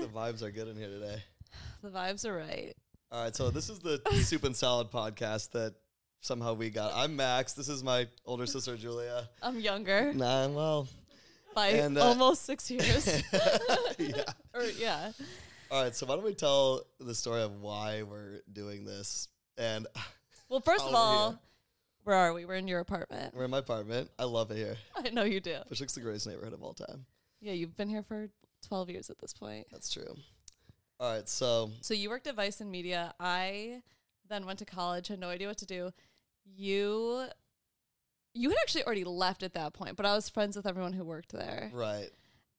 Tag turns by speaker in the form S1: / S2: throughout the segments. S1: The vibes are good in here today.
S2: The vibes are right.
S1: All right. So this is the soup and salad podcast that somehow we got. I'm Max. This is my older sister Julia.
S2: I'm younger
S1: Nah, well,
S2: by
S1: and, uh,
S2: almost six years.
S1: yeah.
S2: or yeah,
S1: All right. So why don't we tell the story of why we're doing this? And
S2: Well, first of
S1: How are
S2: all,
S1: you?
S2: where are we? We're in your apartment.
S1: we're in my apartment. I love it here.
S2: I know you do.
S1: Which looks the greatest neighborhood of all time.
S2: Yeah, you've been here for 12 years at this point.
S1: That's true. All right. So
S2: So you worked at Vice and Media. I then went to college, had no idea what to do. You you had actually already left at that point, but I was friends with everyone who worked there.
S1: right.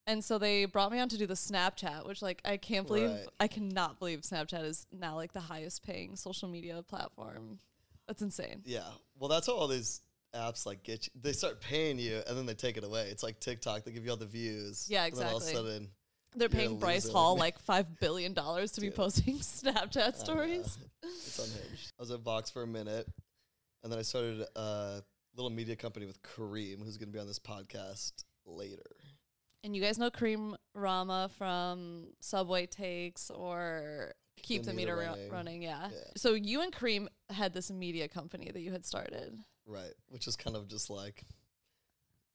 S2: And so they brought me on to do the Snapchat, which like I can't believe
S1: Right.
S2: I cannot believe Snapchat is now like the highest paying social media platform. That's insane.
S1: Yeah. Well, that's how all these apps like get you. They start paying you and then they take it away. It's like TikTok. They give you all the views.
S2: Yeah,
S1: And then all of a
S2: exactly.
S1: sudden,
S2: They're
S1: You're a
S2: paying Bryce
S1: loser.
S2: Hall like 5 billion dollars to be
S1: Dude.
S2: posting Snapchat
S1: know.
S2: stories.
S1: it's unhinged. I was at Vox for a minute and then I started a little media company with Kareem, who's going to be on this podcast later.
S2: And you guys know Kareem Rama from Subway Takes or Keep the, Meter, Ru- running. yeah.
S1: Yeah.
S2: So you and Kareem had this media company that you had started.
S1: Right. Which is kind of just like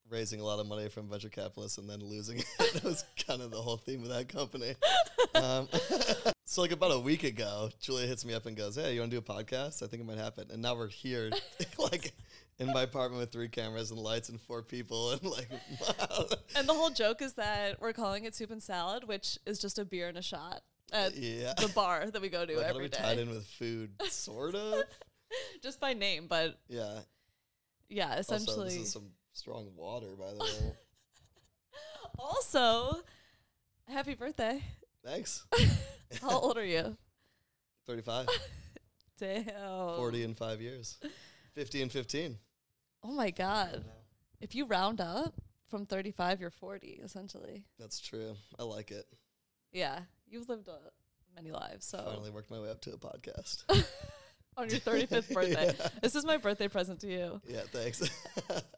S1: raising a lot of money from venture capitalists and then losing it. that was kind of the whole theme of that company. um, so, like, about a week ago, Julia hits me up and goes, Hey, you want to do a podcast? I think it might happen. And now we're here, like, in my apartment with three cameras and lights and four people. And, like, wow.
S2: And the whole joke is that we're calling it soup and salad, which is just a beer and a shot at
S1: yeah.
S2: the bar that we go to
S1: Like, how do
S2: every
S1: we tie it
S2: day.
S1: in with food? Sort of.
S2: Just by name, but
S1: Yeah.
S2: yeah,
S1: Also,
S2: essentially.
S1: this is some strong water, by the way.
S2: Also, happy birthday.
S1: Thanks.
S2: How old are you?
S1: 35,
S2: Damn.
S1: 40 in five years, 50 and 15.
S2: Oh my God. If you round up from 35, you're 40, essentially.
S1: That's true. I like it.
S2: Yeah, you've lived uh, many lives. So
S1: Finally worked my way up to a podcast.
S2: on your 35th birthday,
S1: Yeah.
S2: this is my birthday present to you.
S1: yeah, thanks.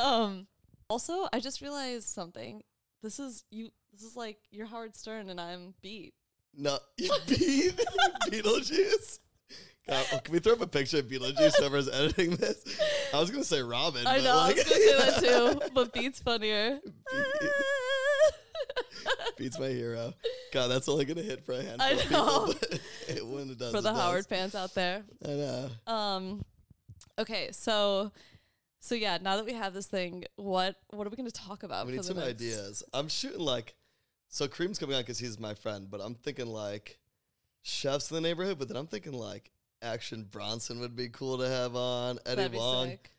S2: Um, also, I just realized something. This is you. This is like you're Howard Stern and I'm Beat.
S1: no, you beat Beetlejuice. God, oh, can we throw up a picture of Beetlejuice? Whoever's editing this, I was gonna say Robin.
S2: I
S1: but
S2: know.
S1: like,
S2: I was gonna say that too, but Beat's funnier.
S1: Beats my hero. God, that's only gonna hit for a handful
S2: I
S1: of people.
S2: know.
S1: but it, when it does,
S2: For
S1: it
S2: the
S1: does.
S2: Howard fans out there.
S1: I know.
S2: Um, okay, so. So yeah, now that we have this thing, what what are we going to talk about?
S1: We
S2: for
S1: need
S2: the
S1: some
S2: next-
S1: ideas. I'm shooting like, so Kareem's coming on because he's my friend, but I'm thinking like chefs in the neighborhood, but then I'm thinking like Action Bronson would be cool to have on, Eddie
S2: That'd be
S1: Long,
S2: sick.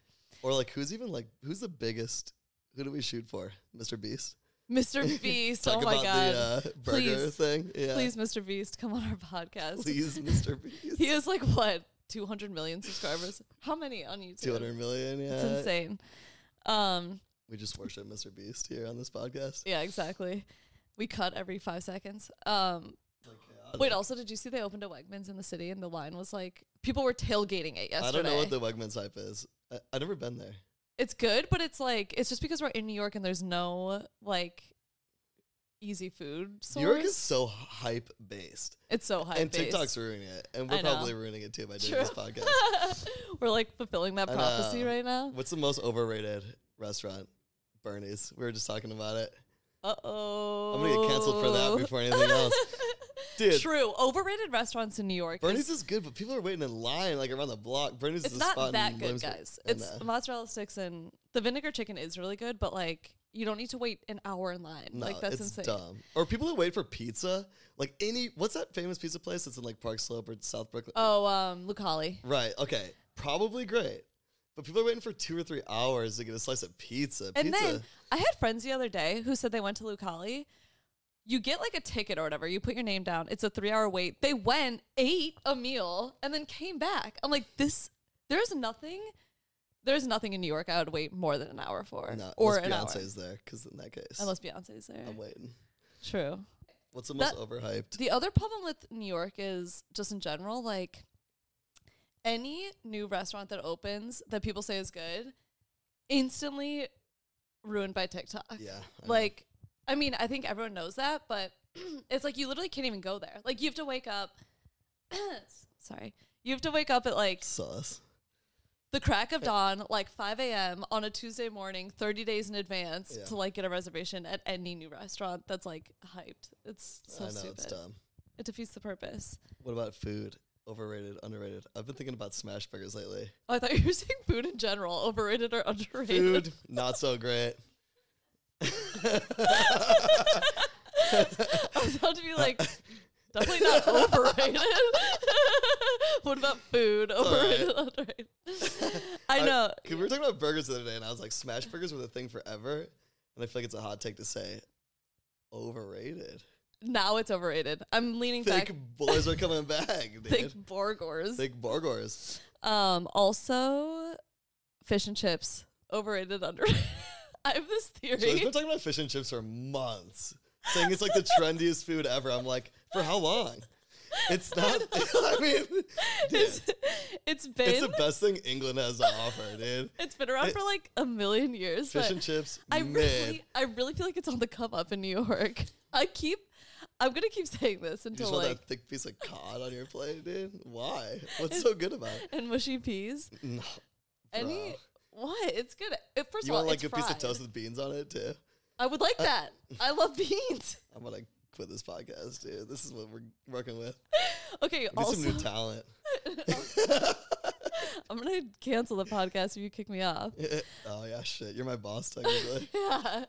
S1: or like who's even like, who's the biggest, who do we shoot for? Mr. Beast?
S2: Mr. Beast. oh
S1: Talk
S2: my
S1: about
S2: god.
S1: the uh, burger
S2: Please.
S1: thing. Yeah.
S2: Please, Mr. Beast, come on our podcast.
S1: Please, Mr. Beast.
S2: He has like what, 200 million subscribers? How many on YouTube?
S1: 200 million, yeah.
S2: It's insane. Um,
S1: We just worship Mr. Beast here on this podcast.
S2: yeah, exactly. We cut every five seconds. Um, wait, also, did you see they opened a Wegmans in the city and the line was like, people were tailgating it yesterday.
S1: I don't know what the Wegmans hype is. I, I've never been there.
S2: it's good, but it's like, it's just because we're in New York and there's no like easy food source.
S1: New York is so hype based.
S2: it's so high.
S1: and TikTok's ruining it, and we're
S2: I know.
S1: probably ruining it too by doing
S2: True.
S1: this podcast.
S2: we're like fulfilling that
S1: I know.
S2: prophecy right now.
S1: What's the most overrated restaurant? Bernie's. We were just talking about it.
S2: Uh oh.
S1: I'm gonna get canceled for that before anything else, dude.
S2: True. Overrated restaurants in New York.
S1: Bernie's
S2: is,
S1: is good, but people are waiting in line like around the block. Bernie's
S2: it's
S1: is a spot
S2: not that
S1: in Oh,
S2: good,
S1: Williamsburg.
S2: guys.
S1: I
S2: It's
S1: know.
S2: mozzarella sticks and the vinegar chicken is really good, but like you don't need to wait an hour in line.
S1: no,
S2: like that's
S1: it's
S2: insane.
S1: dumb. Or people that wait for pizza, like any what's that famous pizza place that's in like Park Slope or South Brooklyn?
S2: Oh, um, Lucali.
S1: Right. Okay. Probably great, but people are waiting for two or three hours to get a slice of pizza.
S2: And
S1: pizza.
S2: then I had friends the other day who said they went to Lucali you get like a ticket or whatever. You put your name down. It's a three hour wait. They went, ate a meal, and then came back. I'm like, this, there's nothing, there's nothing in New York I would wait more than an hour for.
S1: No,
S2: or an
S1: unless
S2: hour.
S1: Beyonce's there, because in that case,
S2: Unless Beyonce's there.
S1: I'm waiting.
S2: True.
S1: What's the most
S2: That-
S1: overhyped?
S2: The other problem with New York is just in general, like any new restaurant that opens that people say is good, instantly ruined by TikTok.
S1: yeah, I know.
S2: Like, I mean, I think everyone knows that, but it's like you literally can't even go there. Like, you have to wake up. sorry. You have to wake up at like
S1: sauce.
S2: the crack of dawn, like 5 a.m. on a Tuesday morning, 30 days in advance
S1: Yeah.
S2: to like get a reservation at any new restaurant that's like hyped. It's so
S1: I know
S2: stupid.
S1: it's dumb.
S2: It defeats the purpose.
S1: What about food? Overrated, underrated. I've been thinking about smash burgers lately.
S2: Oh, I thought you were saying food in general, overrated or underrated.
S1: Food, not so great.
S2: I was about to be like, definitely not overrated. what about food? Overrated, underrated. I know.
S1: 'cause we were talking about burgers the other day, and I was like, smash burgers were the thing forever, and I feel like it's a hot take to say overrated.
S2: now it's overrated. I'm leaning
S1: Thick
S2: back.
S1: boys are coming back,
S2: Thick
S1: dude.
S2: Borgors.
S1: Thick burgers.
S2: Um, also, fish and chips. Overrated, underrated. I have this
S1: So I've
S2: theory.
S1: been talking about fish and chips for months, saying it's like the trendiest food ever. I'm like, for how long? It's not. I mean, dude,
S2: It's, it's been
S1: it's the best thing England has to offer, dude.
S2: it's been around
S1: it-
S2: for like a million years.
S1: Fish
S2: but
S1: and chips,
S2: I
S1: mid.
S2: really, I really feel like it's on the come up in New York. I keep, I'm gonna keep saying this
S1: you
S2: until
S1: just want
S2: like
S1: that thick piece of cod on your plate, dude. Why? What's so good about it?
S2: and mushy peas.
S1: No,
S2: Any
S1: bro.
S2: what? It's good. It, first
S1: You
S2: of all,
S1: want like
S2: it's
S1: a piece of
S2: fried.
S1: toast Uh, with beans on it too?
S2: I would like that. I love beans.
S1: I'm gonna quit this podcast, dude. This is what we're working with.
S2: Okay,
S1: We need
S2: also
S1: some new talent.
S2: I'm gonna cancel the podcast if you kick me off.
S1: oh yeah, shit. You're my boss technically.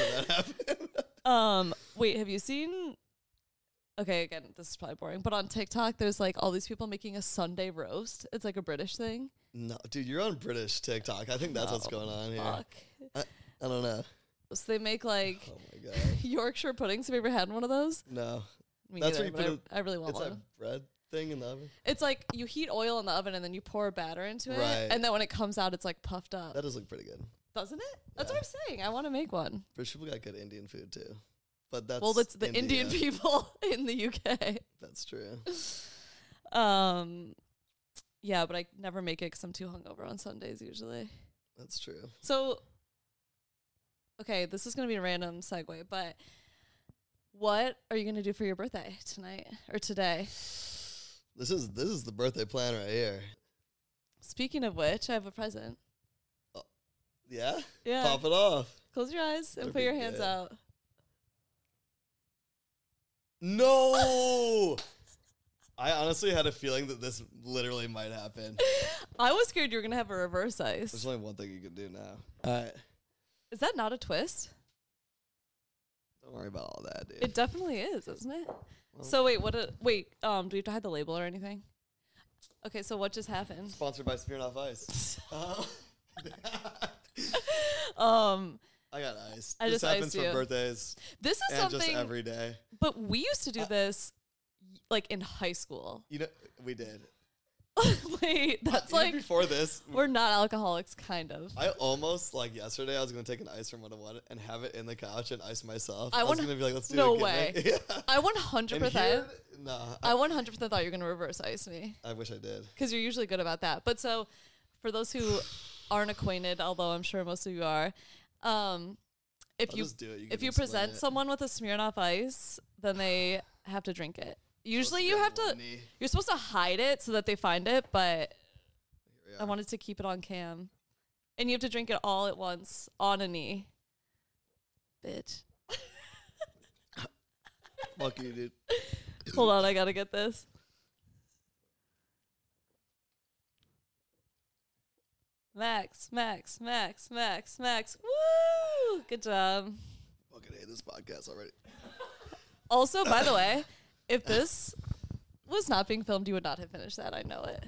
S1: How did that happen?
S2: Um. Wait. Have you seen? Okay. Again, this is probably boring, but on TikTok, there's like all these people making a Sunday roast. It's like a British thing.
S1: No, dude, you're on British TikTok. I think that's what's
S2: Oh,
S1: going on here.
S2: Fuck.
S1: I don't know.
S2: So they make like
S1: Oh my god.
S2: Yorkshire puddings. Have you ever had one of those?
S1: No,
S2: Me
S1: That's
S2: neither,
S1: where you
S2: but I, I really want
S1: it's
S2: one.
S1: that bread thing in the oven.
S2: it's like you heat oil in the oven and then you pour batter into it,
S1: Right.
S2: and then when it comes out, it's like puffed up,
S1: That does look pretty good.
S2: doesn't it? That's what I'm saying. I want to make one.
S1: British people got good Indian food too, but that's
S2: well, that's the
S1: India.
S2: Indian people in the UK.
S1: That's true.
S2: Um, yeah, but I never make it because I'm too hungover on Sundays usually.
S1: That's true.
S2: So, okay, this is going to be a random segue, but what are you going to do for your birthday tonight or today?
S1: This is this is the birthday plan right here.
S2: Speaking of which, I have a present.
S1: Yeah,
S2: Yeah.
S1: pop it off.
S2: Close your eyes
S1: Better
S2: and put
S1: be
S2: your hands
S1: good.
S2: out.
S1: No. I honestly had a feeling that this literally might happen.
S2: I was scared you were going to have a reverse
S1: There's
S2: ice.
S1: only one thing you can do now. All right.
S2: Is that not a twist?
S1: Don't worry about all that, dude.
S2: It definitely is, isn't it?
S1: Well-
S2: So wait, what? A, wait, um, do we have to hide the label or anything? Okay, so what just happened?
S1: Sponsored by Smirnoff Ice. Uh,
S2: Um,
S1: I got ice.
S2: I
S1: this
S2: just
S1: happens
S2: iced
S1: for
S2: you.
S1: birthdays
S2: this is
S1: and just
S2: something.
S1: every Uh, day.
S2: but we used to do this y- like in high school.
S1: You know, we did.
S2: wait, that's
S1: Even
S2: like
S1: before this,
S2: we're not alcoholics, kind of.
S1: I almost like yesterday I was gonna take an ice from one to one and have it in the couch and ice myself.
S2: I
S1: I, was
S2: wanna-
S1: gonna be like, let's do
S2: no
S1: it.
S2: way. I one hundred percent.
S1: No,
S2: I one hundred percent thought you were gonna reverse ice me
S1: I wish I did.
S2: because you're usually good about that. But so, for those who aren't acquainted, although I'm sure most of you are, um, if
S1: I'll
S2: you
S1: just do it. You
S2: if
S1: can
S2: you
S1: explain
S2: present
S1: it.
S2: someone with a Smirnoff Ice, then they have to drink it. Usually,
S1: be
S2: you
S1: on
S2: have
S1: one
S2: to.
S1: knee.
S2: You're supposed to hide it so that they find it, but
S1: Here we
S2: I
S1: are.
S2: wanted to keep it on cam, and you have to drink it all at once on a knee. Bitch,
S1: Fuck you, dude.
S2: hold on, I gotta get this. Max, Max, Max, Max, Max. Woo! Good job.
S1: Fucking hate this podcast already.
S2: Also, by the way, if this was not being filmed, you would not have finished that. I know it.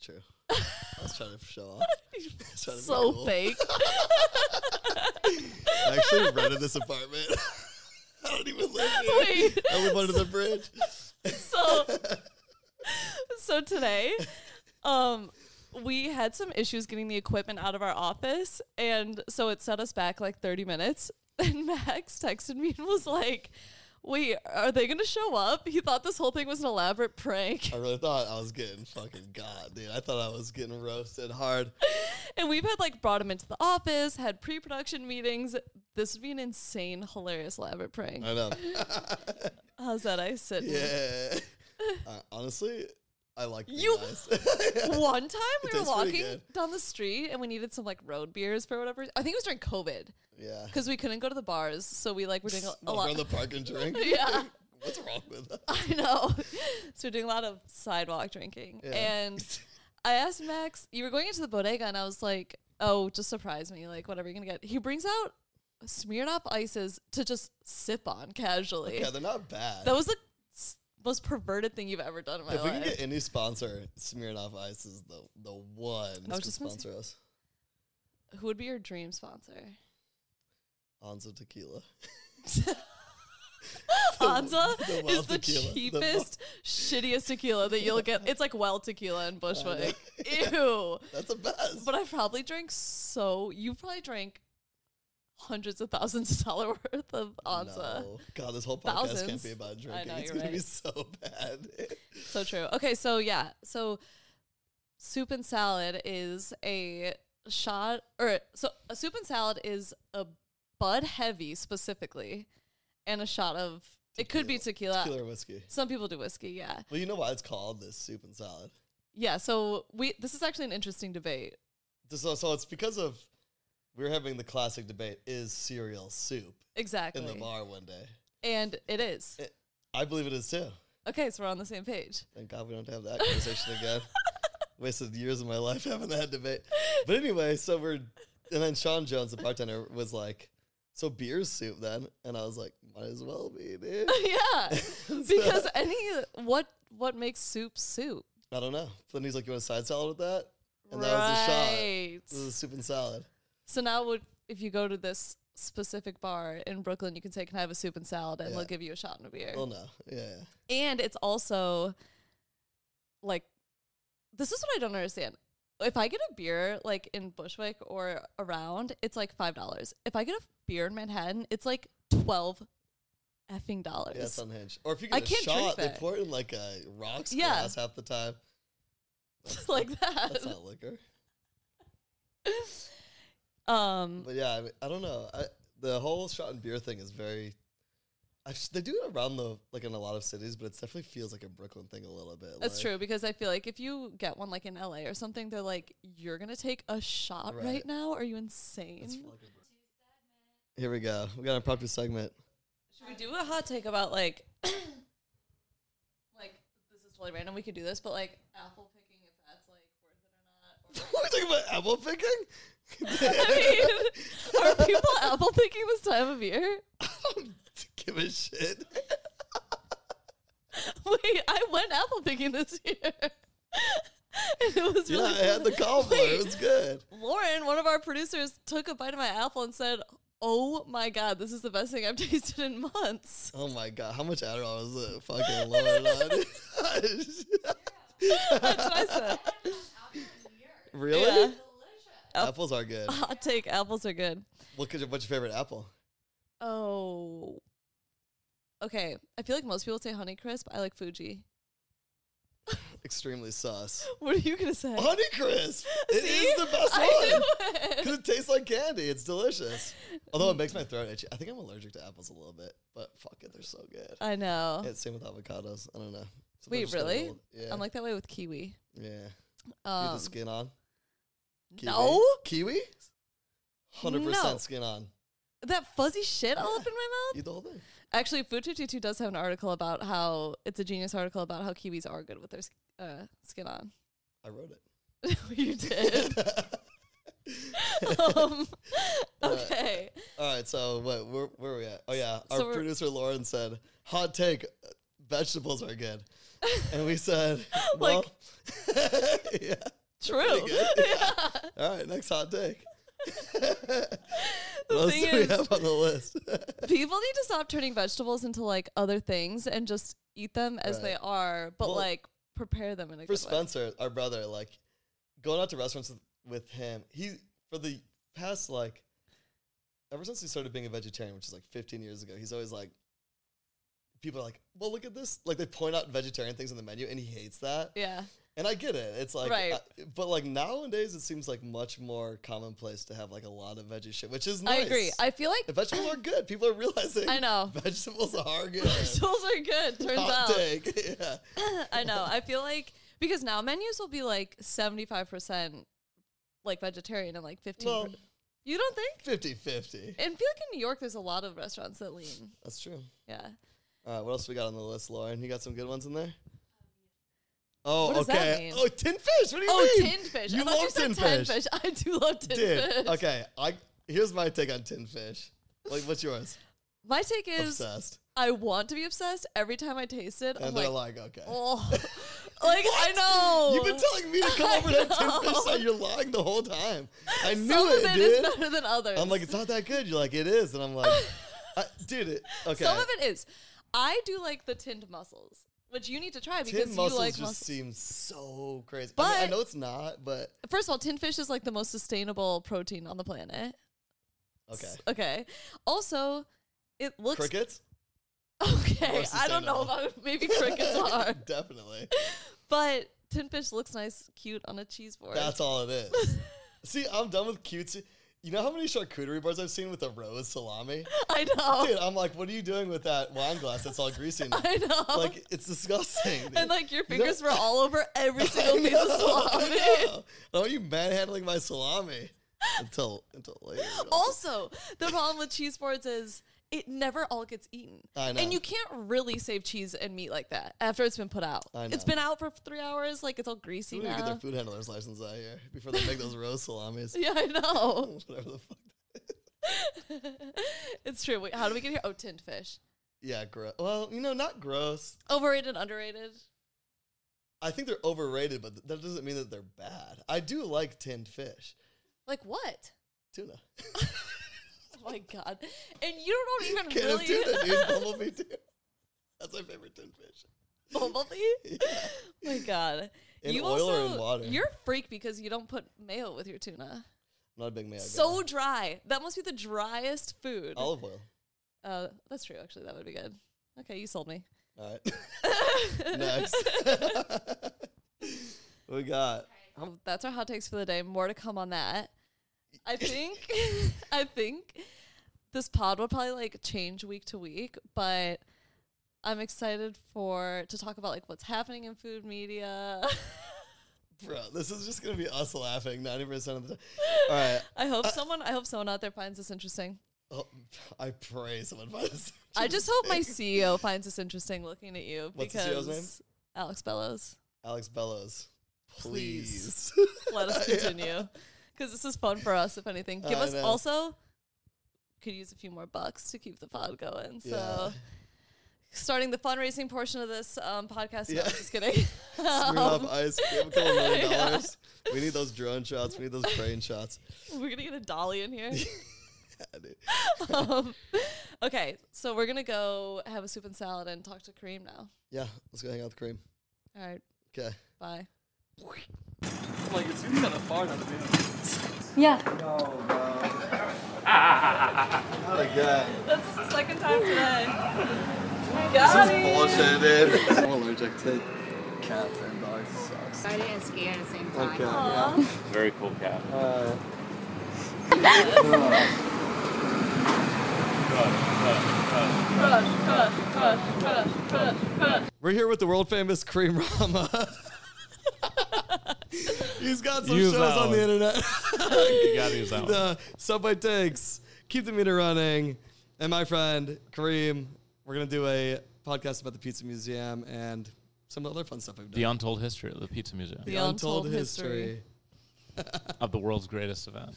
S1: True. I was trying to show off. I was trying to be
S2: so
S1: cool.
S2: fake.
S1: I actually rented this apartment. I don't even live here.
S2: Wait.
S1: I live under the bridge.
S2: So so today, um, we had some issues getting the equipment out of our office, and so it set us back like 30 minutes. And Max texted me and was like, "Wait, are they gonna show up?" He thought this whole thing was an elaborate prank,
S1: I really thought I was getting fucking god, dude. I thought I was getting roasted hard.
S2: and we've had like brought him into the office, had pre-production meetings. This would be an insane, hilarious, elaborate prank.
S1: I know.
S2: How's that? I sit.
S1: Uh, yeah. Uh, honestly, I like being
S2: You-
S1: nice.
S2: One time
S1: It
S2: we were
S1: tastes pretty
S2: walking
S1: good.
S2: down the street and we needed some like road beers for whatever. I think it was during COVID.
S1: yeah.
S2: because we couldn't go to the bars, so we like were doing a, a
S1: Walk
S2: lot.
S1: around the park and drink.
S2: Yeah.
S1: What's wrong with that?
S2: I know, so we're doing a lot of sidewalk drinking.
S1: Yeah.
S2: And I asked Max, you were going into the bodega, and I was like, "Oh, just surprise me, like whatever you're gonna get." He brings out Smirnoff ices to just sip on casually.
S1: Yeah, they're not bad.
S2: That was the s- most perverted thing you've ever done in my
S1: if we
S2: life.
S1: can get any sponsor, Smirnoff Ice is the the one
S2: was
S1: that can
S2: Oh, just gonna say-
S1: sponsor us.
S2: Who would be your dream sponsor?
S1: Anza Tequila.
S2: Anza
S1: the well
S2: is the
S1: tequila. The well-
S2: cheapest, shittiest tequila that you'll get. It's like well tequila in Bushwick. Ew.
S1: That's the best.
S2: But I probably drank so you probably drank hundreds of thousands of dollar worth of Anza.
S1: No. God, this whole podcast can't
S2: Thousands.
S1: be about
S2: I
S1: drinking.
S2: know,
S1: it's
S2: you're
S1: gonna be
S2: right.
S1: so bad.
S2: So true. Okay, so yeah. So soup and salad is a shot or so a soup and salad is a bud heavy specifically and a shot of it could be tequila.
S1: Tequila or whiskey.
S2: Some people do whiskey, yeah.
S1: Well, you know why it's called this soup and salad.
S2: Yeah, so we this is actually an interesting debate.
S1: So, so it's because of we were having the classic debate: is cereal soup
S2: Exactly.
S1: in the bar one day?
S2: And it is.
S1: It- I believe it is too.
S2: Okay, so we're on the same page.
S1: Thank God we don't have that conversation again. Wasted years of my life having that debate. But anyway, so we're and then Sean Jones, the bartender, was like, "So beer's soup then?" And I was like, "Might as well be, dude."
S2: yeah.
S1: So-
S2: because any what what makes soup soup?
S1: I don't know. But then he's like, "You want a side salad with that?" And that was the shot. This is soup and salad.
S2: So now, would, if you go to this specific bar in Brooklyn, you can say, "Can I have a soup and salad?" and they'll
S1: Yeah.
S2: give you a shot and a beer.
S1: Oh no, yeah, yeah.
S2: and it's also like this is what I don't understand. If I get a beer like in Bushwick or around, it's like five dollars. If I get a beer in Manhattan, it's like twelve effing dollars.
S1: yeah, it's unhinged. Or if you get
S2: I
S1: a
S2: can't drink
S1: shot, they
S2: that.
S1: pour it in like a rocks
S2: Yeah.
S1: glass half the time.
S2: like that.
S1: That's not liquor.
S2: um,
S1: But yeah, I, mean, I don't know. I, the whole shot and beer thing is very. I s they do it around the like in a lot of cities, but it definitely feels like a Brooklyn thing a little bit.
S2: That's
S1: like,
S2: true because I feel like if you get one like in LA or something, they're like, "You're gonna take a shot right,
S1: Right.
S2: now? Are you
S1: it's
S2: insane?"
S1: fucking- Here we go. We got an impromptu segment.
S2: Should we do a hot take about like, like this is totally random. We could do this, but like apple picking, if that's like worth
S1: We're talking about apple picking.
S2: it or not. I mean, are people apple picking this time of year?
S1: Give a shit.
S2: Wait, I went apple picking this year, and it was
S1: Yeah,
S2: really
S1: I had the
S2: fun.
S1: call for
S2: Wait.
S1: it. It was good.
S2: Lauren, one of our producers, took a bite of my apple and said, "Oh my god, this is the best thing I've tasted in months."
S1: Oh my god, how much Adderall is it? Fucking Lord.
S2: That's what I said.
S1: really?
S2: Yeah. Uh, Ap-
S1: Apples are good.
S2: Hot take: apples are good.
S1: What could your, what's your favorite apple?
S2: Oh, okay. I feel like most people say Honeycrisp. I like Fuji.
S1: Extremely sus.
S2: What are you gonna say?
S1: Honeycrisp. It is
S2: See?
S1: the best
S2: I
S1: one.
S2: knew
S1: Because
S2: it.
S1: it tastes like candy. It's delicious. Although it makes my throat itchy. I think I'm allergic to apples a little bit, but fuck it, they're so good.
S2: I know.
S1: It's same with avocados. I don't know. Sometimes
S2: Oh. Wait,
S1: you just get
S2: really?
S1: old. Yeah.
S2: I'm like that way with kiwi.
S1: yeah. Get
S2: Um,
S1: the skin on. Kiwi.
S2: no,
S1: Kiwi? 100%
S2: No.
S1: skin on.
S2: that fuzzy shit all up in my mouth.
S1: Eat the whole thing.
S2: Actually, Food 52 does have an article about how it's a genius article about how kiwis are good with their s- uh, skin on.
S1: I wrote it.
S2: you did. um,
S1: Uh,
S2: okay.
S1: All right, so what? Where, where are we at? Oh yeah, our
S2: so we're-
S1: producer Lauren said, "Hot take: uh, vegetables are good," and we said, "Well, yeah."
S2: True.
S1: good.
S2: Yeah.
S1: All right, next hot take. what else
S2: thing
S1: do we
S2: is-
S1: have on the list?
S2: People need to stop turning vegetables into like other things and just eat them as they
S1: Right.
S2: are, but
S1: Well,
S2: like prepare them in a
S1: for
S2: good way.
S1: Spencer, our brother, like going out to restaurants with, with him, he for the past like ever since he started being a vegetarian, which is like 15 years ago, he's always like people are like, "Well, look at this." Like they point out vegetarian things on the menu and he hates that.
S2: Yeah.
S1: And I get it. It's like
S2: Right.
S1: I- but like nowadays it seems like much more commonplace to have like a lot of veggie shit, which is
S2: I
S1: nice.
S2: agree. I feel like
S1: And vegetables are good. People are realizing
S2: I know.
S1: vegetables are good.
S2: vegetables are good, turns
S1: Hot
S2: out.
S1: take. yeah.
S2: I know. I feel like because now menus will be like 75% like vegetarian and like 15
S1: Well,
S2: You don't think?
S1: 50-50.
S2: And I feel like in New York there's a lot of restaurants that lean.
S1: That's true.
S2: Yeah.
S1: All right, what else we got on the list, Lauren? You got some good ones in there? Oh,
S2: What does that
S1: okay.
S2: mean?
S1: Oh, tin fish. What do you
S2: Oh,
S1: mean?
S2: tinned fish.
S1: You
S2: I thought
S1: love
S2: you said
S1: tin
S2: tinned
S1: fish.
S2: fish. I do love tinned
S1: Dude,
S2: fish.
S1: okay. I here's my take on tin fish. Like, what's yours?
S2: My take is
S1: Obsessed.
S2: I want to be obsessed. Every time I taste it,
S1: And
S2: I'm
S1: they're
S2: like,
S1: like, okay.
S2: oh, like I know.
S1: You've been telling me to come
S2: I
S1: over to that tin fish
S2: know.
S1: side. You're lying the whole time. I knew
S2: Some
S1: it,
S2: of it
S1: dude.
S2: is better than others.
S1: I'm like, it's not that good. You're like, it is, and I'm like, I, dude, it. Okay.
S2: some of it is. I do like the tinned mussels, which you need to try because
S1: tin
S2: you
S1: mussels
S2: like
S1: just
S2: mussels.
S1: seems so crazy. I mean, I
S2: But-
S1: know it's not, but
S2: First of all, tinned fish is like the most sustainable protein on the planet.
S1: okay.
S2: S- Okay. Also, it looks
S1: Crickets.
S2: okay.
S1: More
S2: I don't
S1: sustainable.
S2: know about maybe crickets are,
S1: Definitely.
S2: but tinned fish looks nice, cute on a cheese board.
S1: That's all it is. See, I'm done with cutesy. You know how many charcuterie boards I've seen with a rose salami?
S2: I know.
S1: Dude, I'm like, what are you doing with that wine glass that's all greasy? Now?
S2: Oh. I know.
S1: Like, it's disgusting. dude.
S2: and like your
S1: You know-
S2: fingers were all over every single
S1: I
S2: piece of
S1: know, I
S2: salami.
S1: know. Why are you manhandling my salami until until later? you know?
S2: Oh, Also, the problem with cheese boards is it never all gets eaten.
S1: I know.
S2: And you can't really save cheese and meat like that after it's been put out.
S1: I
S2: It's
S1: know.
S2: been out for three hours, like it's all greasy
S1: People need to get their
S2: now.
S1: food handler's license out here before they make those rose salamis.
S2: Yeah, I know.
S1: Whatever the fuck.
S2: it's true. Wait, how do we get here? Oh, tinned fish.
S1: Yeah, gross. Well, you know, not gross.
S2: Overrated, underrated.
S1: I think they're overrated, but th- that doesn't mean that they're bad. I do like tinned fish,
S2: Like what?
S1: tuna.
S2: Oh my god. And you don't even
S1: Can
S2: really
S1: of tuna, dude. Bumblebee tuna. That's my favorite tin fish.
S2: Bumblebee?
S1: Yeah.
S2: Oh my god.
S1: In
S2: you
S1: oil or in
S2: also,
S1: water?
S2: You're a freak because you don't put mayo with your
S1: I'm
S2: tuna.
S1: not a big mayo guy.
S2: so dry. That must be the driest food.
S1: olive oil.
S2: Uh, that's true. Actually, that would be good. Okay, you sold me.
S1: All right. Next. we got.
S2: Um, that's our hot takes for the day. More to come on that. I think. I think this pod will probably like change week to week, but I'm excited for to talk about like what's happening in food media.
S1: Bro, this is just gonna be us laughing ninety percent of the time. All right,
S2: I hope someone. I hope someone out there finds this interesting.
S1: oh, I pray someone finds this.
S2: I just hope my CEO finds this interesting looking at you
S1: What's the
S2: because
S1: CEO's name?
S2: Alex Bellows.
S1: Alex Bellows,
S2: Please.
S1: please.
S2: let us
S1: Yeah.
S2: continue because this is fun for us if anything give
S1: I
S2: us
S1: know.
S2: also could use a few more bucks to keep the pod going so
S1: Yeah.
S2: starting the fundraising portion of this um, podcast no,
S1: Yeah.
S2: I'm just kidding
S1: Screw
S2: Um,
S1: up ice. We have a couple million
S2: yeah.
S1: dollars. We need those drone shots. We need those brain shots.
S2: we're gonna get a dolly in here
S1: Yeah, dude.
S2: um, okay so we're gonna go have a soup and salad and talk to kareem now
S1: Yeah, let's go hang out with Cream.
S2: all right
S1: Okay.
S2: bye
S3: Like it seems kind of far now to be honest.
S4: Yeah.
S1: Not again.
S2: that's the second time today
S1: This is bullshit, dude. I'm allergic to cats and dogs. Sucks.
S4: Excited and scared at the same time.
S1: Like, uh,
S3: Very cool cat.
S1: yeah. Uh, We're here with the world famous Cream Rama. He's got some
S5: You
S1: shows on the
S5: valid.
S1: internet.
S5: You gotta use that one.
S1: the subway takes, keep the meter running, and my friend Kareem. We're gonna do a podcast about the Pizza Museum and some other fun stuff we've done.
S5: The untold history of the pizza museum
S2: The Untold
S5: of the world's greatest event.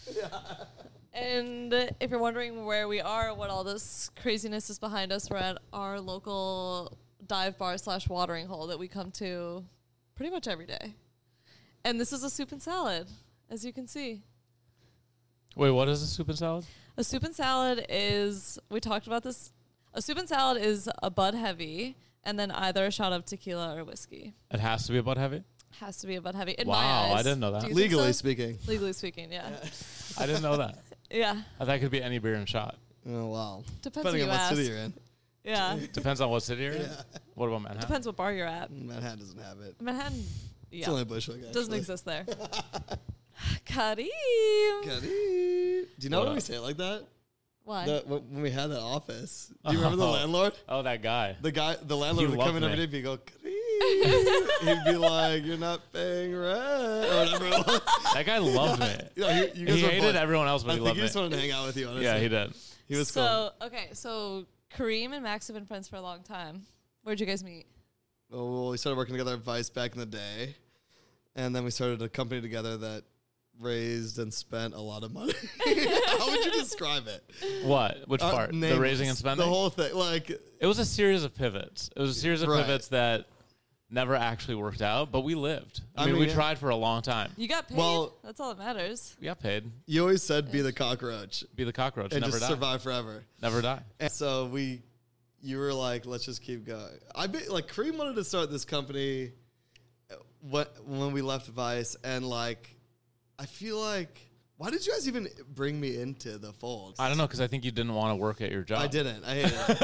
S2: And if you're wondering where we are, what all this craziness is behind us, we're at our local dive bar slash watering hole that we come to pretty much every day. And this is a soup and salad, as you can see.
S5: Wait, what is a soup and salad?
S2: A soup and salad is we talked about this. A soup and salad is a bud heavy, and then either a shot of tequila or whiskey.
S5: It has to be about heavy.
S2: Has to be a bud heavy. In my
S5: Wow, I
S2: eyes.
S5: didn't know that.
S2: Do you think
S1: Legally
S2: so?
S1: speaking.
S2: legally speaking, yeah,
S5: I didn't know that.
S2: yeah.
S5: That could be any beer and shot.
S1: Oh wow.
S2: Depends
S1: Depending
S2: who
S1: on
S2: you
S1: what
S2: ask.
S1: city you're in.
S2: Yeah,
S5: Depends on what city you're in. What about Manhattan?
S2: depends what bar you're at.
S1: Manhattan doesn't have it.
S2: Manhattan,
S1: It's
S2: yeah,
S1: only Bushwick. Actually.
S2: doesn't exist there. Kareem,
S1: Got it. Do you know
S5: What
S1: when we
S5: up?
S1: say it like that?
S2: why?
S1: The, wh- when we had that office, do you remember the
S5: Oh.
S1: landlord?
S5: Oh, that guy.
S1: The guy, the landlord
S5: He
S1: would come in
S5: loved
S1: every
S5: me.
S1: day and he'd go, "Kareem." he'd be like, "You're not paying rent," or whatever. It was.
S5: That guy loved me.
S1: Yeah, you, you guys
S5: he
S1: were
S5: hated
S1: both-
S5: everyone else,
S1: I
S5: but he
S1: think
S5: loved
S1: he just
S5: me.
S1: wanted to hang out with you. Honestly,
S5: Yeah, he did.
S1: He was
S2: so okay, so Kareem and Max have been friends for a long time. Where'd you guys meet?
S1: cool. Oh, well, we started working together at Vice back in the day, and then we started a company together that raised and spent a lot of money. How would you describe it?
S5: What? Which
S1: Uh,
S5: part? The
S1: nameless.
S5: raising and spending.
S1: The whole thing, like
S5: it was a series of pivots. It was a series of
S1: Right.
S5: pivots that never actually worked out, but we lived. I,
S1: I
S5: mean,
S1: mean,
S5: we
S1: yeah.
S5: tried for a long time.
S2: You got paid.
S1: Well-
S2: That's all that matters.
S5: We got paid.
S1: you always said, "Be the cockroach."
S5: Be the cockroach.
S1: And
S5: never
S1: just
S5: die.
S1: survive forever.
S5: Never die.
S1: And so we, you were like, let's just keep going. I be, like Kareem wanted to start this company, uh, what when we left Vice, and like, I feel like why did you guys even bring me into the fold?
S5: I don't know because I think you didn't want to work at your job.
S1: I didn't. I hate it.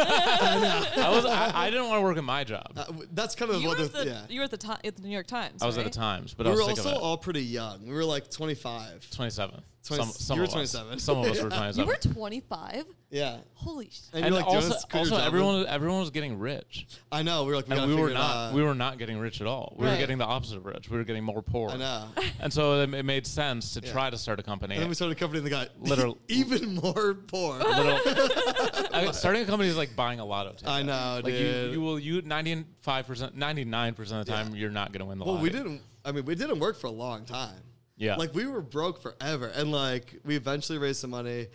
S5: I was. I, I didn't want to work at my job.
S1: Uh, w- That's kind of
S2: You
S1: what
S2: were,
S1: the,
S2: at the,
S1: yeah.
S2: you were at the ti- at the New York Times.
S5: I was
S2: right?
S5: at the Times, but
S1: We
S5: I
S1: were
S5: was sick of
S1: also
S5: it.
S1: all pretty young. We were like 25.
S5: 27.
S1: Twenty-
S5: some, some
S1: you were
S5: of us.
S1: 27.
S5: Some of us were
S2: You
S5: 27.
S2: were 25.
S1: Yeah.
S2: Holy shit.
S1: And,
S5: and
S1: you're like,
S5: also,
S1: Jonas, quit your
S5: also
S1: job.
S5: everyone, everyone was getting rich,
S1: I know. We were like, we,
S5: and
S1: gotta
S5: we were
S1: figure it
S5: not.
S1: out.
S5: We were not getting rich at all. We
S1: Right.
S5: were getting the opposite of rich. We were getting more poor.
S1: I know.
S5: And so it, it made sense to
S1: Yeah.
S5: try to start a company.
S1: And then we started a company and they got
S5: Literal-
S1: even more poor.
S5: Little- I- starting a company is like buying a lotto ticket.
S1: I know,
S5: Like you,
S1: dude.
S5: you will you ninety five percent, ninety nine percent of the time,
S1: Yeah.
S5: you're not going to win the
S1: Well,
S5: lottery.
S1: we didn't. I mean, we didn't work for a long time.
S5: Yeah.
S1: like we were broke forever, and like we eventually raised some money,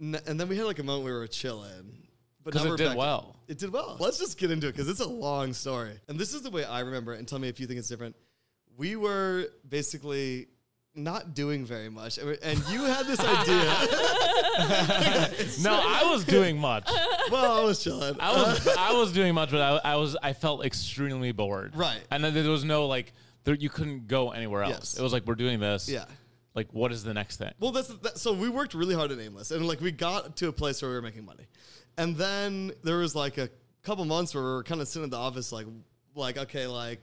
S1: N- and then we had like a moment where we were chilling. But
S5: 'Cause
S1: now
S5: it
S1: we're
S5: did
S1: back-
S5: well.
S1: It did well. Let's just get into it because it's a long story, and this is the way I remember it. And tell me if you think it's different. We were basically not doing very much, and, we- and you had this idea.
S5: No, I was doing much.
S1: well, I was chilling.
S5: I was I was doing much, but I, I was I felt extremely bored.
S1: Right.
S5: And then there was no like there you couldn't go anywhere else.
S1: Yes.
S5: It was like we're doing this.
S1: Yeah.
S5: Like what is the next thing?
S1: Well, that's that, so we worked really hard at Aimless, and like we got to a place where we were making money, and then there was like a couple months where we were kind of sitting in the office, like, like okay, like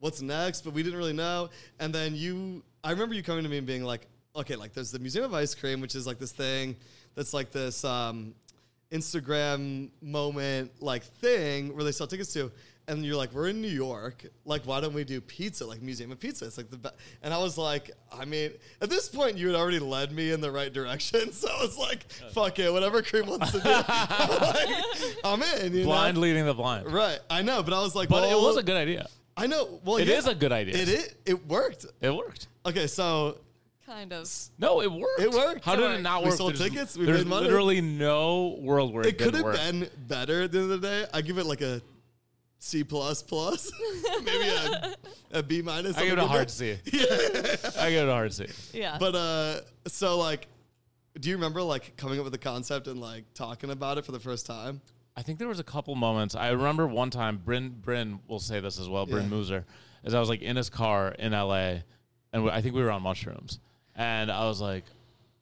S1: what's next, but we didn't really know. And then you, I remember you coming to me and being like, okay, like there's the Museum of Ice Cream, which is like this thing that's like this um, Instagram moment like thing where they sell tickets to. And you're like, we're in New York. Like, why don't we do pizza? Like Museum of Pizza. It's like the. Be-. And I was like, I mean, at this point, you had already led me in the right direction. So I was like, fuck it, whatever Cream wants to do, like, I'm in. You know?
S5: blind leading the blind.
S1: right? I know, but I was like,
S5: But
S1: well,
S5: it was a good idea.
S1: I know. Well,
S5: It
S1: yeah,
S5: is a good idea.
S1: It it it worked.
S5: It worked.
S1: Okay, so
S2: Kind of.
S5: No, it worked.
S1: It worked.
S5: How
S1: It
S5: did
S2: worked.
S5: it not
S1: We
S5: work?
S1: sold
S5: There's-
S1: tickets, we
S5: there's
S1: made money.
S5: literally no world where it,
S1: it could
S5: didn't
S1: have
S5: work.
S1: been better at the end of the day. I give it like a C plus plus, maybe a, a B minus.
S5: I
S1: something
S5: give it a
S1: like
S5: hard
S1: that.
S5: C. I give it a hard C.
S2: Yeah.
S1: But uh, so like, do you remember like coming up with the concept and like talking about it for the first time?
S5: I think there was a couple moments. I remember one time, Bryn Bryn will say this as well. Bryn
S1: Yeah.
S5: Mooser, as I was like in his car in L.A., and we, I think we were on mushrooms, and I was like,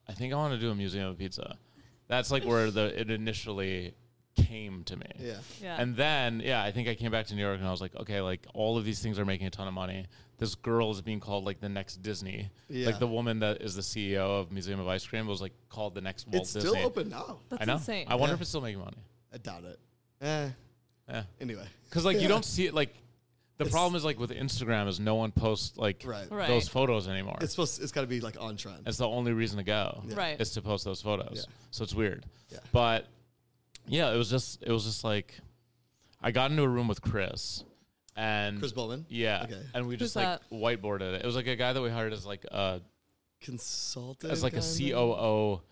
S5: I think I want to do a museum of pizza. That's like where the it initially came to me.
S1: Yeah.
S2: Yeah.
S5: And then yeah, I think I came back to New York and I was like, okay, like all of these things are making a ton of money. This girl is being called like the next Disney.
S1: Yeah.
S5: Like the woman that is the CEO of Museum of Ice Cream was like called the next Walt
S1: it's
S5: Disney.
S1: still open now.
S5: I
S2: That's
S5: know.
S2: insane.
S5: I wonder
S1: Yeah.
S5: if it's still making money.
S1: I doubt it. Eh.
S5: Yeah.
S1: Anyway,
S5: Because like
S1: Yeah.
S5: you don't see it. Like the
S1: It's-
S5: problem is like with Instagram is no one posts like
S1: Right.
S2: Right.
S5: those photos anymore.
S1: It's supposed. It's got to be like on trend.
S5: That's the only reason to go.
S2: Right.
S5: Is to post those photos.
S1: Yeah.
S5: So it's weird.
S1: Yeah.
S5: But yeah, it was just it was just like I got into a room with Chris and
S1: Chris Bowman.
S5: Yeah.
S1: Okay.
S5: And we just
S2: Who's
S5: like whiteboarded it. It was like a guy that we hired as like a
S1: Consultant.
S5: as like a
S1: kind of?
S5: COO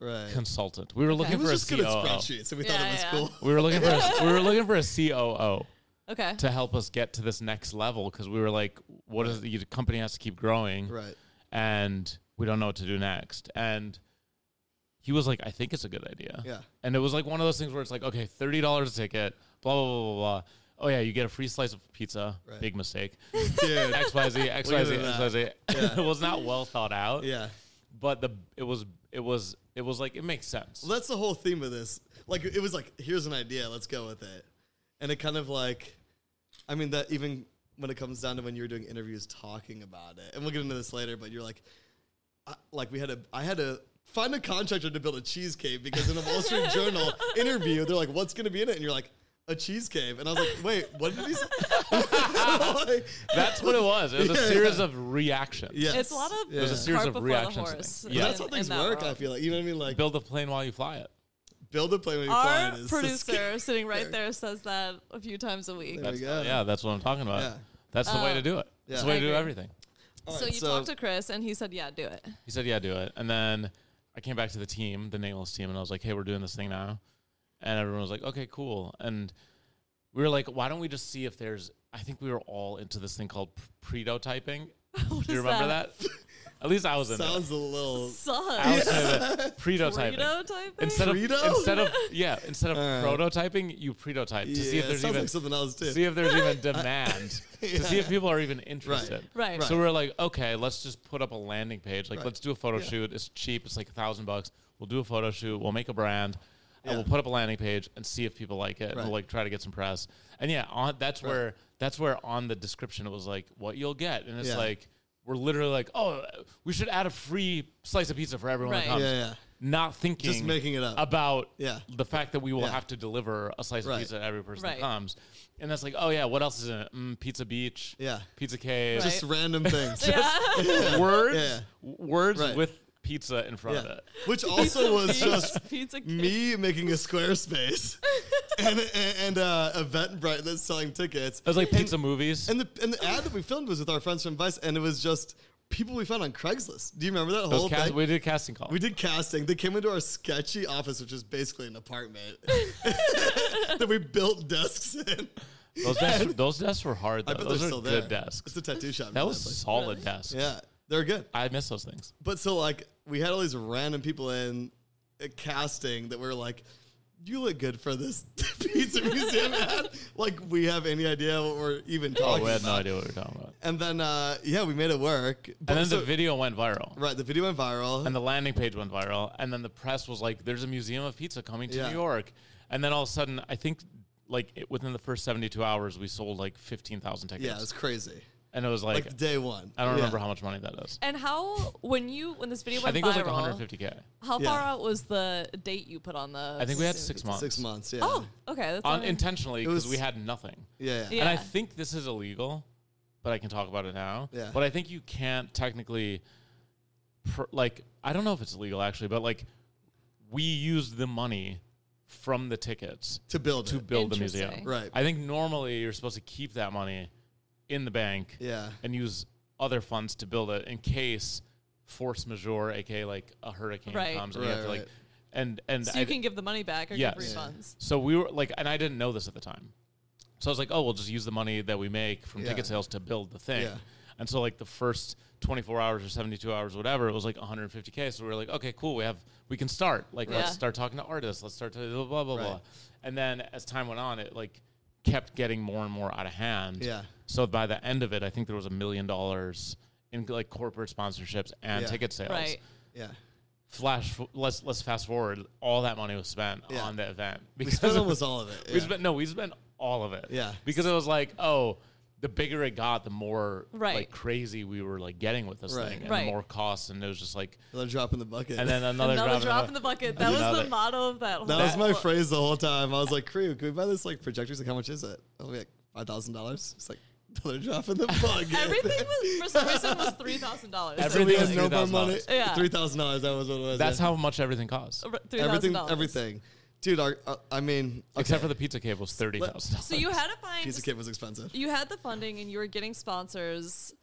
S1: Right.
S5: consultant. We were looking
S1: He was
S5: for a
S1: just good at
S5: COO.
S1: spreadsheets, and we
S2: Yeah,
S1: thought it was
S2: yeah.
S1: cool.
S5: We were looking for a, we were looking for a COO.
S2: Okay.
S5: to help us get to this next level because we were like, what is the company has to keep growing
S1: Right.
S5: and we don't know what to do next. And he was like, I think it's a good idea.
S1: Yeah.
S5: And it was like one of those things where it's like, okay, thirty dollars a ticket, blah blah blah blah blah. Oh yeah, you get a free slice of pizza.
S1: Right.
S5: Big mistake.
S1: Dude.
S5: X Y Z X
S1: Look
S5: Y
S1: at
S5: Z
S1: that.
S5: X Y Z. It was not well thought out.
S1: yeah.
S5: But the it was it was it was like it makes sense.
S1: Well, that's the whole theme of this. Like, it was like, here's an idea, let's go with it. And it kind of like, I mean, that even when it comes down to when you were doing interviews talking about it, and we'll get into this later, but you're like, I, like we had a, I had to find a contractor to build a cheesecake because in a Wall Street Journal interview, they're like, what's going to be in it? And you're like, a cheesecake. And I was like, wait, what did he say? Like,
S5: That's what it was. It was
S1: Yeah,
S5: a series
S1: yeah.
S5: of reactions.
S1: yes.
S2: It's a lot of
S1: Yeah.
S5: There's a
S2: cart
S5: series of
S2: before
S5: reactions,
S2: The
S5: I
S2: horse
S5: think. Yeah.
S2: in-
S1: That's how
S2: in
S1: things
S2: that
S1: work,
S2: world.
S1: I feel like. You know what I mean? Like, build,
S5: Build a plane while you fly it.
S1: a plane when you fly
S2: Our
S1: it is the
S2: producer sitting right
S1: there.
S2: there says that a few times a week.
S1: There we
S5: That's-
S1: go.
S5: Yeah, that's what I'm talking about.
S1: Yeah.
S5: That's the way to do it.
S1: yeah.
S5: That's the way
S2: I
S5: to do
S2: agree.
S5: everything.
S1: All
S2: so
S1: right,
S2: you talked to Chris and he said, "Yeah, do it."
S5: He said, "Yeah, do it." And then I came back to the team, the nameless team, and I was like, "Hey, we're doing this thing now," and everyone was like, "Okay, cool." And we were like, "Why don't we just see if there's?" I think we were all into this thing called p- predotyping.
S2: What
S5: do you
S2: is
S5: remember that? At least I was in it.
S1: Sounds a little.
S5: I
S2: Sucks.
S5: was into it. Predotyping.
S2: Burrito type thing?
S5: Instead of
S1: Predo?
S5: instead of yeah, instead of
S1: All right.
S5: prototyping, you predotype to see
S1: Uh. Yeah,
S5: if there's
S1: sounds
S5: even
S1: like something else too.
S5: see if there's even demand to see if people are even interested.
S2: Right.
S5: So we're like, okay, let's just put up a landing page. Like,
S1: Right.
S5: let's do a photo
S1: Yeah.
S5: shoot. It's cheap. It's like a thousand bucks. We'll do a photo shoot. We'll make a brand,
S1: Yeah.
S5: and we'll put up a landing page and see if people like it.
S1: Right.
S5: We'll like try to get some press. And yeah, on, that's where that's where on the description it was like what you'll get, and it's
S1: Yeah.
S5: like we're literally like, oh, we should add a free slice of pizza for everyone
S2: Right.
S5: that comes.
S1: yeah, yeah.
S5: Not thinking,
S1: Just making it up.
S5: about
S1: Yeah.
S5: the fact that we will
S1: Yeah.
S5: have to deliver a slice
S1: Right.
S5: of pizza to every person
S2: Right.
S5: that comes. And that's like, oh yeah, what else is in it? Mm, pizza Beach,
S1: Yeah.
S5: Pizza Cave,
S1: Just random things.
S2: yeah.
S5: words,
S1: Yeah.
S5: words
S1: Right.
S5: with pizza in front of
S1: Yeah.
S5: it.
S1: Which also was just
S2: pizza cake.
S1: me making a Squarespace and and, and uh, Eventbrite that's selling tickets.
S5: It was like pizza movies.
S1: And the and the ad that we filmed was with our friends from Vice, and it was just people we found on Craigslist. Do you remember that
S5: It was
S1: whole
S5: cast-
S1: thing?
S5: we did a casting call.
S1: We did casting. They came into our sketchy office, which is basically an apartment that we built desks in.
S5: those, desks, those desks were hard. Though.
S1: I bet
S5: those
S1: they're
S5: are
S1: still there.
S5: good
S1: It's
S5: desks.
S1: a tattoo shop.
S5: That
S1: now,
S5: was
S1: place.
S5: solid desks.
S1: yeah, they're good.
S5: I miss those things.
S1: But so like we had all these random people in uh, casting that were like, "You look good for this pizza museum ad." Like we have any idea what we're even
S5: Oh,
S1: talking
S5: we had no
S1: about.
S5: idea what we were talking about.
S1: And then uh, yeah, we made it work. But
S5: And then
S1: so-
S5: the video went viral.
S1: right, the video went viral.
S5: and the landing page went viral and then the press was like there's a museum of pizza coming to
S1: Yeah.
S5: new york and then all of a sudden i think like it, within the first 72 hours we sold like 15000 tickets
S1: yeah, it was crazy.
S5: and it was like,
S1: Like day one.
S5: i don't
S1: Yeah.
S5: remember how much money that is
S2: And how when you when this video went
S5: i think
S2: viral,
S5: it was like 150k
S2: how
S1: Yeah.
S2: far out was the date you put on the?
S5: i think we had
S2: Zoom?
S5: six months
S1: Six months. Yeah.
S2: Oh, okay. That's
S5: on
S2: only-
S5: intentionally because
S1: was-
S5: we had nothing
S1: Yeah. Yeah.
S2: Yeah.
S5: and i think this is illegal but i can talk about it now
S1: Yeah.
S5: but i think you can't technically pr- like i don't know if it's illegal actually but like we used the money from the tickets
S1: To build
S5: to
S1: it.
S5: build the museum.
S2: Interesting.
S1: Right.
S5: I think normally you're supposed to keep that money in the bank
S1: yeah.
S5: and use other funds to build it in case force majeure, aka like a hurricane
S2: Right.
S5: comes and you have to
S1: Right,
S5: like
S1: right.
S5: and and
S2: so you
S5: I-
S2: can give the money back or
S5: Yes.
S2: give refunds.
S5: so we were like and I didn't know this at the time. So I was like, oh, we'll just use the money that we make from
S1: Yeah.
S5: ticket sales to build the thing.
S1: Yeah.
S5: And so like the first 24 hours or 72 hours, whatever, it was like 150k. So we were like, okay, cool. We have we can start. Like
S2: Yeah.
S5: let's start talking to artists. Let's start to blah blah blah.
S1: Right.
S5: blah. And then as time went on, it like kept getting more and more out of hand.
S1: Yeah.
S5: So by the end of it, I think there was a million dollars in like corporate sponsorships and
S1: Yeah.
S5: ticket sales.
S2: Right.
S1: Yeah.
S5: Flash. f- Let's let's fast forward. All that money was spent
S1: Yeah.
S5: on the event
S1: We
S5: because
S1: spent
S5: it
S1: almost all of it.
S5: we
S1: yeah.
S5: spent no, we spent all of it.
S1: Yeah.
S5: because it was like, oh, the bigger it got, the more
S2: Right.
S5: like crazy we were like getting with this
S1: Right.
S5: thing, and
S2: Right.
S5: the more costs, and it was just like,
S1: Another drop in the bucket.
S5: and then another,
S2: Another
S5: drop,
S2: drop in the bucket. That was
S5: Another-
S2: the motto of that. Whole
S1: That was my
S2: Well,
S1: phrase the whole time. I was like, "Crew, can we buy this like projectors? Like, how much is it?" I'll be like, five thousand dollars. It's like another drop in the bucket.
S2: Everything was for some reason was three thousand dollars.
S1: So we
S5: Everything
S1: had
S5: was
S1: no more money.
S5: $3,000.
S2: Yeah.
S1: three thousand dollars. That was what it was.
S5: That's
S1: yeah.
S5: how much everything costs,
S2: three thousand
S1: everything.
S2: dollars.
S1: Everything, dude. Our, uh, I mean, okay.
S5: except for the pizza cave was thirty thousand dollars.
S2: So you had to find
S1: pizza kit was expensive.
S2: you had the funding and you were getting sponsors.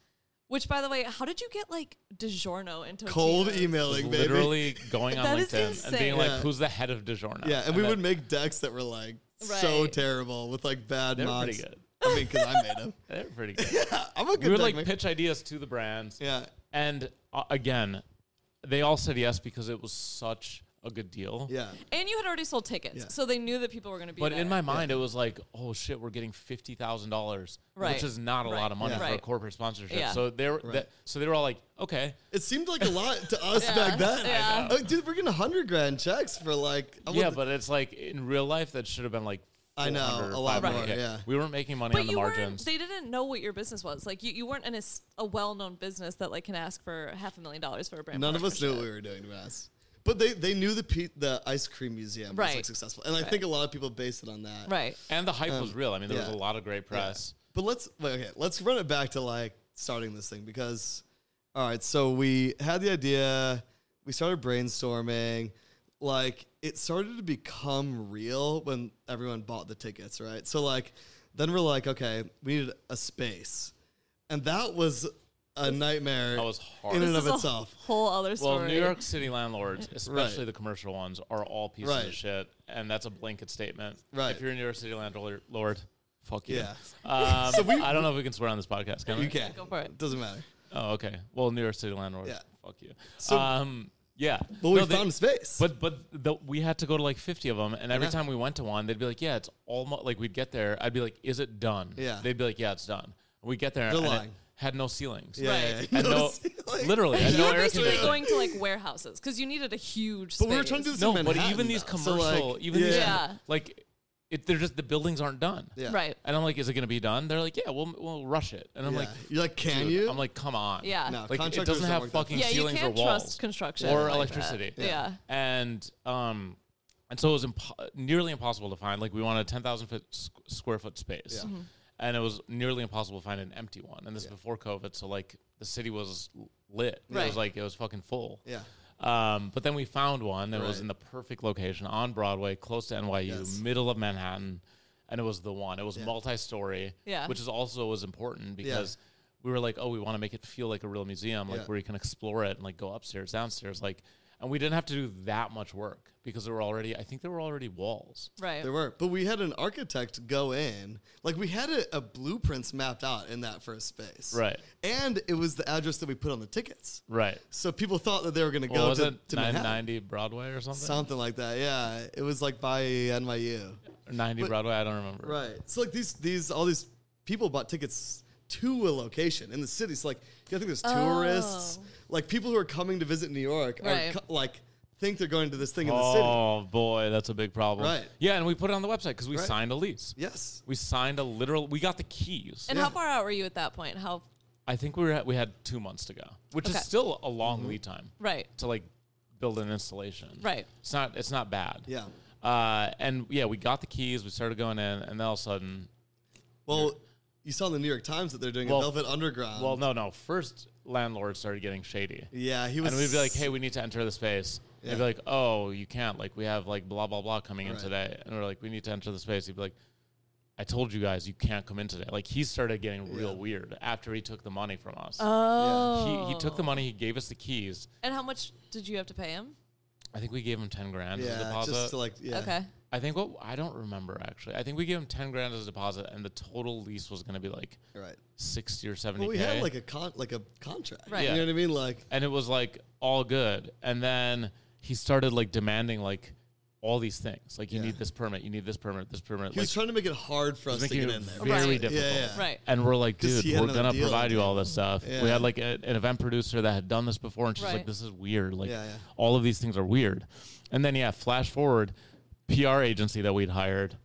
S2: Which, by the way, how did you get like DiGiorno into
S1: Cold emailing, baby.
S5: literally going on
S2: That is
S5: LinkedIn and being
S2: insane.
S5: like,
S1: Yeah.
S5: "Who's the head of DiGiorno?"
S1: Yeah, and we
S5: then-
S1: would make decks that were like so
S2: Right.
S1: terrible with like bad
S5: They were
S1: mocks.
S5: pretty good.
S1: I mean, because I made them.
S5: They're pretty good.
S1: I'm a good.
S5: we would
S1: deck
S5: like
S1: maker.
S5: pitch ideas to the brands.
S1: Yeah,
S5: And uh, again, they all said yes because it was such a good deal.
S1: Yeah.
S2: And you had already sold tickets,
S1: Yeah.
S2: so they knew that people were going to be
S5: But
S2: there.
S5: in my mind, it was like, oh shit, we're getting fifty thousand dollars,
S2: Right.
S5: which is not a
S2: Right.
S5: lot of money
S1: Yeah.
S5: for a
S2: Right.
S5: corporate sponsorship.
S2: Yeah.
S5: So they were, that, so they were all like, okay,
S1: It seemed like a lot to us
S2: Yeah,
S1: back then.
S2: yeah.
S1: Oh, dude, we're getting hundred grand checks for like. I
S5: yeah,
S1: want-
S5: but it's like in real life that should have been like,
S1: I know,
S5: 400,
S1: a lot
S5: 500K.
S1: more, yeah.
S5: we weren't making money
S2: but
S5: on the
S2: you weren't-
S5: margins.
S2: They didn't know what your business was. Like you, you weren't in a, s- a well-known business that like can ask for half a million dollars for a brand.
S1: None of us knew what
S2: partnership.
S1: we were doing to us. But they, they knew the pe- the ice cream museum was like
S2: Right.
S1: successful, and I think a lot of people based it on that.
S2: Right.
S5: and the hype was real. I mean, there was
S1: Um, yeah.
S5: a lot of great press.
S1: But let's wait, okay, let's run it back to like starting this thing because all right, so we had the idea, we started brainstorming, like it started to become real when everyone bought the tickets, right? So like then we're like, okay, we needed a space. And that was a nightmare
S5: That was hard.
S1: in and
S2: This
S1: of
S2: is a
S1: itself.
S2: Whole other story.
S5: Well, New York City landlords, especially the commercial ones, are all pieces
S1: Right.
S5: of shit, and that's a blanket statement.
S1: Right.
S5: If you're a New York City landlord, lord, fuck you.
S1: Yeah.
S5: Um, I don't know if we can swear on this podcast. Can we?
S1: You can't.
S2: Go for it.
S1: Doesn't matter.
S5: Oh, okay. Well, New York City landlord.
S1: Yeah.
S5: Fuck you.
S1: So-
S5: um, yeah.
S1: But we
S5: No, they-
S1: found space.
S5: But but the, we had to go to like fifty of them, and every
S1: Yeah.
S5: time we went to one, they'd be like, "Yeah, it's almost like we'd get there." I'd be like, "Is it done?"
S1: Yeah.
S5: They'd be like, "Yeah, it's done." We get there,
S1: They're
S5: and it
S1: lying.
S5: had no ceilings.
S1: yeah, yeah,
S2: Right.
S1: yeah.
S5: And
S1: No,
S5: no,
S1: see, like-
S5: literally, and
S2: you
S5: no
S2: were
S5: air
S2: basically going
S5: conditioning.
S2: to like warehouses because you needed a huge.
S1: But we were trying to do
S2: space.
S1: this
S5: No,
S1: in
S5: but
S1: Manhattan,
S5: even these
S1: though, so,
S5: commercial,
S1: like,
S5: even these,
S2: Yeah.
S5: com- like, it, they're just the buildings aren't done.
S1: Yeah.
S2: Right.
S5: And I'm like, is it going to be done? They're like, yeah, we'll we'll rush it. And I'm
S1: Yeah.
S5: like,
S1: You're like, can
S5: dude,
S1: you?
S5: I'm like, come on.
S2: Yeah.
S1: No,
S5: Like it
S1: contractors
S5: doesn't
S1: don't
S5: have
S1: work that
S5: fucking
S2: yeah, you
S5: ceilings or
S2: can't
S5: walls
S2: trust construction
S5: or
S2: like
S5: electricity.
S2: That. Yeah.
S5: And um, and so it was impo- nearly impossible to find. Like we wanted a ten thousand foot s- square foot space,
S1: Yeah.
S2: Mm-hmm.
S5: and it was nearly impossible to find an empty one. And this is before COVID, so like the city was lit. It
S2: Right.
S5: was like it was fucking full.
S1: Yeah.
S5: Um, but then we found one that was
S1: Right.
S5: in the perfect location on Broadway, close to NYU,
S1: Yes.
S5: middle of Manhattan, and it was the one. It was multi-story,
S2: Yeah.
S5: which is also was important because we were like, oh, we want to make it feel like a real museum, like
S1: Yeah.
S5: where you can explore it and like go upstairs, downstairs, like. And we didn't have to do that much work because there were already, I think there were already walls.
S2: Right.
S1: There were, but we had an architect go in. Like we had a, a blueprints mapped out in that first space,
S5: Right.
S1: And it was the address that we put on the tickets,
S5: Right.
S1: so people thought that they were going to
S5: Well,
S1: go
S5: was
S1: to,
S5: it
S1: to Manhattan,
S5: 990 Broadway or something?
S1: something like that. Yeah, it was like by NYU,
S5: Or 90 Broadway, I don't remember.
S1: right? So like these, these, all these people bought tickets to a location in the city. So like, I think there's tourists,
S2: Oh.
S1: like people who are coming to visit New York,
S2: Right.
S1: are co- like think they're going to this thing in the city.
S5: Oh boy, that's a big problem.
S1: Right.
S5: Yeah, and we put it on the website because we
S1: Right.
S5: signed a lease.
S1: Yes,
S5: We signed a literal. We got the keys.
S2: And
S1: Yeah.
S2: how far out were you at that point? How?
S5: I think we were at, we had two months to go, which
S2: Okay.
S5: is still a long
S1: Mm-hmm.
S5: lead time
S2: Right.
S5: to like build an installation.
S2: Right.
S5: It's not. It's not bad.
S1: yeah.
S5: Uh, and yeah, we got the keys. We started going in, and then all of a sudden,
S1: Well, you saw in the New York Times that they're doing a
S5: Well-
S1: Velvet Underground.
S5: well, no, no. First, landlord started getting shady.
S1: Yeah, he was.
S5: and we'd be like, "Hey, we need to enter the space."
S1: Yeah.
S5: They'd be like, "Oh, you can't. Like, we have like blah blah blah coming in
S1: Right.
S5: today," and we're like, "We need to enter the space." He'd be like, "I told you guys, you can't come in today." Like, he started getting real
S1: Yeah.
S5: weird after he took the money from us.
S2: Oh.
S5: he, he took the money. He gave us the keys.
S2: And how much did you have to pay him?
S5: I think we gave him ten grand as a
S1: yeah,
S5: deposit.
S1: just to like, yeah,
S2: Okay.
S5: I think what I don't remember actually. I think we gave him ten grand as a deposit, and the total lease was going to be like
S1: right.
S5: sixty or seventy.
S1: Well, we
S5: k.
S1: had like a con, like a contract,
S2: Right.
S1: You
S5: Yeah.
S1: know what I mean? Like,
S5: and it was like all good. And then he started like demanding like all these things. Like you
S1: Yeah.
S5: need this permit, you need this permit, this permit.
S1: he
S5: Like,
S1: was trying to make it hard for us
S5: was
S1: to
S5: making
S1: get
S5: it
S1: in there.
S5: very
S1: basically.
S5: difficult.
S1: Yeah, yeah.
S2: Right.
S5: and we're like,
S1: 'Cause
S5: dude,
S1: he had
S5: we're
S1: another
S5: gonna
S1: deal
S5: provide you
S1: idea.
S5: all this stuff.
S1: Yeah.
S5: We had like a, an event producer that had done this before, and she's
S2: Right.
S5: like, this is weird. Like
S1: Yeah, yeah.
S5: all of these things are weird. And then yeah, flash forward, PR agency that we'd hired,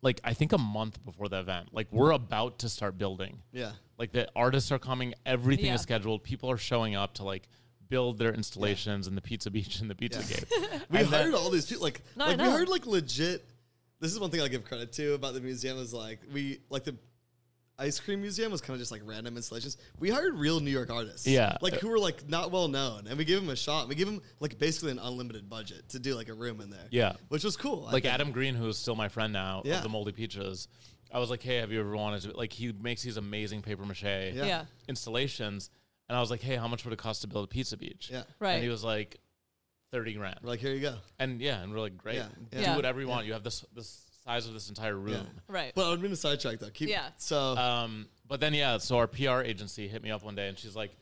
S5: like I think a month before the event, like we're about to start building.
S1: Yeah.
S5: Like the artists are coming, everything
S2: Yeah.
S5: is scheduled. People are showing up to like build their installations in the Pizza Beach and the Pizza Gate.
S1: We
S5: And then-
S1: hired all these people. Like,
S2: No, I
S1: like we
S2: know.
S1: hired like legit. This is one thing I'll give credit to about the museum is like we like the ice cream museum was kind of just like random installations. We hired real New York artists,
S5: Yeah.
S1: like who were like not well known, and we gave them a shot. We gave them like basically an unlimited budget to do like a room in there,
S5: Yeah.
S1: which was cool. I
S5: like
S1: think.
S5: Adam Green, who is still my friend now
S1: Yeah.
S5: of the Moldy Peaches. I was like, hey, have you ever wanted to? Like, he makes these amazing paper mache
S1: Yeah.
S2: Yeah.
S5: installations. And I was like, hey, how much would it cost to build a Pizza Beach?
S1: yeah,
S2: Right.
S5: And he was like, 30 grand.
S1: we're like here you go.
S5: And yeah, and we're like, great.
S1: Yeah,
S5: Do
S1: yeah.
S2: Yeah.
S5: whatever you want. You have this, this size of this entire room.
S2: right.
S1: But I'm going to sidetrack though. Keep,
S5: Uh,
S2: Yeah.
S1: So
S5: Um, but then, yeah, so our PR agency hit me up one day and she's like,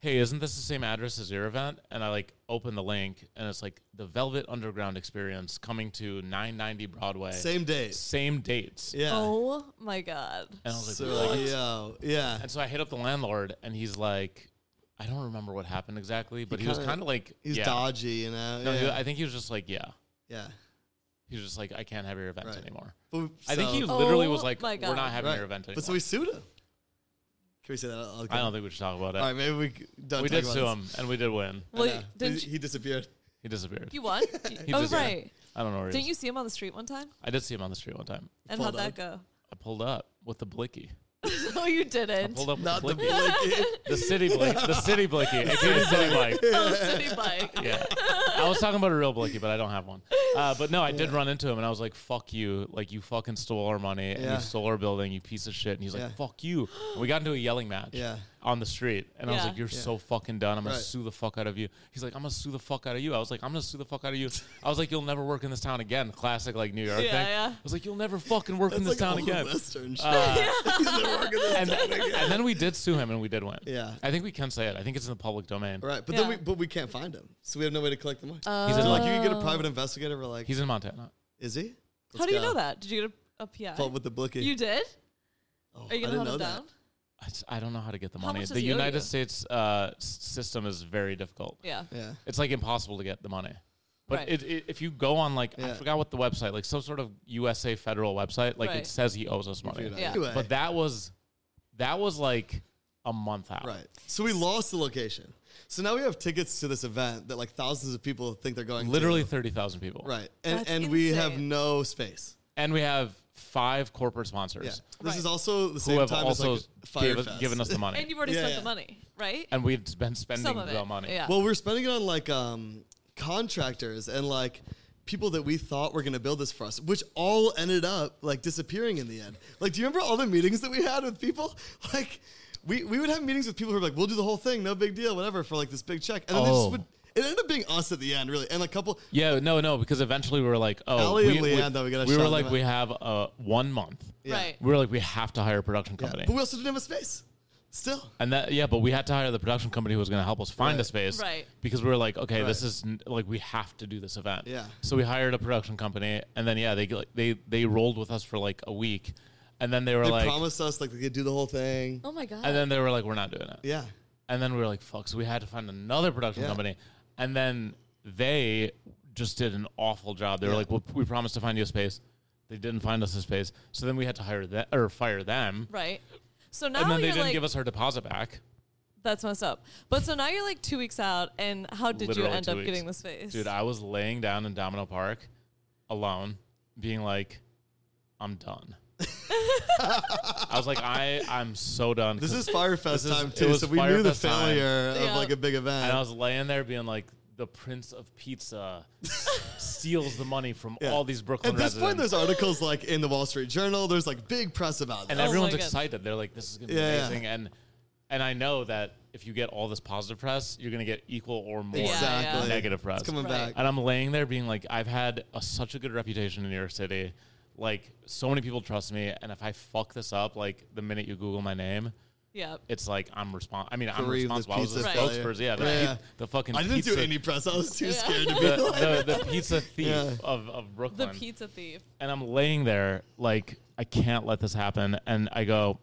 S5: hey, isn't this the same address as your event? And I like open the link and it's like the Velvet Underground Experience coming to 990 Broadway.
S1: Same date.
S5: Same dates.
S1: Yeah.
S2: Oh my god.
S5: And I was like,
S1: so
S5: "What?"
S1: like, yo, yeah.
S5: And so I hit up the landlord and he's like, I don't remember what happened exactly, but he, was
S1: kinda-
S5: kind of like,
S1: He's
S5: yeah.
S1: dodgy, you know.
S5: No,
S1: yeah.
S5: he- I think he was just like, yeah.
S1: yeah.
S5: He was just like, I can't have your events
S1: Right.
S5: anymore.
S1: But we-
S5: I think
S1: so-
S5: he literally was
S2: Oh
S5: like,
S2: my
S5: we're
S2: God.
S5: not having
S1: right.
S5: your event anymore.
S1: But so we sued him. Can we say that? out loud?
S5: I don't think we should talk about it.
S1: All right, maybe we c- don't.
S5: we
S1: talk
S5: did
S1: about
S5: sue
S1: this.
S5: him and we did win.
S1: I
S2: Well,
S1: know.
S2: y- didn't
S1: he, he disappeared?
S5: He disappeared.
S2: You won?
S5: He
S2: oh
S5: disappeared.
S2: right.
S5: I don't know where he
S2: Didn't
S5: is.
S2: you see him on the street one time?
S5: I did see him on the street one time.
S2: And
S1: Pulled
S2: how'd that go?
S5: I pulled up with the blicky.
S2: no, you
S5: I
S2: didn't.
S5: pulled up with
S1: Not
S5: the
S1: the
S5: blicky.
S1: blinky.
S5: The city blicky. The city blicky. I see the city blicky.
S2: Oh, city bike.
S5: Yeah. I was talking about a real blicky, but I don't have one. Uh, but no, I did run into him and I was like, fuck you. Like, you fucking stole our money and
S1: Yeah.
S5: you stole our building, you piece of shit. And he's like,
S1: Yeah.
S5: fuck you. And we got into a yelling match
S1: Yeah.
S5: on the street. And I was
S2: Yeah.
S5: like, you're so fucking done. I'm going
S1: Right.
S5: to sue the fuck out of you. He's like, I'm going to sue the fuck out of you. I was like, I'm going to sue the fuck out of you. I was like, you'll never work in this town again. Classic, like, New York
S2: Yeah,
S5: thing.
S2: yeah.
S5: I was like, you'll never fucking work in this
S1: That's like
S5: town
S1: old
S5: again.
S1: Western shit.
S5: Uh,
S1: He's never working this
S5: and,
S1: town again.
S5: and then we did sue him and we did win.
S1: Yeah.
S5: I think we can say it. I think it's in the public domain.
S1: Right, but
S2: Yeah. Oh.
S1: then we but we can't find him, so we have no way to collect the money.
S5: He's in
S1: like you can
S5: like
S1: get a private investigator. We're like,
S5: he's in Montana.
S1: is he?
S2: How
S1: Let's
S2: do you
S1: go.
S2: know that? Did you get a, a PI?
S1: Fought with the blicky.
S2: you did?
S1: Oh,
S2: Are
S1: I
S2: you gonna
S1: didn't
S2: hunt
S1: know
S2: him
S1: that.
S2: down?
S5: I just- I don't know how to get the
S2: How
S5: money.
S2: much does
S5: The
S2: he owe
S5: United
S2: you?
S5: States uh, s- system is very difficult.
S2: Yeah.
S1: Yeah.
S5: It's like impossible to get the money. But
S2: Right.
S5: it, it, if you go on like I
S1: Yeah.
S5: forgot what the website, like some sort of USA federal website, like
S2: Right.
S5: it says he owes us
S1: We
S5: money.
S1: figured out.
S2: Yeah.
S1: Anyway,
S5: But that was that was like a month out.
S1: right. So we lost the location. So now we have tickets to this event that like thousands of people think they're going. to.
S5: Literally thirty thousand people.
S1: Right. And
S2: That's
S1: and we have
S2: insane.
S1: no space.
S5: And we have five corporate sponsors
S1: Yeah. This
S2: Right.
S1: is also the
S5: who
S1: same
S5: have
S1: time as
S5: also
S1: like
S5: gave
S1: Fire
S5: us, given us the money.
S2: And you've already
S1: Yeah,
S2: spent
S1: yeah.
S2: the money, right?
S5: and we'd been spending
S2: Some of
S5: the
S2: it.
S5: money.
S2: Yeah.
S1: Well, we were spending it on like um, contractors and like people that we thought were going to build this for us, which all ended up like disappearing in the end. Like, do you remember all the meetings that we had with people? Like, we, we would have meetings with people who were like, we'll do the whole thing, no big deal, whatever, for like this big check. And then they
S5: Oh.
S1: just would, it ended up being us at the end, really. And a couple,
S5: Yeah, no, no, because eventually we were like, oh,
S1: Ellie
S5: we,
S1: and Leanne, though, we gotta
S5: were
S1: shout
S5: like,
S1: them
S5: we have uh, one month.
S1: yeah.
S2: Right.
S5: We were like, we have to hire a production
S1: yeah.
S5: company.
S1: but we also didn't have a space still.
S5: and that, yeah, but we had to hire the production company who was going to help us find a
S1: Right.
S5: space,
S2: Right.
S5: Because we were like, okay, this
S1: Right.
S5: is n- like we have to do this event.
S1: Yeah.
S5: So we hired a production company, and then yeah, they g- they they rolled with us for like a week, and then they were
S1: They
S5: like,
S1: promised us like they could do the whole thing.
S2: oh my god.
S5: and then they were like, we're not doing it.
S1: Yeah.
S5: And then we were like, fuck. So we had to find another production
S1: Yeah.
S5: company. And then they just did an awful job. They were
S1: Yeah.
S5: like, well, we promised to find you a space. They didn't find us a space. So then we had to hire that or fire them.
S2: right. So now
S5: And then they
S2: you're
S5: didn't
S2: like,
S5: give us our deposit back.
S2: that's messed up. But so now you're like two weeks out, and how did
S5: Literally
S2: you end
S5: two
S2: up
S5: weeks.
S2: getting the space?
S5: Dude, I was laying down in Domino Park alone, being like, I'm done. I was like, I, I'm so done.
S1: This
S5: 'cause-
S1: is Firefest
S5: This is-
S1: time
S5: it
S1: too,
S5: was
S1: so we knew the
S5: Firefest time.
S1: failure of
S2: Yeah.
S1: like a big event.
S5: And I was laying there being like, the Prince of Pizza steals the money from
S1: Yeah.
S5: all these Brooklyn
S1: At this
S5: residents.
S1: point, there's articles like in the Wall Street Journal. There's like big press about
S5: and
S1: that.
S5: everyone's
S2: Oh my God.
S5: excited. They're like, "This is gonna be
S1: Yeah, yeah.
S5: amazing." And and I know that if you get all this positive press, you're gonna get equal or more
S2: Exactly. Yeah, yeah.
S5: negative press.
S1: It's coming
S2: Right.
S1: back.
S5: And I'm laying there being like, "I've had a, such a good reputation in New York City. Like, so many people trust me. And if I fuck this up, like the minute you Google my name."
S2: yeah.
S5: It's like I'm responsible. I mean, I'm
S1: Kareem, the
S5: responsible. I was the
S1: pizza
S2: failure.
S5: spokesperson. Yeah, the,
S1: Yeah, yeah.
S5: pe- the fucking.
S1: I didn't
S5: pizza,
S1: do any press. I was too
S2: Yeah.
S1: scared to be
S5: The,
S1: like,
S5: the, the pizza thief
S1: Yeah.
S5: of, of
S2: The
S5: Brooklyn
S2: pizza thief.
S5: and I'm laying there like I can't let this happen. And I go,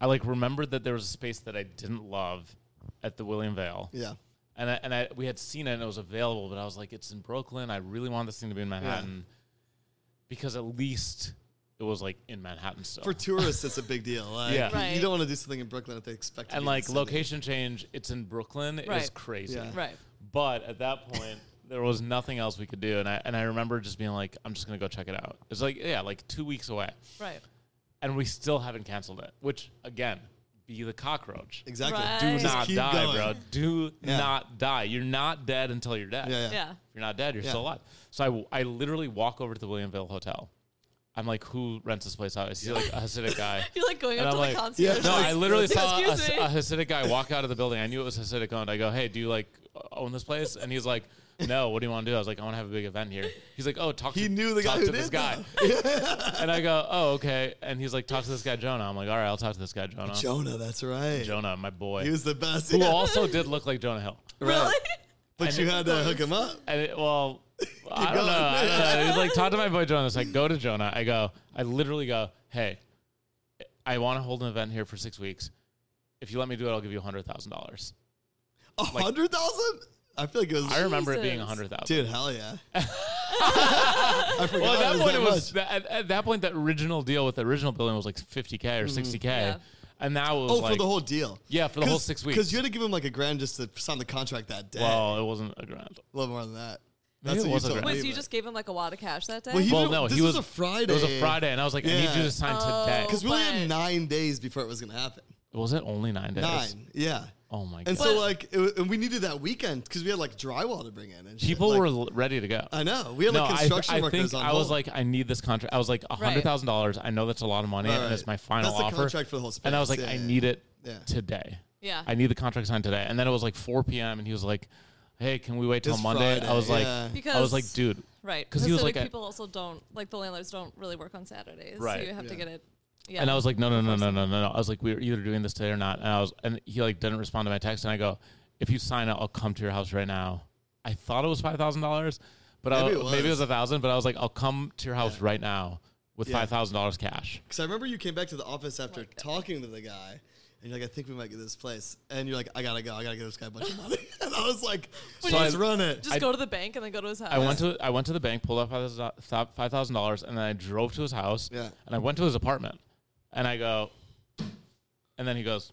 S5: I like remembered that there was a space that I didn't love at the William Vale,
S1: yeah,
S5: and I, and I we had seen it and it was available, but I was like, it's in Brooklyn. I really want this thing to be in Manhattan because at least it was like in Manhattan still.
S1: for tourists, it's a big deal. Like,
S5: Yeah.
S2: Right.
S1: you don't want to do something in Brooklyn if they expect. to
S5: and
S1: be in the
S5: like
S1: city.
S5: location change, it's in Brooklyn. It is
S2: Right.
S5: crazy.
S1: Yeah.
S2: Right.
S5: But at that point, there was nothing else we could do, and I and I remember just being like, I'm just gonna go check it out. It's like yeah, like two weeks away.
S2: Right.
S5: and we still haven't canceled it. Which again, be the cockroach.
S1: exactly.
S2: Right.
S5: Do
S2: Just
S5: not
S1: keep
S5: die,
S1: going.
S5: bro. Do
S1: Yeah.
S5: not die. You're not dead until you're dead.
S1: Yeah, yeah.
S2: Yeah.
S5: If you're not dead, you're
S1: Yeah.
S5: still alive. So I, I literally walk over to the Williamville Hotel. I'm like, who rents this place out? I see like a Hasidic guy.
S2: You're like going
S5: And
S2: up to
S5: I'm
S2: the
S5: like,
S2: concierge.
S5: No, I literally saw a,
S2: Excuse me.
S5: a Hasidic guy walk out of the building. I knew it was Hasidic owned. I go, hey, do you like own this place? And he's like, no, what do you want to do? I was like, I want to have a big event here. He's like, oh, talk.
S1: He
S5: to,
S1: knew the guy
S5: talk
S1: who
S5: to
S1: did
S5: this guy. and I go, oh, okay. And he's like, talk to this guy Jonah. I'm like, all right, I'll talk to this guy Jonah.
S1: Jonah, that's right.
S5: Jonah, my boy,
S1: He was the best.
S5: who also did look like Jonah Hill.
S1: Right. But
S5: And
S1: you
S5: it
S1: had to hook him up.
S5: And it, well, I don't
S1: going.
S5: know. I don't know. He's like, talk to my boy Jonah. It's like, go to Jonah. I go, I literally go, hey, I want to hold an event here for six weeks. If you let me do it, I'll give you hundred thousand dollars.
S1: A hundred thousand? I feel like it was.
S5: I remember it being a
S2: Jesus.
S5: hundred thousand.
S1: Dude, hell yeah. I forgot
S5: Well, at that point,
S1: that
S5: it was
S1: much.
S5: that, at, at that point that original deal with the original building was like fifty k or sixty k,
S2: Mm-hmm. Yeah.
S5: and now it was
S1: Oh,
S5: like,
S1: for the whole deal.
S5: yeah, for the whole six weeks.
S1: Because you had to give him like a grand just to sign the contract that day.
S5: well, it wasn't a grand.
S1: a little more than that.
S5: Maybe it
S1: what you
S5: was a
S1: told
S5: grand.
S1: me,
S2: Wait, so you
S1: but-
S2: just gave him like a wad of cash that day?
S1: Well, he
S5: Well,
S1: did-
S5: no,
S1: this
S5: he
S1: was,
S5: was-
S1: a Friday.
S5: It was a Friday, and I was like, I need you
S1: Yeah.
S5: to sign
S2: Oh.
S5: today.
S1: Because we only had
S2: But-
S1: nine days before it was going to happen.
S5: Was it only nine days?
S1: Nine. Yeah.
S5: Oh my god!
S1: And so, like, it, wa- and we needed that weekend because we had, like, drywall to bring in. And shit.
S5: People
S1: Like,
S5: were l- ready to go.
S1: I know. We had, like,
S5: I-
S1: construction
S5: I,
S1: workers
S5: think
S1: on
S5: I was
S1: hold.
S5: like, I need this contract. I was like, a hundred
S2: Right.
S5: thousand dollars. I know that's a lot of money,
S1: Right,
S5: and
S1: right.
S5: it's my final
S1: That's the
S5: offer.
S1: contract for the whole
S5: and I was like,
S1: space,
S5: I
S1: yeah, yeah,
S5: need it
S1: yeah.
S5: today.
S2: Yeah.
S5: I need the contract signed today. And then it was like 4 p.m. and he was like, Hey, can we wait till
S1: It's
S5: Monday? I
S1: Friday,
S5: was like,
S1: yeah.
S5: I was like,
S2: Because-
S5: dude,
S2: right.
S5: 'Cause he was like a-
S2: people also don't like the landlords don't really work on Saturdays.
S5: Right.
S2: So you have to
S1: Yeah.
S2: get it. Yeah.
S5: And I was like, no, no, no, no, no, no, no. I was like, we were either doing this today or not. And I was, and he like didn't respond to my text. And I go, if you sign up, I'll come to your house right now. I thought it was five thousand dollars, but maybe,
S1: Maybe
S5: I'll,
S1: it
S5: maybe it
S1: was.
S5: was a thousand. But I was like, I'll come to your house right now with
S1: Yeah.
S5: five thousand dollars cash.
S1: Because I remember you came back to the office
S2: Oh
S1: after talking to the guy, and you're like, I think we might get this place. And you're like, I gotta go. I gotta give this guy a bunch of money. and I was like,
S5: you
S1: let's
S5: just-
S1: run it.
S2: just
S5: I-
S2: go to the bank and then go to his house.
S5: I went to I went to the bank, pulled out five thousand dollars, and then I drove to his house.
S1: Yeah.
S5: And I went to his apartment, and I go, and then he goes,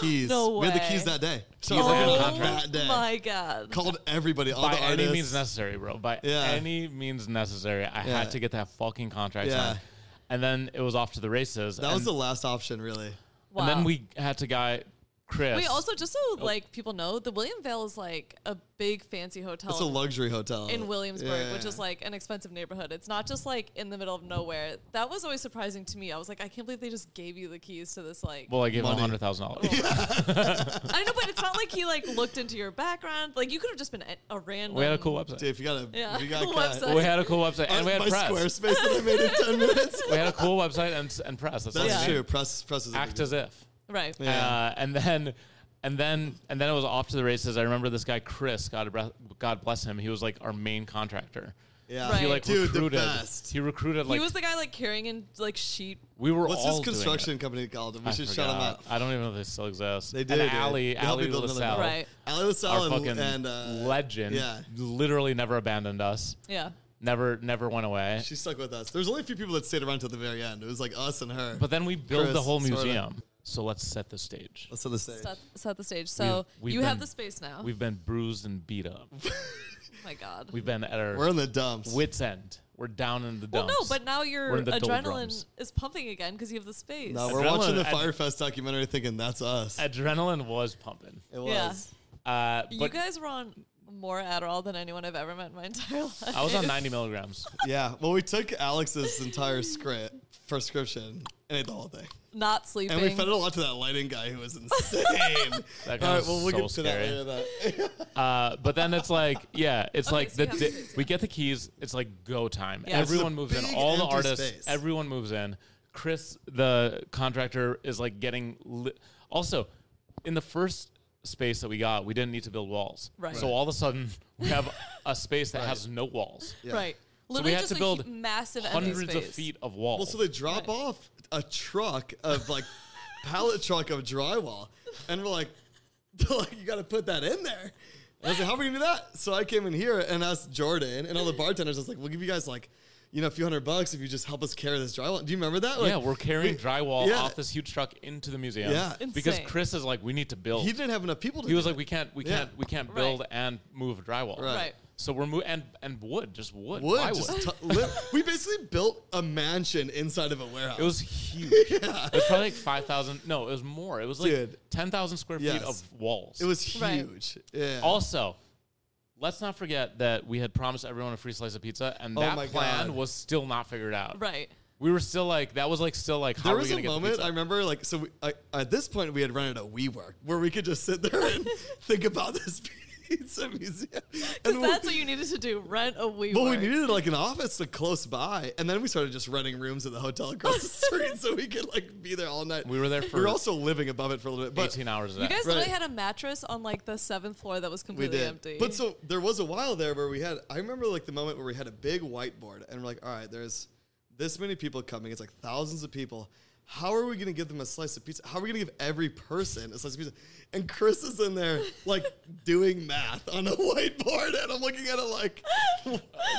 S1: keys.
S2: No
S1: We had the keys
S2: way. Oh
S1: that day. So
S5: Keys
S1: I was
S5: and a
S1: like,
S5: contract.
S1: Oh, that day.
S2: my god.
S1: Called everybody. All
S5: by
S1: the
S5: any
S1: artists.
S5: means necessary, bro. By
S1: Yeah.
S5: any means necessary, I
S1: Yeah.
S5: had to get that fucking contract
S1: Yeah.
S5: signed. And then it was off to the races.
S1: That
S5: and,
S1: was the last option, really.
S2: Wow.
S5: And then we Oh. had to guy Chris.
S2: Wait, also just so like people know, the William Vale is like a big fancy hotel.
S1: It's a luxury hotel
S2: Oh. in Williamsburg, which
S1: Yeah.
S2: is like an expensive neighborhood. It's not just like in the middle of nowhere. That was always surprising to me. I was like, I can't believe they just gave you the keys to this like.
S5: well, I gave him
S1: Money.
S5: hundred thousand
S2: Oh.
S5: dollars.
S2: I know, but it's not like he like looked into your background. Like you could have just been a, a random.
S5: We had a cool website.
S1: Dude, if you got a,
S2: Yeah.
S1: if you got a
S2: Website.
S1: cat-
S5: We had a cool website, and we had
S1: my
S5: press.
S1: Squarespace that I made in ten minutes.
S5: We had a cool website and and press. That's, all
S1: That's
S5: we
S1: true.
S5: needed.
S1: Press, press is a big
S5: Act
S1: deal.
S5: as if.
S2: right.
S1: Yeah.
S5: Uh, and then and then and then it was off to the races. I remember this guy Chris, God bless, God bless him. He was like our main contractor.
S1: Yeah,
S2: Right.
S5: He like
S1: dude,
S5: recruited.
S1: the best.
S5: He recruited like
S2: he was the guy like carrying in like sheet.
S5: we were
S1: What's
S5: all
S1: this
S5: doing it.
S1: construction company called? We
S5: I
S1: should shut them
S5: forgot.
S1: out.
S5: I don't even know if they still exist.
S1: They
S5: And
S1: did. dude.
S5: Ali,
S1: They helped me
S5: Ali
S1: build another
S5: LaSalle,
S1: building.
S2: Right.
S1: Ali
S5: our
S1: LaSalle and,
S5: fucking
S1: and, uh,
S5: legend,
S1: Yeah,
S5: literally never abandoned us.
S2: Yeah.
S5: Never, never went away.
S1: she stuck with us. There was only a few people that stayed around till the very end. It was like us and her.
S5: But then we built the
S1: Chris,
S5: whole
S1: sorta.
S5: museum. So let's set the stage.
S1: Let's set the stage.
S2: Set, set the stage. So
S5: We've- we've
S2: you have
S5: been-
S2: the space now.
S5: We've been bruised and beat up.
S2: Oh my God.
S5: We've been at our
S1: We're in the dumps.
S5: wits end. We're down in the
S2: well,
S5: dumps.
S2: no, but now your
S5: We're in the
S2: adrenaline
S5: doldrums.
S2: is pumping again because you have the space.
S1: no, we're
S5: Adrenaline
S1: watching the
S5: ad-
S1: Firefest documentary, thinking that's us.
S5: adrenaline was pumping.
S1: It
S2: Yeah.
S1: was.
S5: Uh,
S2: you
S5: but
S2: guys were on more Adderall than anyone I've ever met in my entire life.
S5: I was on 90 milligrams.
S1: Yeah. Well, we took Alex's entire script prescription and ate the whole thing.
S2: Not sleeping.
S1: And we fed it a lot to that lighting guy who was insane.
S5: That guy
S1: All right,
S5: was
S1: well, we'll
S5: so
S1: get to
S5: scary.
S1: that later. That.
S5: Uh, but then it's like, yeah, it's
S2: Okay,
S5: like
S2: so
S5: the
S2: you have
S5: di-
S2: the space,
S5: we get the keys. It's like go time.
S2: Yeah. It's
S5: everyone
S1: a
S5: moves in.
S1: big
S5: All the
S1: empty
S5: artists.
S1: space.
S5: Everyone moves in. Chris, the contractor, is like getting. Li- also, in the first space that we got, we didn't need to build walls.
S2: Right.
S5: So all of a sudden, we have a space that has no walls.
S1: Yeah.
S2: Right.
S5: we
S2: Literally
S5: had
S2: just
S5: to
S2: a
S5: build
S2: hu- massive empty
S5: Hundreds of
S2: space.
S5: feet of walls.
S1: Well, so they drop off a truck of like pallet truck of drywall, and we're like, they're like, you got to put that in there. And I was like, how are we gonna do that? So I came in here and asked Jordan and all the bartenders. I was like, we'll give you guys like, you know, a few hundred bucks if you just help us carry this drywall. Do you remember that? Like,
S5: yeah, we're carrying drywall
S1: yeah.
S5: off this huge truck into the museum.
S1: Yeah.
S5: Because
S2: Insane.
S5: Chris is like, we need to build.
S1: He didn't have enough people to.
S5: He
S1: do
S5: was like,
S1: it.
S5: we can't, we
S1: Yeah.
S5: can't, we can't
S2: Right.
S5: build and move drywall.
S1: Right.
S2: Right.
S5: So we're moving and and wood, just wood,
S1: Wood,
S5: plywood.
S1: just t- li- we basically built a mansion inside of a warehouse.
S5: it was huge. It was probably like five thousand. No, it was more. It was like
S1: Dude.
S5: ten thousand square feet
S1: Yes.
S5: of walls.
S1: it was
S2: Right.
S1: huge. Yeah.
S5: also. Let's not forget that we had promised everyone a free slice of pizza, and
S1: Oh
S5: that
S1: my
S5: plan
S1: God.
S5: was still not figured out.
S2: Right.
S5: We were still like, that was like still like, how
S1: there
S5: are we
S1: was
S5: gonna
S1: a
S5: get
S1: moment
S5: the
S1: I
S5: pizza?
S1: remember, like, so we, I, at this point we had rented a WeWork where we could just sit there and think about this. pizza museum.
S2: Because
S1: And we-
S2: that's what you needed to do: rent a WeWork.
S1: Well, we needed like an office to close by, and then we started just renting rooms at the hotel across the street so we could like be there all night.
S5: We were there
S1: we
S5: for
S1: were also living above it for a little bit, but
S5: 18 hours a
S2: You
S5: day.
S2: guys
S1: Right.
S2: literally had a mattress on like the seventh floor that was
S1: we
S2: completely
S1: did.
S2: empty.
S1: But so there was a while there where we had. I remember like the moment where we had a big whiteboard, and we're like, "All right, there's this many people coming. It's like thousands of people." How are we gonna give them a slice of pizza? How are we gonna give every person a slice of pizza? And Chris is in there like doing math on a whiteboard, and I'm looking at it like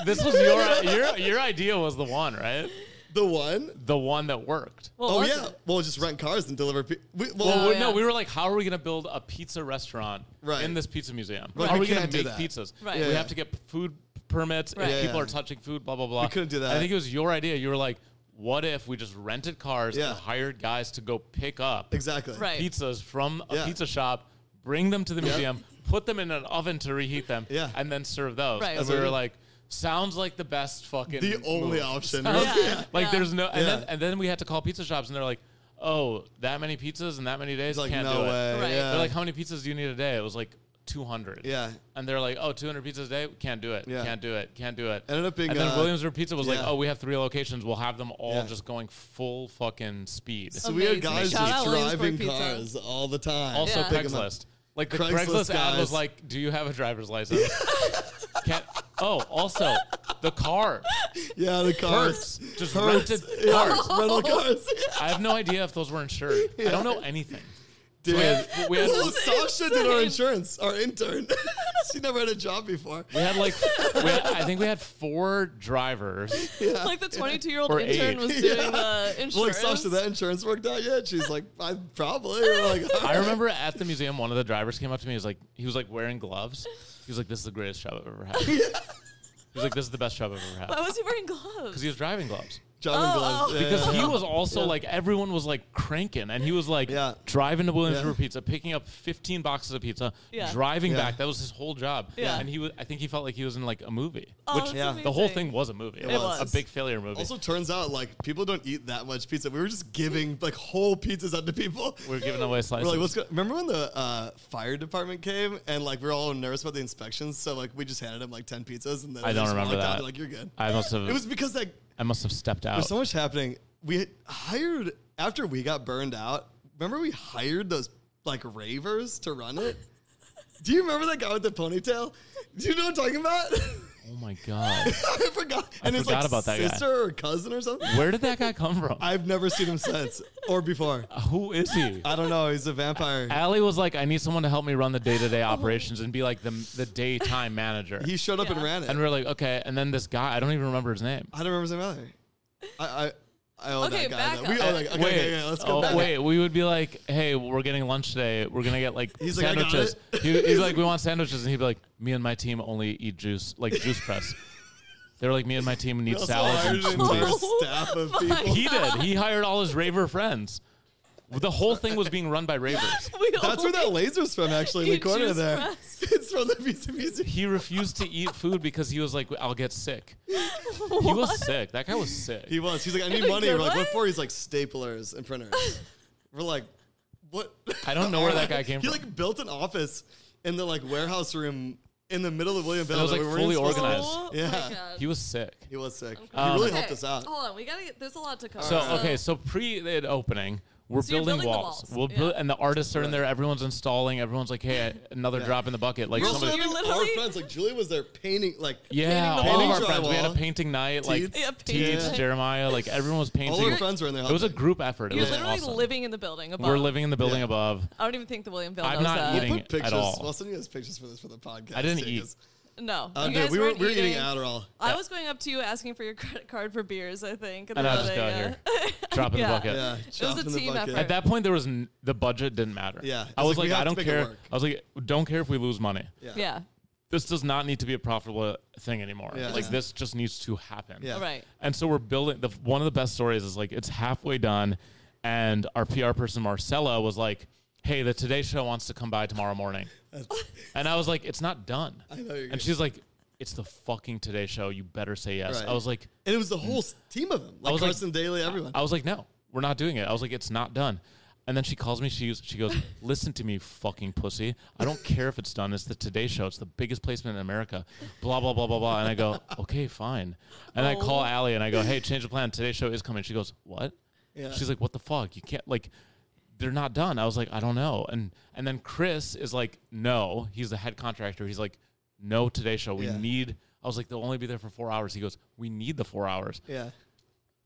S5: This was your, your your idea was the one, right?
S1: the one
S5: The one that worked.
S2: Well,
S1: oh
S2: wasn't
S1: yeah,
S2: it?
S1: well just rent cars and deliver. Pe- we, well,
S5: Well,
S2: Oh,
S5: we-
S2: yeah.
S5: no, we were like, how are we going to build a pizza restaurant
S1: Right.
S5: in this pizza museum?
S1: Right,
S5: How
S1: we
S5: are we going
S1: can't
S5: to
S1: do
S5: make
S1: that.
S5: pizzas?
S2: Right.
S5: We
S1: Yeah.
S5: have to get p- food permits, and
S2: Right.
S5: people
S1: Yeah.
S5: are touching food, blah, blah, blah. We
S1: couldn't do that.
S5: I think it was your idea. You were like, what if we just rented cars
S1: Yeah.
S5: and hired guys to go pick up
S1: Exactly.
S2: Right.
S5: pizzas from a
S1: Yeah.
S5: pizza shop, bring them to the museum, put them in an oven to reheat them,
S1: Yeah.
S5: and then serve those?
S2: Right.
S5: And
S2: That's
S5: we
S1: what
S5: were
S1: we-
S5: like, sounds like the best fucking
S1: The only
S5: move.
S1: option.
S2: Oh, Yeah.
S1: really.
S5: Like
S2: Yeah.
S5: there's no, and,
S1: Yeah.
S5: then, and then we had to call pizza shops, and they're like, "Oh, that many pizzas in that many days?
S1: It's like
S5: Can't
S1: no
S5: do it."
S1: way.
S2: Right.
S1: Yeah.
S5: They're like, "How many pizzas do you need a day?" It was like 200.
S1: yeah.
S5: And they're like, "Oh, 200 pizzas a day? Can't do it.
S1: Yeah.
S5: Can't do it. Can't do it."
S1: Ended up being,
S5: and then
S1: uh,
S5: Williamsburg Pizza was like,
S1: yeah.
S5: "Oh, we have three locations. We'll have them all
S1: Yeah.
S5: just going full fucking speed."
S1: So we had
S2: Amazing.
S1: guys
S2: Shout
S1: just
S2: out Williamsburg
S1: driving
S2: Pizza.
S1: cars all the time.
S5: also
S2: Yeah.
S1: Pick 'em up.
S5: Craigslist. Like the
S1: Craigslist
S5: Craigslist, ad
S1: guys.
S5: was like, "Do you have a driver's license?" Can't, oh, also the car
S1: Yeah, the cars.
S5: Hertz just
S1: Hertz.
S5: rented
S1: Yeah,
S5: cars.
S1: rental cars.
S5: I have no idea if those were insured. I don't know anything.
S1: Dude.
S5: We had, we had-
S1: Well, Sasha did our
S2: insane.
S1: insurance, our intern. she never had a job before.
S5: we had, like, we had- I think we had four drivers.
S2: like the 22 year old
S5: Or
S2: intern
S5: eight.
S2: was
S1: Yeah.
S2: doing the insurance.
S1: Well, like, Sasha, that insurance worked out yet? She's like, I probably. We're like, all
S5: I
S1: right.
S5: remember at the museum, one of the drivers came up to me. He was like, he was like wearing gloves. He was like, "This is the greatest job I've ever had." He was like, "This is the best job I've ever
S2: Why
S5: had."
S2: was he wearing
S5: Because
S2: gloves?
S5: he was driving gloves.
S1: Driving
S2: Oh,
S1: gloves.
S2: oh.
S1: Yeah,
S5: Because
S1: yeah,
S5: he
S1: yeah.
S5: was also like everyone was like cranking, and he was like
S1: Yeah.
S5: driving to Williamsburg
S1: Yeah.
S5: Pizza, picking up 15 boxes of pizza,
S2: Yeah.
S5: driving
S1: Yeah.
S5: back. That was his whole job.
S2: Yeah.
S5: And he was, I think he felt like he was in like a movie,
S2: Oh,
S5: which
S2: that's
S1: Yeah.
S5: the whole
S2: amazing.
S5: thing was a movie. It,
S1: was.
S5: was a big failure movie.
S1: Also, turns out like people don't eat that much pizza. We were just giving like whole pizzas out to people.
S5: we're giving away slices.
S1: We're like, what's go-? remember when the uh, fire department came and like we were all nervous about the inspections, so like we just handed them like ten pizzas and then
S5: I
S1: they
S5: don't
S1: just
S5: remember
S1: walked out.
S5: that.
S1: They're like you're good.
S5: I must have.
S1: it was because like
S5: I must have stepped out.
S1: there's so much happening. We had hired after we got burned out. Remember we hired those like ravers to run it. Do you remember that guy with the ponytail? Do you know what I'm talking about?
S5: oh my god!
S1: I forgot.
S5: I
S1: and it's
S5: forgot
S1: like
S5: about that guy.
S1: sister or cousin or something.
S5: Where did that guy come from?
S1: I've never seen him since or before.
S5: Who is he?
S1: I don't know. He's a vampire.
S5: Allie was like, I need someone to help me run the day to day operations and be like the the daytime manager.
S1: He showed up and
S2: Yeah.
S1: ran it.
S5: and we're like, okay. And then this guy, I don't even remember his name.
S1: I don't remember his name either. I I, I owe
S2: Okay,
S1: that guy.
S2: back
S1: That. We
S2: up.
S1: owe that guy. Okay,
S5: wait,
S1: okay, okay, let's go
S5: oh,
S1: back.
S5: wait. We would be like, "Hey, we're getting lunch today. We're gonna get like
S1: He's like, "I got
S5: sandwiches."
S1: it.
S5: He, he's like, "We want sandwiches," and he'd be like, "Me and my team only eat juice, like juice press." they were like, "Me and my team need
S1: Also
S5: salads and
S1: hired an entire
S5: smoothies."
S2: Oh
S1: staff of
S2: my
S1: people.
S5: He did. He hired all his raver friends. The whole thing was being run by ravers.
S2: We
S1: That's where that
S2: only
S1: laser's from, actually, in the
S2: eat
S1: corner
S2: juice
S1: there.
S2: press.
S1: It's from the piece of music.
S5: He refused to eat food because he was like, "I'll get sick." He was sick. That guy was sick.
S1: He was. He's like, I need
S2: a
S1: money.
S2: good
S1: We're like, what
S2: way?
S1: for? He's like, staplers and printers. We're like, what?
S5: I don't know where that guy came
S1: he
S5: from.
S1: like built an office in the like warehouse room in the middle of Williamville.
S5: it was,
S1: that
S5: like,
S1: we weren't
S5: fully
S1: supposed to-
S5: organized.
S2: Oh
S1: Yeah.
S2: my God.
S5: He was sick.
S1: He was sick.
S5: Um,
S1: he really
S2: Okay, Oh,
S1: helped us out.
S2: Hold on, we gotta get. There's a lot to cover.
S5: So okay, so pre the opening, we're
S2: So you're
S5: building,
S2: building the
S5: walls.
S2: walls,
S5: We'll build,
S2: yeah.
S5: and the artists are in there. Everyone's installing. Everyone's like, "Hey, another
S1: Yeah.
S5: drop in the bucket." Like
S1: We're also
S5: somebody,
S2: You're
S1: having our
S2: literally-
S1: friends, like Julia was there painting, like
S5: yeah,
S2: painting the
S5: all of
S1: walls.
S5: our friends. We had a
S1: Drywall.
S5: painting night. Like
S1: Teats. Yeah,
S2: painting.
S5: Teats, Jeremiah, like everyone was painting.
S1: all our friends were in there.
S5: It was a
S1: helping.
S5: group effort. It
S2: You're
S5: was
S2: literally
S5: awesome.
S2: living in the building above.
S5: We're living in the building
S1: Yeah.
S5: above.
S2: I don't even think the Williamville
S5: I'm
S2: knows
S5: not
S2: that.
S5: eating.
S1: put
S5: at
S1: pictures.
S5: all.
S1: I'll send you guys pictures for this for the podcast.
S5: I didn't
S1: too,
S5: eat.
S1: 'cause-
S2: No,
S1: Uh,
S2: you
S1: no,
S2: guys
S1: we were,
S2: weren't
S1: we were
S2: eating.
S1: eating Adderall.
S2: I was going up to you asking for your credit card for beers. I think. at
S5: And
S2: the
S5: I just
S2: bodega.
S5: got here, dropping
S2: Yeah.
S5: the bucket.
S1: Yeah, chopped in the
S2: team
S1: bucket.
S5: At
S2: effort.
S5: that point, there was n- the budget didn't matter.
S1: Yeah,
S5: I
S1: it's
S5: was
S1: like, we have
S5: like, I
S1: to
S5: don't
S1: make it
S5: care.
S1: work.
S5: I was like, don't care if we lose money.
S2: uh, Yeah.
S5: This does not need to be a profitable thing anymore.
S1: Yeah.
S5: Like
S1: Yeah.
S5: this just needs to happen.
S1: Yeah.
S2: All right.
S5: And so we're building the one of the best stories is like it's halfway done, and our PR person Marcella was like, "Hey, the Today Show wants to come by tomorrow morning," and I was like, "It's not done." I
S1: know you're
S5: and she's like, "It's the fucking Today Show. You better say yes."
S1: Right.
S5: I was like,
S1: And it was the whole s- team of them, like
S5: was like-
S1: Carson Daly, everyone.
S5: "I was like, no, we're not doing it." I was like, "It's not done." And then she calls me. She she goes, "Listen to me, fucking pussy. I don't care if it's done. It's the Today Show. It's the biggest placement in America. Blah blah blah blah blah." And I go, "Okay, fine." And
S1: Oh.
S5: I call Allie and I go, "Hey, change the plan. Today Show is coming." She goes, "What?"
S1: Yeah.
S5: She's like, "What the fuck? You can't like." They're not done. I was like, I don't know. And and then Chris is like, no. He's the head contractor. He's like, no. Today Show. We
S1: Yeah.
S5: need. I was like, they'll only be there for four hours. He goes, we need the four hours.
S1: yeah.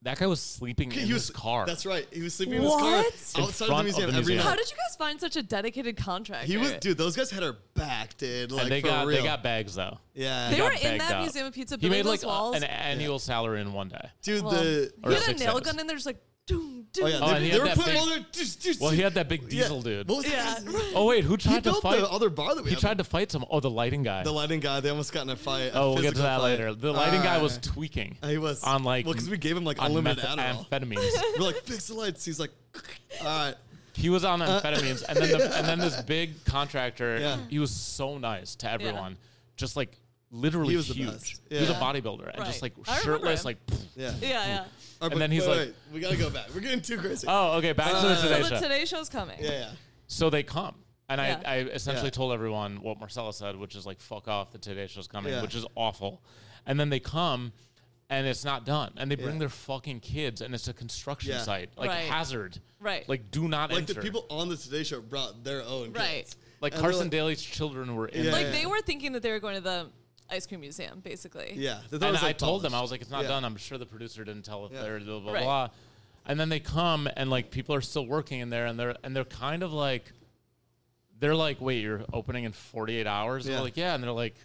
S5: That guy was sleeping in
S1: he
S5: his
S1: was
S5: car.
S1: That's right. He was sleeping in
S2: What?
S1: his
S5: In
S1: car outside
S5: front
S1: of the
S5: of
S1: museum
S5: the
S1: every
S5: museum.
S2: How
S1: night.
S2: did you guys find such a dedicated contractor?
S1: He was, dude. Those guys had our back, dude. Like
S5: and they
S1: for
S5: got
S1: real.
S5: they got bags though.
S1: yeah,
S2: They were
S5: got
S2: in
S5: bagged
S2: that
S5: up.
S2: museum of pizza.
S5: He
S2: building
S5: made like
S2: those walls.
S5: a, an annual salary in one day.
S1: dude.
S2: Well,
S1: the
S2: he had a
S5: six
S2: nail
S5: hours.
S2: gun and there's like, doom, doom.
S1: oh yeah,
S5: Oh, and
S1: they,
S5: he
S1: they
S5: had
S1: were
S5: that
S1: putting
S5: big-
S1: all their. just- just-
S5: Well, he had that big
S1: yeah.
S5: diesel dude.
S1: What was
S2: Yeah.
S1: that guy's-
S5: Oh wait, who
S1: He
S5: tried to
S1: built
S5: fight?
S1: the other bar that we
S5: he
S1: had.
S5: tried to fight some. Oh, the lighting guy.
S1: The lighting guy. They almost got in a fight. a
S5: oh, we'll get to
S1: physical
S5: that
S1: fight.
S5: later. The lighting guy was
S1: Uh,
S5: tweaking.
S1: he was
S5: on like
S1: well because we gave him like
S5: on
S1: unlimited
S5: meth-
S1: Adderall.
S5: amphetamines.
S1: We're like fix the lights. He's like, all right.
S5: He was on amphetamines, and then the, and then this big contractor.
S1: Uh, Yeah.
S5: He was so nice to everyone, just like literally
S1: He was the
S5: huge.
S1: best.
S5: He was a
S1: Yeah.
S5: bodybuilder and just like
S2: Right. I remember
S5: shirtless,
S2: him.
S5: like.
S1: Yeah.
S2: yeah, yeah.
S1: All right,
S5: And then he's like-
S1: we gotta go back. We're getting too crazy.
S5: Oh, okay. Back to
S1: Uh,
S5: the
S1: So
S5: Today
S2: So the
S5: Show.
S2: Today Show's coming.
S1: yeah, yeah.
S5: So they come. And
S2: Yeah.
S5: I, I essentially
S1: Yeah.
S5: told everyone what Marcella said, which is like, fuck off, the Today Show's coming,
S1: Yeah.
S5: which is awful. And then they come and it's not done. And they bring
S1: Yeah.
S5: their fucking kids and it's a construction
S1: Yeah.
S5: site, like
S2: Right.
S5: hazard.
S2: Right.
S5: Like, do not
S1: Like
S5: enter.
S1: the people on the Today Show brought their own.
S2: Right.
S1: kids.
S5: like,
S1: and they're
S5: Carson
S1: like-
S5: Daly's children were in
S1: Yeah.
S5: there.
S2: Like they were thinking that they were going to the ice cream museum, basically.
S1: Yeah. They thought it
S5: and
S1: was,
S5: I
S1: like,
S5: told them, I
S1: polished.
S5: was like, it's not
S1: Yeah.
S5: done. I'm sure the producer didn't tell if
S1: Yeah.
S5: they're blah blah
S2: Right.
S5: blah. And then they come and like people are still working in there and they're and they're kind of like they're like, wait, you're opening in 48 hours? And
S1: Yeah.
S5: we're like, yeah. And they're like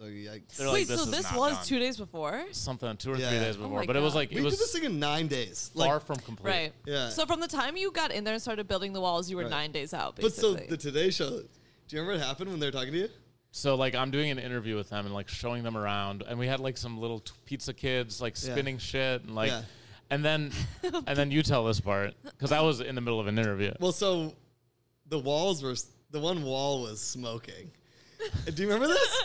S1: Oh, yikes.
S5: They're like,
S2: Wait,
S5: this
S2: so
S5: is
S2: this
S5: not
S2: was
S5: done.
S2: two days before?
S5: something two or
S1: Yeah.
S5: three days
S1: Oh
S5: before,
S2: my
S5: but it was
S2: God.
S5: like
S1: we
S5: it
S1: did
S5: was
S1: this thing in nine days. Like,
S5: far from complete.
S2: Right.
S1: Yeah.
S2: So from the time you got in there and started building the walls, you were
S1: Right.
S2: nine days out,
S1: But so
S2: basically.
S1: the Today Show. Do you remember what happened when they were talking to you?
S5: So like I'm doing an interview with them and like showing them around, and we had like some little t- pizza kids like spinning shit and like,
S1: Yeah.
S5: and then and then you tell this part because I was in the middle of an interview.
S1: Well, so the walls were s- the one wall was smoking. Do you remember this?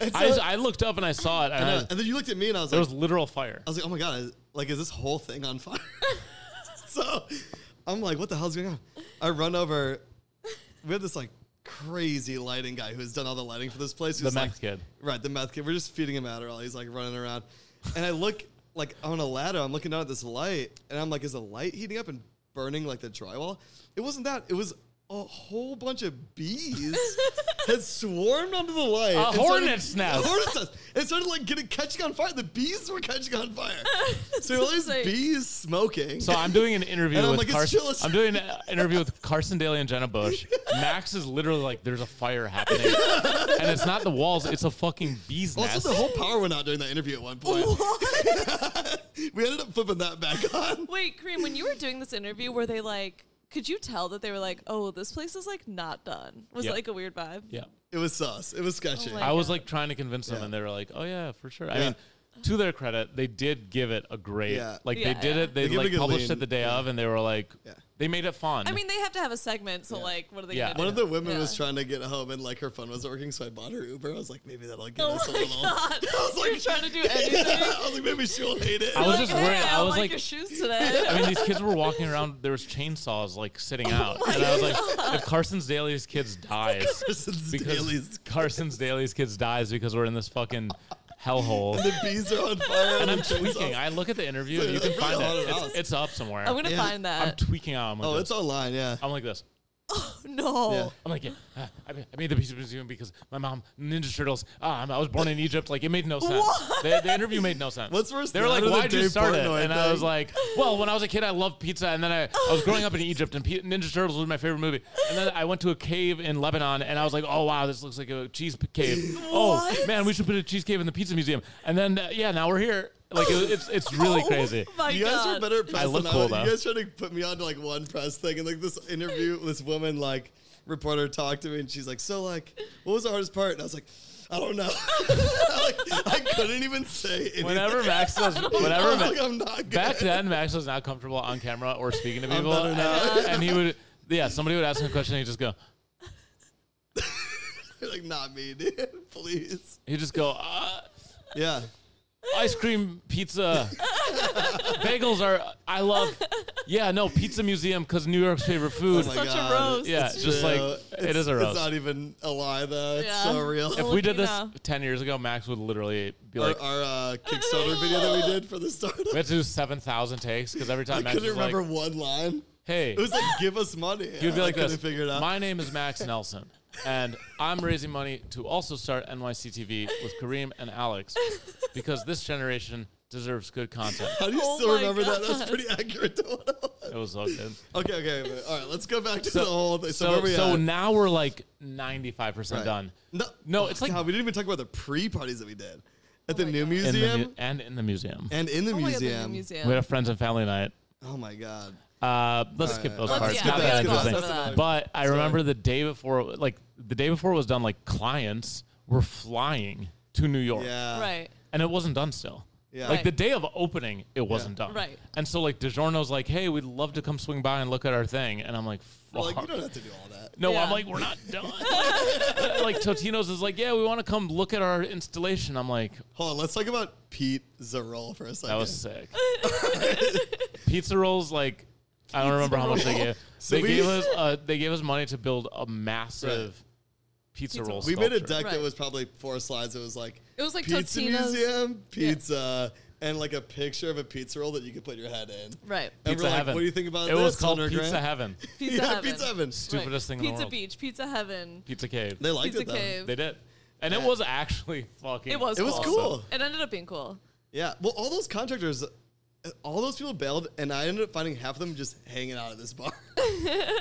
S1: And,
S5: I,
S1: so-
S5: I looked up and I saw it, and I,
S1: and then you looked at me and I was
S5: there
S1: like,
S5: was literal fire.
S1: I was like, oh my god, is- like is this whole thing on fire? so I'm like, what the hell's going on? I run over. We have this like crazy lighting guy who's done all the lighting for this place.
S5: The
S1: He's like-
S5: meth kid.
S1: right? The meth kid. We're just feeding him Adderall. He's like running around, and I look like on a ladder. I'm looking down at this light, and I'm like, is the light heating up and burning like the drywall? It wasn't that. It was. A whole bunch of bees had swarmed onto the light. and started-
S5: hornet's nest.
S1: A hornet's nest. It started like getting catching on fire. The bees were catching on fire. so all these
S2: insane.
S1: bees smoking.
S5: So I'm doing an interview
S1: And I'm
S5: with
S1: like, it's
S5: Carson.
S1: chill as-
S5: I'm doing an interview with Carson Daly and Jenna Bush. Max is literally like, "There's a fire happening," and it's not the walls; it's a fucking bee's
S1: also
S5: nest.
S1: the whole power went out during that interview at one point. we ended up flipping that back on.
S2: Wait, Kareem, when you were doing this interview, were they like could you tell that they were like, Oh, this place is like not done? Was
S5: Yeah.
S2: it like a weird vibe?
S5: yeah.
S1: It was sauce. It was sketchy.
S2: Oh my
S5: I was
S2: God.
S5: like trying to convince them,
S1: Yeah.
S5: and they were like, "Oh yeah, for sure." I
S1: Yeah.
S5: mean, to their credit, they did give it a great.
S1: Yeah.
S5: Like
S2: Yeah,
S5: they did
S2: yeah.
S5: it. They,
S1: They give it a
S5: like
S1: good
S5: published
S1: lean.
S5: it the day
S1: Yeah.
S5: of, and they were like,
S1: Yeah.
S5: they made it fun.
S2: I mean they have to have a segment, so
S1: Yeah.
S2: like what are they
S5: Yeah.
S2: gonna do?
S1: one of the women
S2: Yeah.
S1: was trying to get home and like her phone wasn't working, so I bought her Uber. I was like, maybe that'll get
S2: Oh
S1: us a
S2: my
S1: little.
S2: God.
S1: I was
S2: You're trying to do anything.
S1: I was like, maybe she'll hate it.
S5: I was just
S2: Hey,
S5: worried.
S2: I,
S5: I
S2: don't
S5: was
S2: like,
S5: like,
S2: your shoes today.
S5: I mean, these kids were walking around. There was chainsaws like
S2: Oh
S5: sitting out, and I was like, if Carson's Daly's kids dies,
S1: Carson's
S5: because
S1: Daly's-
S5: Carson's Daly's kids dies because we're in this fucking hellhole.
S1: the bees are on fire.
S5: And I'm
S1: the chainsaws-
S5: tweaking. I look at the interview, and you can
S1: Really
S5: find
S1: hard at
S5: it. It's,
S1: all.
S5: it's up somewhere.
S2: I'm gonna
S1: Yeah.
S2: find
S5: I'm
S2: that.
S5: tweaking out. I'm like,
S1: Oh,
S5: this.
S1: it's online. Yeah.
S5: I'm like this.
S2: no.
S1: Yeah.
S5: I'm like, yeah, uh, I I made the piece of museum because my mom, Ninja Turtles. Ah, I'm- I was born in Egypt. Like, it made no sense. The, the interview made no sense.
S1: What's worse,
S5: They were
S1: that
S5: like,
S1: or the
S5: why'd you
S1: Dave
S5: start it?
S1: Portnoy
S5: And I was
S1: thing?
S5: like, well, when I was a kid, I loved pizza. And then I, I was growing up in Egypt, and P- Ninja Turtles was my favorite movie. And then I went to a cave in Lebanon, and I was like, oh, wow, this looks like a cheese p- cave. Oh,
S2: What?
S5: man, we should put a cheese cave in the pizza museum. And then, uh, yeah, now we're here. Like, it, it's, it's really
S2: Oh
S5: crazy.
S2: My
S1: You guys
S2: God.
S1: were better at press
S5: I look
S1: than
S5: cool,
S1: I was.
S5: though.
S1: You guys tried to put me on to like one press thing, and like this interview, this woman like reporter talked to me, and she's like, "So like, what was the hardest part?" And I was like, "I don't know. like, I couldn't even say anything."
S5: Whenever Max says,
S1: I
S2: Oh
S5: whenever
S1: was
S5: Ma-
S1: like, I'm not good.
S5: Back then, Max was not comfortable on camera or speaking to people,
S1: better
S5: and,
S1: now.
S5: and he would, yeah, somebody would ask him a question, and he'd just go,
S1: like not me, dude. Please.
S5: he'd just go, uh,
S1: Yeah.
S5: ice cream pizza, Bagels are. I love. Yeah, no pizza museum because New York's favorite food.
S1: Oh
S2: Such a roast.
S5: Yeah,
S1: It's
S5: just like-
S1: true.
S5: it
S1: It's-
S5: is a roast.
S1: It's not even a lie though. It's
S2: Yeah.
S1: so real.
S5: if we did this
S2: Filipino.
S5: ten years ago, Max would literally be like,
S1: our our uh, Kickstarter video that we did for the startup,
S5: "We had to do seven thousand takes because every
S1: I
S5: time Max
S1: couldn't
S5: was like,
S1: remember one line.
S5: hey,
S1: It was like, "Give us money."
S5: He would be
S1: I
S5: like
S1: couldn't
S5: this.
S1: Figure it out.
S5: My name is Max Nelson, and I'm raising money to also start NYCTV with Kareem and Alex because this generation deserves good content.
S1: How do you
S2: Oh
S1: still
S2: my
S1: remember that? That was
S2: God.
S1: pretty accurate to what I was.
S5: It was so good.
S1: Okay, okay, wait, all right. Let's go back to
S5: So-
S1: the whole thing. So, where
S5: So,
S1: we
S5: so
S1: at?
S5: now we're like 95%
S1: Right.
S5: done.
S1: No,
S5: No, it's like-
S1: God, we didn't even talk about the pre-parties that we did at the
S2: Oh my
S1: new
S2: God.
S5: In the
S1: museum
S5: mu- and in the museum.
S1: and in the
S2: Oh my God, the new
S1: museum.
S2: museum.
S5: We had a friends and family night.
S1: Oh my God!
S5: Uh, let's
S1: All
S5: skip
S1: right,
S5: those
S1: all right,
S5: parts.
S2: skip
S5: Not
S2: that,
S5: that
S2: skip that,
S5: interesting.
S2: skip that.
S5: But I remember the day before, like the day before it was done, like clients were flying to New York.
S1: Yeah,
S2: right.
S5: and it wasn't done still.
S1: Yeah.
S5: Like
S2: Right.
S5: the day of opening, it wasn't done.
S2: Right.
S5: And so like DiGiorno's like, hey, we'd love to come swing by and look at our thing. And I'm like,
S1: Well,
S5: fuck.
S1: like you don't have to do all that.
S5: no, I'm
S2: Yeah.
S5: like, we're not done. like Totino's is like, yeah, we want to come look at our installation. I'm like,
S1: Hold on, let's talk about Pete Zarol for a second.
S5: that was sick. Pizza rolls, like, I don't remember how much they gave.
S1: So
S5: they
S1: we-
S5: gave us uh, they gave us money to build a massive pizza,
S2: Pizza
S5: roll.
S1: we made a
S5: sculpture.
S1: deck that
S2: Right.
S1: was probably four slides. It was like
S2: It was like
S1: pizza
S2: Totino's.
S1: museum, pizza, and like a picture of a pizza roll that you could put your head in.
S2: Right.
S1: And
S5: Pizza
S1: we're like,
S5: heaven.
S1: what do you think about
S5: it?
S1: this?
S5: was called
S1: 100
S5: Pizza
S1: grand?
S5: Heaven,
S2: Pizza
S1: yeah,
S2: heaven.
S1: Pizza Heaven.
S5: Stupidest thing in the
S2: Pizza
S5: world.
S2: Beach, Pizza Heaven.
S5: Pizza Cave.
S1: They liked
S2: Pizza
S1: it though.
S2: Cave.
S5: They did. And it
S1: Yeah.
S5: was actually fucking.
S2: It was.
S1: It was
S2: cool.
S1: cool.
S2: It ended up being cool.
S1: Yeah. Well, all those contractors, uh, all those people bailed, and I ended up finding half of them just hanging out at this bar.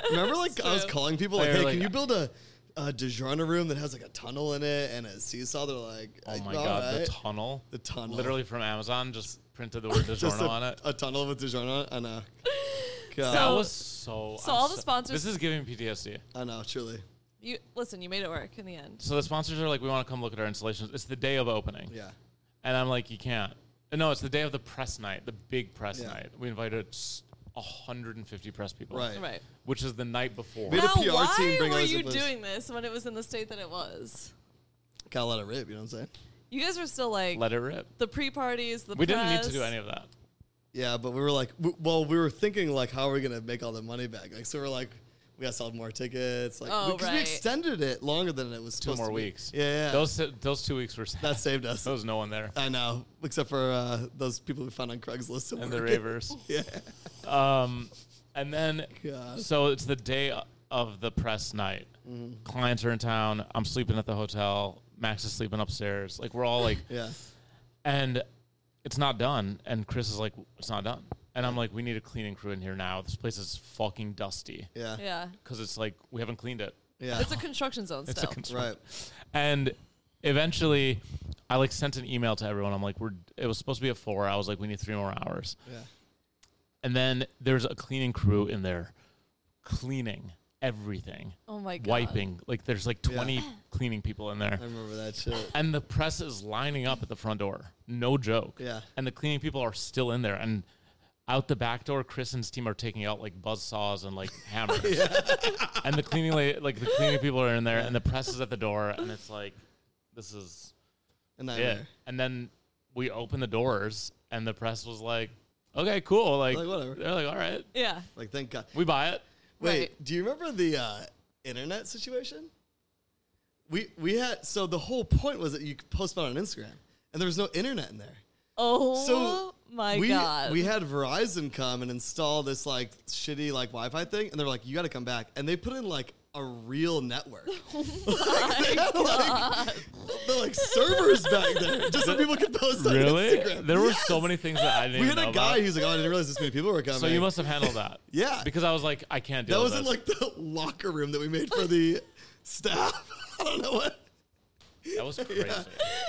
S1: Remember, like I was
S2: true.
S1: calling people, like,
S5: They were
S1: "Hey,
S5: like-
S1: can you build a, a DiGiorno room that has like a tunnel in it and a seesaw?" They're like,
S5: Oh
S1: like,
S5: my
S1: "All
S5: god,
S1: right."
S5: the tunnel.
S1: The tunnel.
S5: Literally from Amazon, just printed the word
S1: just
S5: DiGiorno
S1: a,
S5: on it.
S1: a tunnel with DiGiorno on it. I know. God,
S5: that
S2: So-
S5: was so.
S2: so
S5: I'm
S2: all the sponsors-
S5: This is giving PTSD.
S1: I know. Truly,
S2: You listen. You made it work in the end.
S5: So the sponsors are like, we want to come look at our installations. It's the day of opening,
S1: yeah.
S5: and I'm like, you can't. No, it's the day of the press night, the big press
S1: Yeah.
S5: night. We invited s- 150 press people,
S1: Right.
S2: Right.
S5: Which is the night before.
S1: We had a PR
S2: Now,
S1: team
S2: why
S1: bring
S2: were
S1: us
S2: you
S1: a list.
S2: doing this when it was in the state that it was?
S1: Got a lot of rip. You know what I'm saying?
S2: You guys were still like
S5: Let it rip.
S2: the pre-parties. The
S5: We didn't need to
S2: press.
S5: do any of that.
S1: Yeah, but we were like, w- well, we were thinking like, how are we gonna make all the money back? Like, so we're like, we gotta sell more tickets. Like,
S2: Oh,
S1: because we
S2: right.
S1: extended it longer than it was.
S5: Two
S1: supposed
S5: more
S1: to be.
S5: weeks.
S1: Yeah, yeah.
S5: Those those two weeks were sad.
S1: that saved us.
S5: There was no one there,
S1: I know, except for uh, those people we found on Craigslist.
S5: and the ravers.
S1: Yeah.
S5: Um, and then,
S1: God.
S5: so it's the day of the press night.
S1: Mm-hmm.
S5: Clients are in town. I'm sleeping at the hotel. Max is sleeping upstairs. Like we're all like,
S1: Yeah.
S5: and it's not done. And Chris is like, it's not done. And I'm like, we need a cleaning crew in here now. This place is fucking dusty
S1: Yeah.
S2: Yeah.
S5: because it's like we haven't cleaned it.
S1: Yeah.
S2: It's a construction zone
S5: It's
S2: still.
S5: a construction.
S1: right.
S5: And eventually, I like sent an email to everyone. I'm like, we're. It was supposed to be at four. I was like, we need three more hours.
S1: Yeah.
S5: And then there's a cleaning crew in there cleaning everything,
S2: oh my god.
S5: wiping. Like there's like 20
S1: Yeah.
S5: cleaning people in there.
S1: I remember that shit.
S5: And the press is lining up at the front door. No joke.
S1: Yeah.
S5: And the cleaning people are still in there. And out the back door, Chris and his team are taking out like buzz saws and like hammers. And the cleaning la- like the cleaning people are in there and the press is at the door and it's like this is
S1: A
S5: it.
S1: nightmare.
S5: And then we opened the doors and the press was like, Okay, cool. Like,
S1: Like, whatever.
S5: They're like, All right.
S2: Yeah.
S1: Like, thank God.
S5: We buy it.
S1: Wait,
S2: Right.
S1: do you remember the uh, internet situation? We we had so the whole point was that you could post about it on Instagram, and there was no internet in there.
S2: Oh
S1: So
S2: my
S1: we,
S2: god.
S1: We had Verizon come and install this like shitty like Wi-Fi thing, and they were like, "You got to come back," and they put in like a real network.
S2: Oh
S1: They had, like, the like servers back there, just so people could post on
S5: Really?
S1: Instagram.
S5: There were
S1: Yes.
S5: so many things that I didn't
S1: We
S5: even
S1: had
S5: know
S1: a guy
S5: about.
S1: who's like, "Oh, I didn't realize this many people were coming."
S5: so you must have handled that.
S1: Yeah.
S5: Because I was like, I can't do
S1: That was
S5: this.
S1: in like the locker room that we made for the staff. I don't know what.
S5: that was crazy.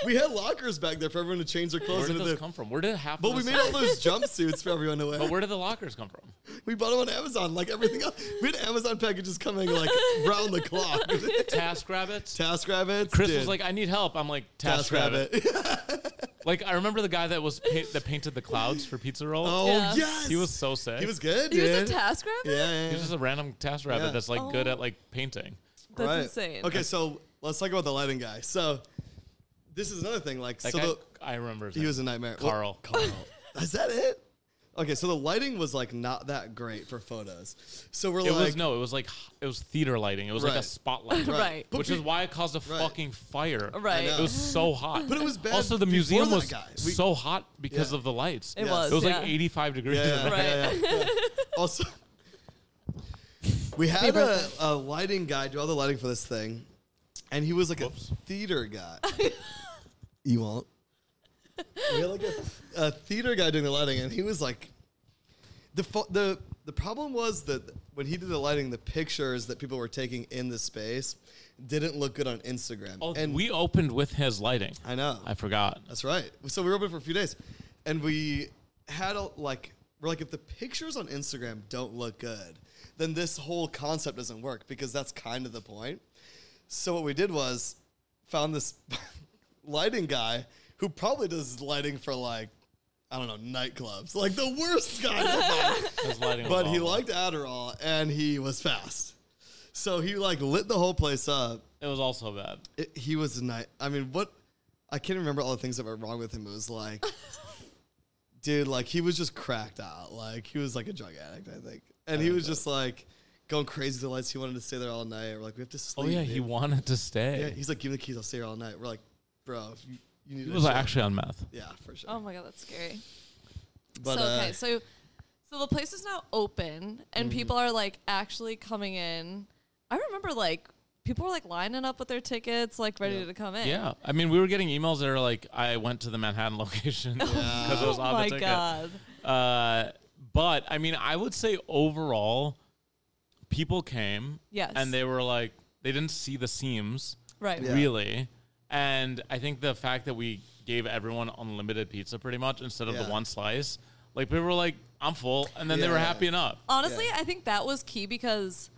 S1: We had lockers back there for everyone to change their
S5: Where
S1: clothes.
S5: did
S1: into
S5: those
S1: the,
S5: come from? Where did half?
S1: but
S5: of
S1: we
S5: this
S1: made all those jumpsuits for everyone to wear.
S5: But where did the lockers come from?
S1: We bought them on Amazon, like everything else. We had Amazon packages coming like round the clock.
S5: Task rabbits.
S1: Task rabbits.
S5: Chris
S1: dude.
S5: was like, I need help. I'm like, Task,
S1: Task
S5: rabbit.
S1: Rabbit.
S5: Like I remember the guy that was pa- that painted the clouds for Pizza Roll.
S1: oh
S2: Yeah.
S1: yes,
S5: He was so sick.
S1: he was good.
S2: he was a
S1: dude.
S2: task
S1: Yeah,
S2: rabbit.
S1: yeah,
S5: He was
S1: yeah.
S5: just a random Task rabbit
S1: Yeah.
S5: that's like good
S2: Oh.
S5: at like painting.
S2: That's
S1: Right.
S2: insane.
S1: Okay, so let's talk about the lighting guy. So this is another thing. Like,
S5: That
S1: so
S5: guy,
S1: the,
S5: I remember. his
S1: he
S5: name.
S1: was a nightmare.
S5: Carl.
S1: Well, Carl. Is that it? Okay, so the lighting was like not that great for photos. So we're
S5: It
S1: like,
S5: was no, it was like it was theater lighting. It was like
S1: Right.
S5: a spotlight,
S2: Right. But
S5: which is why it caused a
S1: Right.
S5: fucking fire.
S2: Right.
S1: I
S5: It was so hot.
S1: But it was bad
S5: Also, the
S1: before
S5: museum
S1: that
S5: was
S1: guy. We-
S5: so hot because
S1: Yeah.
S5: of the lights.
S2: It
S1: Yes.
S2: was.
S5: It was
S2: yeah.
S5: like 85 degrees.
S1: Yeah, yeah,
S5: in there.
S1: yeah, yeah, yeah. also, we had a, a lighting guy do all the lighting for this thing, and he was like a theater guy. you won't. We had like a, a theater guy doing the lighting, and he was like, the fo- the the problem was that when he did the lighting, the pictures that people were taking in the space didn't look good on Instagram.
S5: Oh,
S1: and
S5: we opened with his lighting.
S1: I know,
S5: I forgot.
S1: that's right. So we were open for a few days, and we had a like we're like if the pictures on Instagram don't look good, then this whole concept doesn't work because that's kind of the point. So what we did was found this lighting guy who probably does lighting for like I don't know nightclubs, like the worst guy. to find.
S5: His lighting was
S1: But he
S5: awful.
S1: liked Adderall and he was fast, so he like lit the whole place up
S5: It was also bad.
S1: it, he was a night. I mean, what? I can't remember all the things that were wrong with him. It was like, dude, like he was just cracked out. Like he was like a drug addict, I think, and he was just like going crazy. with The lights. He wanted to stay there all night. We're like, we have to
S5: Oh
S1: sleep.
S5: yeah, he
S1: dude."
S5: wanted to
S1: Yeah,
S5: stay.
S1: he's like, give me the keys. I'll stay here all night. We're like, bro, you, you need.
S5: He
S1: to
S5: was like,
S1: chill."
S5: actually on meth.
S1: yeah, for sure.
S2: oh my god, that's scary.
S1: but
S2: so okay,
S1: uh,
S2: so so the place is now open and
S5: Mm-hmm.
S2: people are like actually coming in. I remember like people were like lining up with their tickets, like ready
S1: Yeah.
S2: to come in.
S5: Yeah, I mean, we were getting emails that are like, "I went to the Manhattan location because it was
S2: Oh
S5: on
S2: my
S5: the ticket."
S2: god.
S5: Uh, but I mean, I would say overall, people came.
S2: Yes.
S5: And they were like, they didn't see the seams
S2: Right.
S1: Yeah.
S5: really. And I think the fact that we gave everyone unlimited pizza pretty much instead of
S1: Yeah.
S5: the one slice, like people were like, "I'm full," and then they were
S1: Yeah.
S5: happy enough.
S2: Honestly,
S1: Yeah.
S2: I think that was key because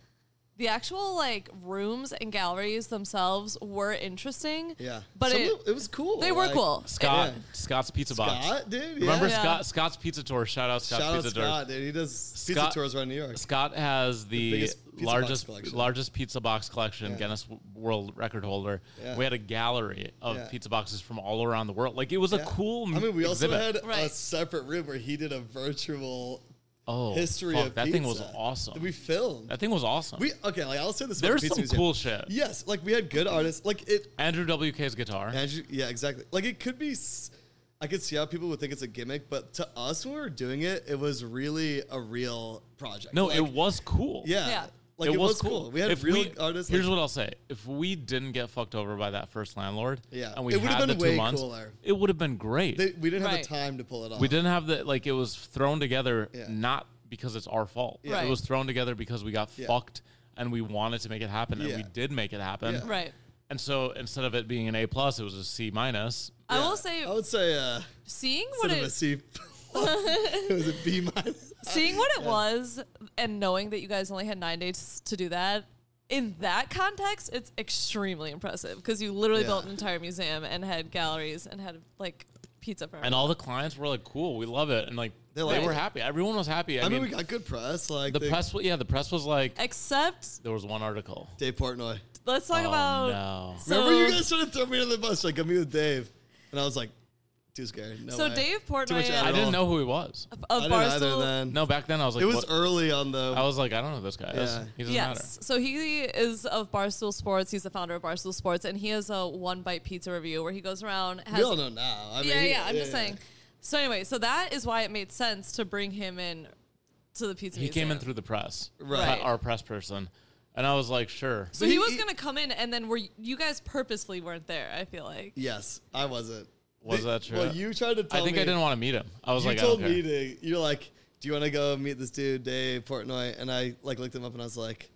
S2: the actual like rooms and galleries themselves were interesting.
S1: yeah,
S2: But
S1: Some
S2: it,
S1: of- it was cool.
S2: they were
S1: like,
S2: cool.
S5: Scott,
S1: Yeah.
S5: Scott's Pizza Box.
S1: Scott, dude. Yeah.
S5: Remember
S2: Yeah.
S5: Scott, Scott's Pizza Tour? Shout out Scott's
S1: Shout out
S5: Pizza Tour.
S1: Scott, dude. He does pizza
S5: Scott-
S1: tours around New York.
S5: Scott has the,
S1: biggest pizza box
S5: largest
S1: collection.
S5: largest pizza box collection,
S1: Yeah.
S5: Guinness W- World Record holder.
S1: Yeah.
S5: We had a gallery of
S1: Yeah.
S5: pizza boxes from all around the world. Like it was a
S1: Yeah.
S5: cool.
S1: I mean, we also
S5: exhibit.
S1: had a
S2: Right.
S1: separate room where he did a virtual
S5: oh
S1: history
S5: fuck,
S1: of
S5: that
S1: pizza.
S5: thing was awesome.
S1: That we filmed.
S5: that thing was awesome.
S1: we okay, like I'll say this. about
S5: There's
S1: the pizza museum.
S5: some cool shit.
S1: Yes, like we had good artists. Like it.
S5: Andrew WK's guitar.
S1: Andrew, yeah, exactly. Like it could be. s- I could see how people would think it's a gimmick, but to us when we were doing it, it was really a real project.
S5: no,
S1: Like,
S5: it was cool.
S1: Yeah.
S2: Yeah.
S1: Like it, was, cool. We had
S5: If
S1: real
S5: we-
S1: artists.
S5: Here's
S1: like-
S5: what I'll say: If we didn't get fucked over by that first landlord,
S1: Yeah.
S5: and we
S1: It would've
S5: had
S1: been
S5: the two
S1: way
S5: months,
S1: cooler.
S5: it would have been great.
S1: they, we didn't have
S2: Right.
S1: the time to pull it off.
S5: We didn't have the like it was thrown together
S1: Yeah.
S5: not because it's our fault.
S2: Yeah. Right.
S5: It was thrown together because we got
S1: Yeah.
S5: fucked and we wanted to make it happen and we
S1: Yeah.
S5: did make it happen.
S1: Yeah.
S2: Right.
S5: And so instead of it being an A plus, it was a C minus.
S2: I
S1: Yeah.
S2: will say
S1: I would say uh,
S2: seeing what
S1: instead of
S2: it
S1: a C, it was a B minus.
S2: seeing what it was and knowing that you guys only had nine days to do that in that context it's extremely impressive because you literally
S1: Yeah.
S2: built an entire museum and had galleries and had like pizza for
S5: And all the clients were like, "Cool, we love it," and like they
S1: liked
S5: were
S1: it.
S5: happy. Everyone was happy. I,
S1: I mean,
S5: mean,
S1: we got good press. Like
S5: the
S1: they-
S5: press. wa- Yeah, the press was like,
S2: except
S5: there was one article.
S1: Dave Portnoy.
S2: let's talk
S5: Oh,
S2: about
S5: no.
S2: so,
S1: Remember, you guys sort of threw me under the bus, like, I'm with Dave. And I was like, too scared. No
S2: so
S1: way.
S2: Dave
S1: Too much
S2: Portnoy
S5: I
S1: Adderall.
S2: of,
S5: didn't know who he was.
S1: I
S2: of
S1: didn't either
S2: Barstool
S1: then.
S5: No, back then I was like,
S1: it was
S5: what-
S1: early on the.
S5: I was like, I don't know who this guy. is.
S1: Yeah.
S5: He doesn't
S2: Yes. So he is of Barstool Sports. He's the founder of Barstool Sports, and he has a one bite pizza review where he goes around. Has
S1: we all know now. I mean,
S2: yeah,
S1: he-
S2: yeah. I'm just saying. So anyway, so that is why it made sense to bring him in to the pizza.
S5: matter. He came in
S2: museum.
S5: through the press,
S1: Right.
S5: Our press person, and I was like, sure.
S2: So
S1: But
S2: he,
S1: he-
S2: was
S1: he-
S2: gonna come in, and then were y- you guys purposefully weren't there? I feel like.
S1: Yes, I wasn't.
S5: Was
S1: They-
S5: that true?
S1: Well, you tried to tell
S5: I think
S1: me.
S5: I didn't want to meet him. I was
S1: You
S5: like,
S1: told
S5: I don't
S1: me
S5: care.
S1: to. You're like, do you want to go meet this dude, Dave Portnoy? And I like looked him up and I was like,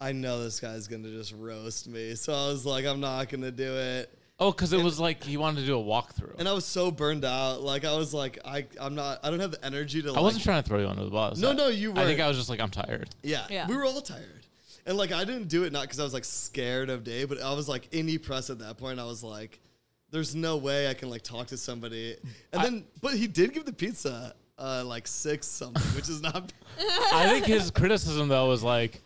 S1: I know this guy's going to just roast me. So I was like, I'm not going to do it.
S5: oh, because it was like he wanted to do a walkthrough.
S1: And I was so burned out. Like, I was like, I, I'm not, I don't have the energy to like.
S5: I wasn't trying to throw you under the bus.
S1: No,
S5: I-
S1: no, you
S5: I think
S1: weren't.
S5: I was just like, I'm tired.
S1: Yeah.
S2: Yeah.
S1: We were all tired. And like I didn't do it not because I was like scared of Dave, but I was like any press at that point. I was like, there's no way I can like talk to somebody. And then but he did give the pizza uh like six something, which is not
S5: I think his criticism though was like,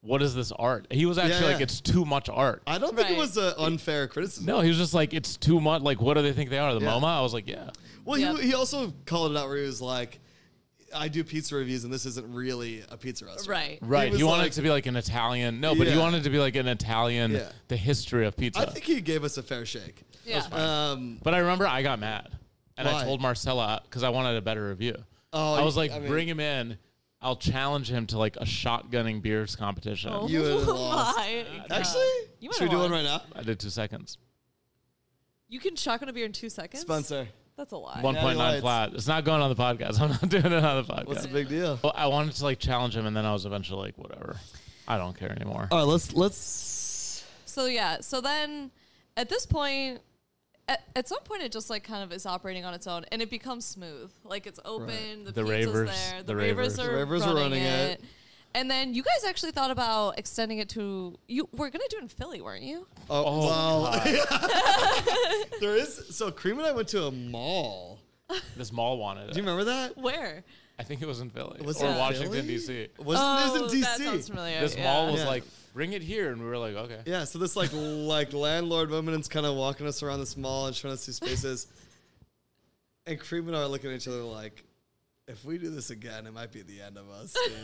S5: what is this art? He was actually like,
S1: yeah.
S5: it's too much art.
S1: I don't think
S2: Right.
S1: it was an unfair criticism.
S5: No, he was just like, it's too much. Like, what do they think they are? The
S1: Yeah.
S5: MoMA? I was like, yeah.
S1: Well,
S2: Yeah.
S1: he, he also called it out where he was like, I do pizza reviews and this isn't really a pizza restaurant.
S2: Right.
S5: Right.
S1: was
S5: You wanted
S1: like-
S5: it to be like an Italian. No, but
S1: Yeah.
S5: you wanted it to be like an Italian,
S1: Yeah.
S5: the history of pizza.
S1: I think he gave us a fair shake.
S2: Yeah.
S1: Um,
S5: But I remember I got mad and
S1: Why?
S5: I told Marcella because I wanted a better review.
S1: Oh,
S5: I was like,
S1: I mean-
S5: bring him in. I'll challenge him to like a shotgunning beers competition.
S2: Oh
S1: You would've lost.
S2: my God.
S1: actually,
S2: You
S1: should we
S2: would've
S1: do one
S2: won.
S1: right now?
S5: I did two seconds.
S2: You can shotgun a beer in two seconds.
S1: Sponsor.
S2: That's a lie.
S5: One point
S1: lights.
S5: nine flat. It's not going on the podcast. I'm not doing it on the podcast.
S1: What's the big deal?
S5: Well, I wanted to like challenge him, and then I was eventually like, whatever. I don't care anymore.
S1: All right, let's let's.
S2: So yeah. So then, at this point, at, at some point, it just like kind of is operating on its own, and it becomes smooth. Like it's open. The,
S5: The
S2: pizza's
S5: ravers-
S2: there.
S5: the
S2: The, ravers,
S5: ravers.
S2: are
S1: The ravers are
S2: running,
S1: running
S2: it.
S1: it.
S2: And then you guys actually thought about extending it to you. We're gonna do it in Philly, weren't you?
S1: Oh,
S5: Oh,
S1: well, there is. So Cream and I went to a mall.
S5: this mall wanted it.
S1: Do you remember that?
S2: Where?
S5: I think it was in Philly
S1: Was
S5: or
S1: it in
S5: Washington
S1: Philly?
S5: D.C.
S1: Wasn't
S2: Oh,
S1: this in
S2: That
S1: DC?
S2: sounds familiar.
S5: This
S2: yeah.
S5: mall was
S1: Yeah.
S5: like, bring it here, and we were like, okay.
S1: Yeah, so this like like landlord woman is kind of walking us around this mall and showing us these spaces, and Cream and I are looking at each other like, if we do this again, it might be the end of us. Dude.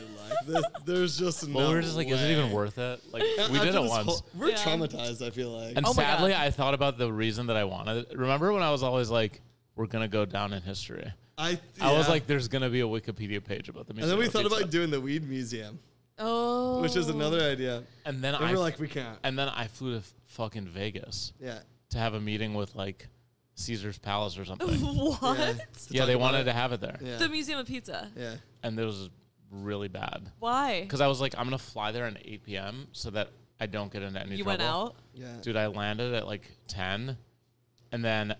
S1: Like, this, there's just no.
S5: But we were just like, is it even
S1: way.
S5: worth it? Like,
S1: And
S5: we did
S1: after
S5: it
S1: this
S5: once.
S1: whole- we're
S2: Yeah.
S1: traumatized. I feel like.
S5: And
S2: Oh my God.
S5: sadly, I thought about the reason that I wanted. it. Remember when I was always like, "We're gonna go down in history."
S1: I,
S5: I was
S1: yeah.
S5: like, "There's gonna be a Wikipedia page about the
S1: and
S5: museum."
S1: then we
S5: of
S1: thought
S5: Pizza."
S1: about doing the weed museum,
S2: Oh.
S1: which is another idea.
S5: and then
S1: And
S5: I
S1: we're
S5: f-
S1: like, we can't.
S5: and then I flew to f- fucking Vegas
S1: Yeah.
S5: to have a meeting with like Caesar's Palace or something.
S2: What?
S1: Yeah.
S5: yeah, they
S1: talk about
S5: wanted
S1: it.
S5: to have it there,
S1: Yeah.
S2: The Museum of Pizza.
S1: yeah.
S5: and it was really bad
S2: Why?
S5: because I was like, "I'm gonna fly there at 8 p.m. so that I don't get into any
S2: You
S5: trouble."
S2: went out.
S1: Yeah.
S5: Dude, I landed at like 10, and then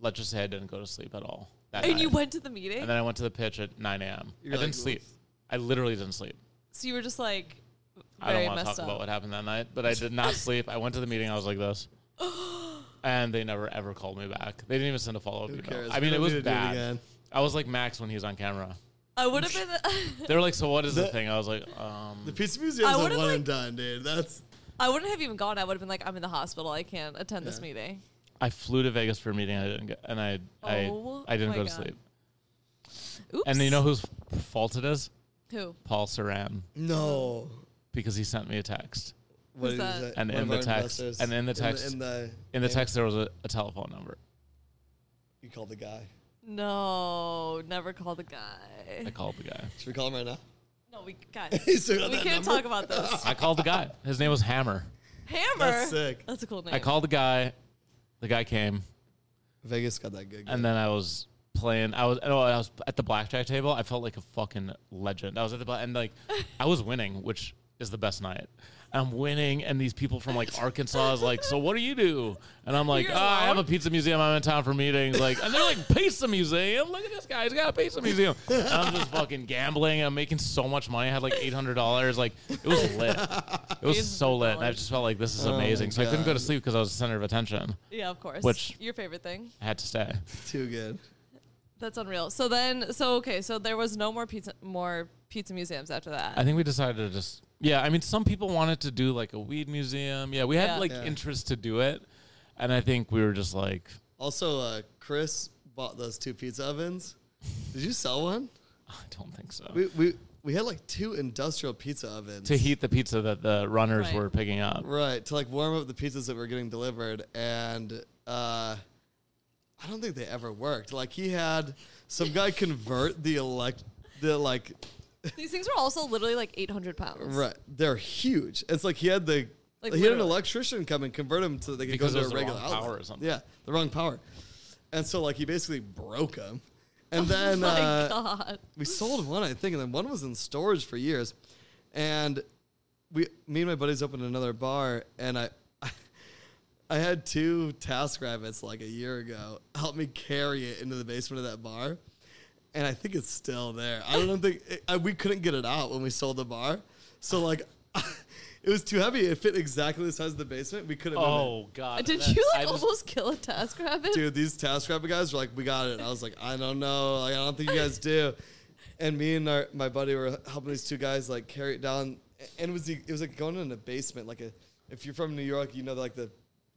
S5: let's just say I didn't go to sleep at all. That
S2: And you
S5: night.
S2: went to the meeting,
S5: And then I went to the pitch at 9 a.m. I
S1: You're
S5: didn't
S1: like,
S5: sleep.
S1: "Oof."
S5: I literally didn't sleep.
S2: so you were just like
S5: I don't
S2: very
S5: want to
S2: messed
S5: talk
S2: up.
S5: about what happened that night, but I did not sleep. I went to the meeting. I was like this. And they never ever called me back. They didn't even send a follow up
S1: Who
S5: email.
S1: cares?
S5: I
S1: We
S5: mean, it
S1: don't
S5: was
S1: need to do it
S5: bad.
S1: again.
S5: I was like Max when he was on camera.
S2: I would have been.
S5: They were like, "So what is the,
S1: The-
S5: thing?" I was like, um,
S1: The pizza museum is a
S2: would've,
S1: one
S2: like-
S1: and done, dude. That's
S2: I wouldn't have even gone. I would have been like, I'm in the hospital. I can't attend this meeting.
S5: "I flew to Vegas for a meeting. I didn't get, and I
S2: Oh
S5: I I didn't
S2: my
S5: go to
S2: God.
S5: sleep."
S2: Oops.
S5: And you know whose fault it is?
S2: who?
S5: Paul Saran
S1: no.
S5: because he sent me a text.
S1: What
S2: Who's
S1: did you
S2: that?
S1: say?
S5: And
S1: One
S5: in
S1: of
S5: the
S1: our
S5: text-
S1: investors.
S5: and in the text-
S1: in the,
S5: In the
S1: name?
S5: text, there was a, a telephone number.
S1: You called the guy.
S2: No, never call the
S5: I
S2: guy.
S5: called the guy.
S1: Should we call him right now?
S2: No, we guys.
S1: He still got
S2: we
S1: that
S2: can't
S1: number?
S2: talk about this.
S5: I called the guy. His name was Hammer.
S2: Hammer.
S1: That's sick.
S2: That's a cool name.
S5: I called the guy. The guy came,
S1: Vegas got that good.
S5: and then I was playing. I was oh, I was at the blackjack table. I felt like a fucking legend. I was at the bla- and like I was winning, which is the best night. I'm winning, and these people from like Arkansas is like, "So what do you do?" And I'm like,
S2: You're
S5: "Ah, "I have a
S2: alone?
S5: pizza museum. I'm in town for meetings." Like, and they're like, "Pizza museum? Look at this guy. He's got a pizza museum." And I'm just fucking gambling. I'm making so much money. I had like eight hundred dollars. Like, it was lit. It was so lit. And I just felt like this is amazing. so I couldn't go to
S1: God.
S5: sleep because I was the center of attention.
S2: Yeah, of course.
S5: Which-
S2: your favorite thing?
S5: I had to stay.
S1: too good.
S2: That's unreal. So then, so okay, so there was no more pizza, more pizza museums after that.
S5: I think we decided to just yeah. I mean, some people wanted to do like a weed museum. Yeah, we had
S2: Yeah.
S5: like
S1: Yeah.
S5: interest to do it, and I think we were just like,
S1: Also, uh, Chris bought those two pizza ovens. Did you sell one?
S5: I don't think so.
S1: We we we had like two industrial pizza ovens
S5: to heat the pizza that the runners
S2: Right.
S5: were picking up.
S1: Right to like warm up the pizzas that were getting delivered, and uh, I don't think they ever worked. Like he had some guy convert the elect the like
S2: These things were also literally like 800 pounds.
S1: right. They're huge. It's like he had the. he
S2: Like,
S1: had an
S2: literally.
S1: electrician come and convert him so that they could
S5: Because
S1: go
S5: it
S1: to a
S5: was the
S1: regular
S5: wrong
S1: outlet.
S5: power or something.
S1: Yeah, the wrong power. And so like he basically broke him, and then
S2: Oh My
S1: uh,
S2: God.
S1: we sold one, I think, and then one was in storage for years. And we, me and my buddies, opened another bar, and I, I had two task rabbits like a year ago help me carry it into the basement of that bar, and I think it's still there. I don't think it, I, we couldn't get it out when we sold the bar, so like. It was too heavy. It fit exactly the size of the basement. We couldn't. move it.
S5: Oh God!
S2: Did
S5: that-
S2: you
S5: I
S2: like
S5: just-
S2: almost kill a task rabbit?
S1: dude, these task rabbit guys were like, we got it. I was like, I don't know. Like, I don't think you guys do. And me and our, my buddy were helping these two guys like carry it down. a- and it was the, it was like going in a basement. Like a if you're from New York, you know like the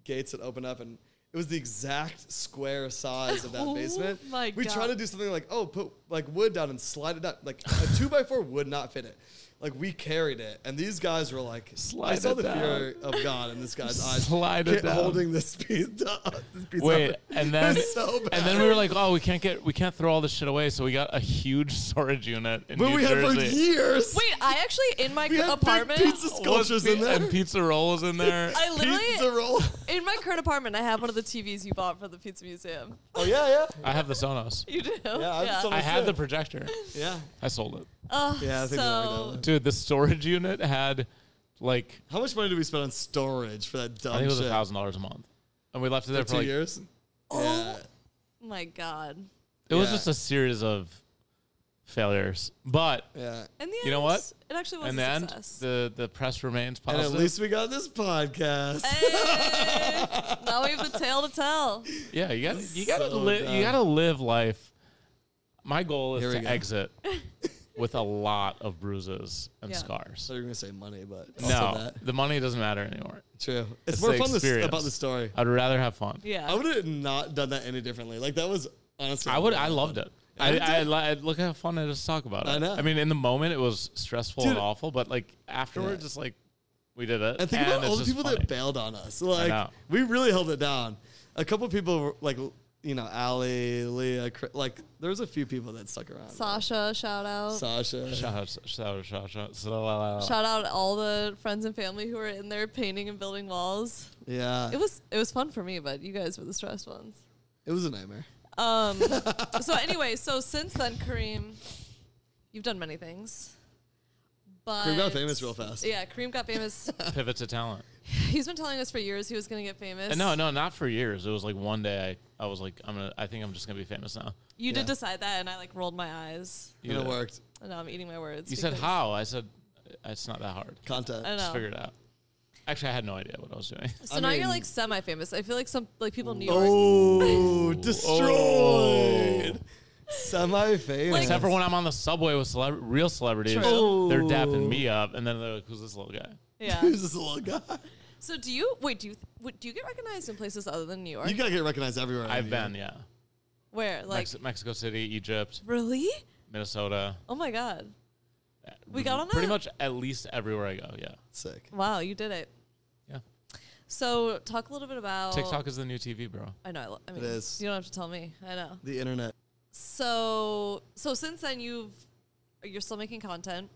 S1: gates that open up, and it was the exact square size of that
S2: Oh
S1: basement.
S2: my
S1: we tried
S2: God.
S1: to do something like oh put like wood down and slide it down. Like a two by four would not fit it. Like we carried it, and these guys were like, I
S5: Slide
S1: saw
S5: it
S1: the fear of God in this guy's eyes.
S5: Slide it
S1: Get-
S5: down.
S1: holding this piece. this piece
S5: Wait, uh,
S1: up.
S5: and then
S1: It's so bad.
S5: and then we were like, oh, we can't get we can't throw all this shit away, so we got a huge storage unit in
S1: but
S5: New
S1: we had for
S5: Jersey.
S1: years.
S2: Wait, I actually in my
S1: we had
S2: apartment
S1: big pizza
S5: Was
S1: sculptures
S5: pi-
S1: in there.
S5: and pizza rolls in there.
S2: I literally
S1: pizza roll.
S2: in my current apartment I have one of the TVs you bought for the pizza museum.
S1: Oh yeah, yeah,
S5: I have the Sonos.
S2: You do?
S1: yeah. I, just
S5: I
S1: almost
S5: had the
S1: did.
S5: projector.
S1: yeah.
S5: I sold it.
S2: Ugh,
S1: Yeah, I think we already know
S2: so
S1: that.
S5: Dude, the storage unit had like
S1: How much money did we spend on storage for that dumb
S5: I think it was
S1: shit?
S5: a thousand dollars a month, and we left it there
S1: for
S5: for,
S1: two
S5: like
S1: years.
S2: Oh.
S1: Yeah.
S2: my god.
S5: it was
S1: Yeah.
S5: just a series of failures. But
S1: Yeah.
S2: In the
S5: You know
S2: end,
S5: what?
S2: It actually was
S5: in
S2: a
S5: the end,
S2: success.
S5: the the press remains
S1: And
S5: positive.
S1: at least we got this podcast.
S2: Uh, Hey, now we have the tale to tell.
S5: yeah, you got you got to
S1: So
S5: live
S1: dumb.
S5: you got to live life. My goal is
S1: Here we
S5: to
S1: go.
S5: exit with a lot of bruises and
S2: Yeah.
S5: scars.
S1: So you're gonna say money, but
S5: No,
S1: also that.
S5: the money doesn't matter anymore.
S1: True. It's,
S5: It's
S1: more
S5: the
S1: fun this,
S5: experience.
S1: about the story.
S2: Uh,
S5: I'd rather have fun.
S2: Yeah.
S1: I would have not done that any differently. Like that was honestly.
S5: I would.
S1: really
S5: I
S1: fun.
S5: loved it.
S1: I
S5: I,
S1: did.
S5: I, li- look how fun it is to talk about it.
S1: I know.
S5: I mean, in the moment, it was stressful and
S1: Dude.
S5: awful, but like afterwards, it's like we did it.
S1: And think about
S5: it's
S1: all the
S5: just
S1: people
S5: funny.
S1: that bailed on us. Like
S5: know.
S1: we really held it down. A couple people, were, like you know, Ali, Leah, Cri- like there was a few people that stuck around.
S2: Sasha, shout out.
S1: Sasha.
S5: Shout out, shout out, shout out, shout out, shout out.
S2: Shout out all the friends and family who were in there painting and building walls.
S1: Yeah,
S2: It was it was fun for me, but you guys were the stressed ones.
S1: it was a nightmare.
S2: Um, so anyway, so since then, Kareem, you've done many things. But
S1: Kareem got famous real fast.
S2: Yeah, Kareem got famous.
S5: Pivot to talent.
S2: He's been telling us for years he was going to get famous.
S5: And no, no, not for years. It was like one day I, I was like, I'm gonna. I think I'm just gonna be famous now.
S2: You
S1: Yeah.
S2: did decide that, and I like rolled my eyes.
S5: You,
S1: and
S5: know.
S1: it worked.
S2: And now I'm eating my words.
S5: You said
S2: because-
S5: how? I said it's not that hard.
S1: Content.
S2: I don't know.
S5: Just figure it out. Actually, I had no idea what I was doing.
S2: So
S1: I
S2: now you're
S1: mean-
S2: like semi-famous. I feel like some like people in New York.
S1: Oh, destroyed. Semi-famous.
S5: Except for when I'm on the subway with celeb- real celebrities,
S2: True.
S5: they're dapping me up, and then they're like, "Who's this little guy?"
S2: Yeah.
S1: Who's this little guy?
S2: So do you wait? Do you th- wait, do you get recognized in places other than New York?
S1: You gotta get recognized everywhere.
S5: I've
S1: haven't
S5: been,
S1: you?
S5: yeah.
S2: Where like
S5: Mex- Mexico City, Egypt,
S2: really?
S5: Minnesota.
S2: Oh my god! We got on
S5: Pretty
S2: that?
S5: much at least everywhere I go, yeah.
S1: Sick.
S2: Wow, you did it.
S5: Yeah.
S2: So talk a little bit about
S5: TikTok is the new TV, bro.
S2: I know. I, lo- I mean,
S1: is.
S2: you don't have to tell me. I know.
S1: The internet.
S2: So so since then you've you're still making content,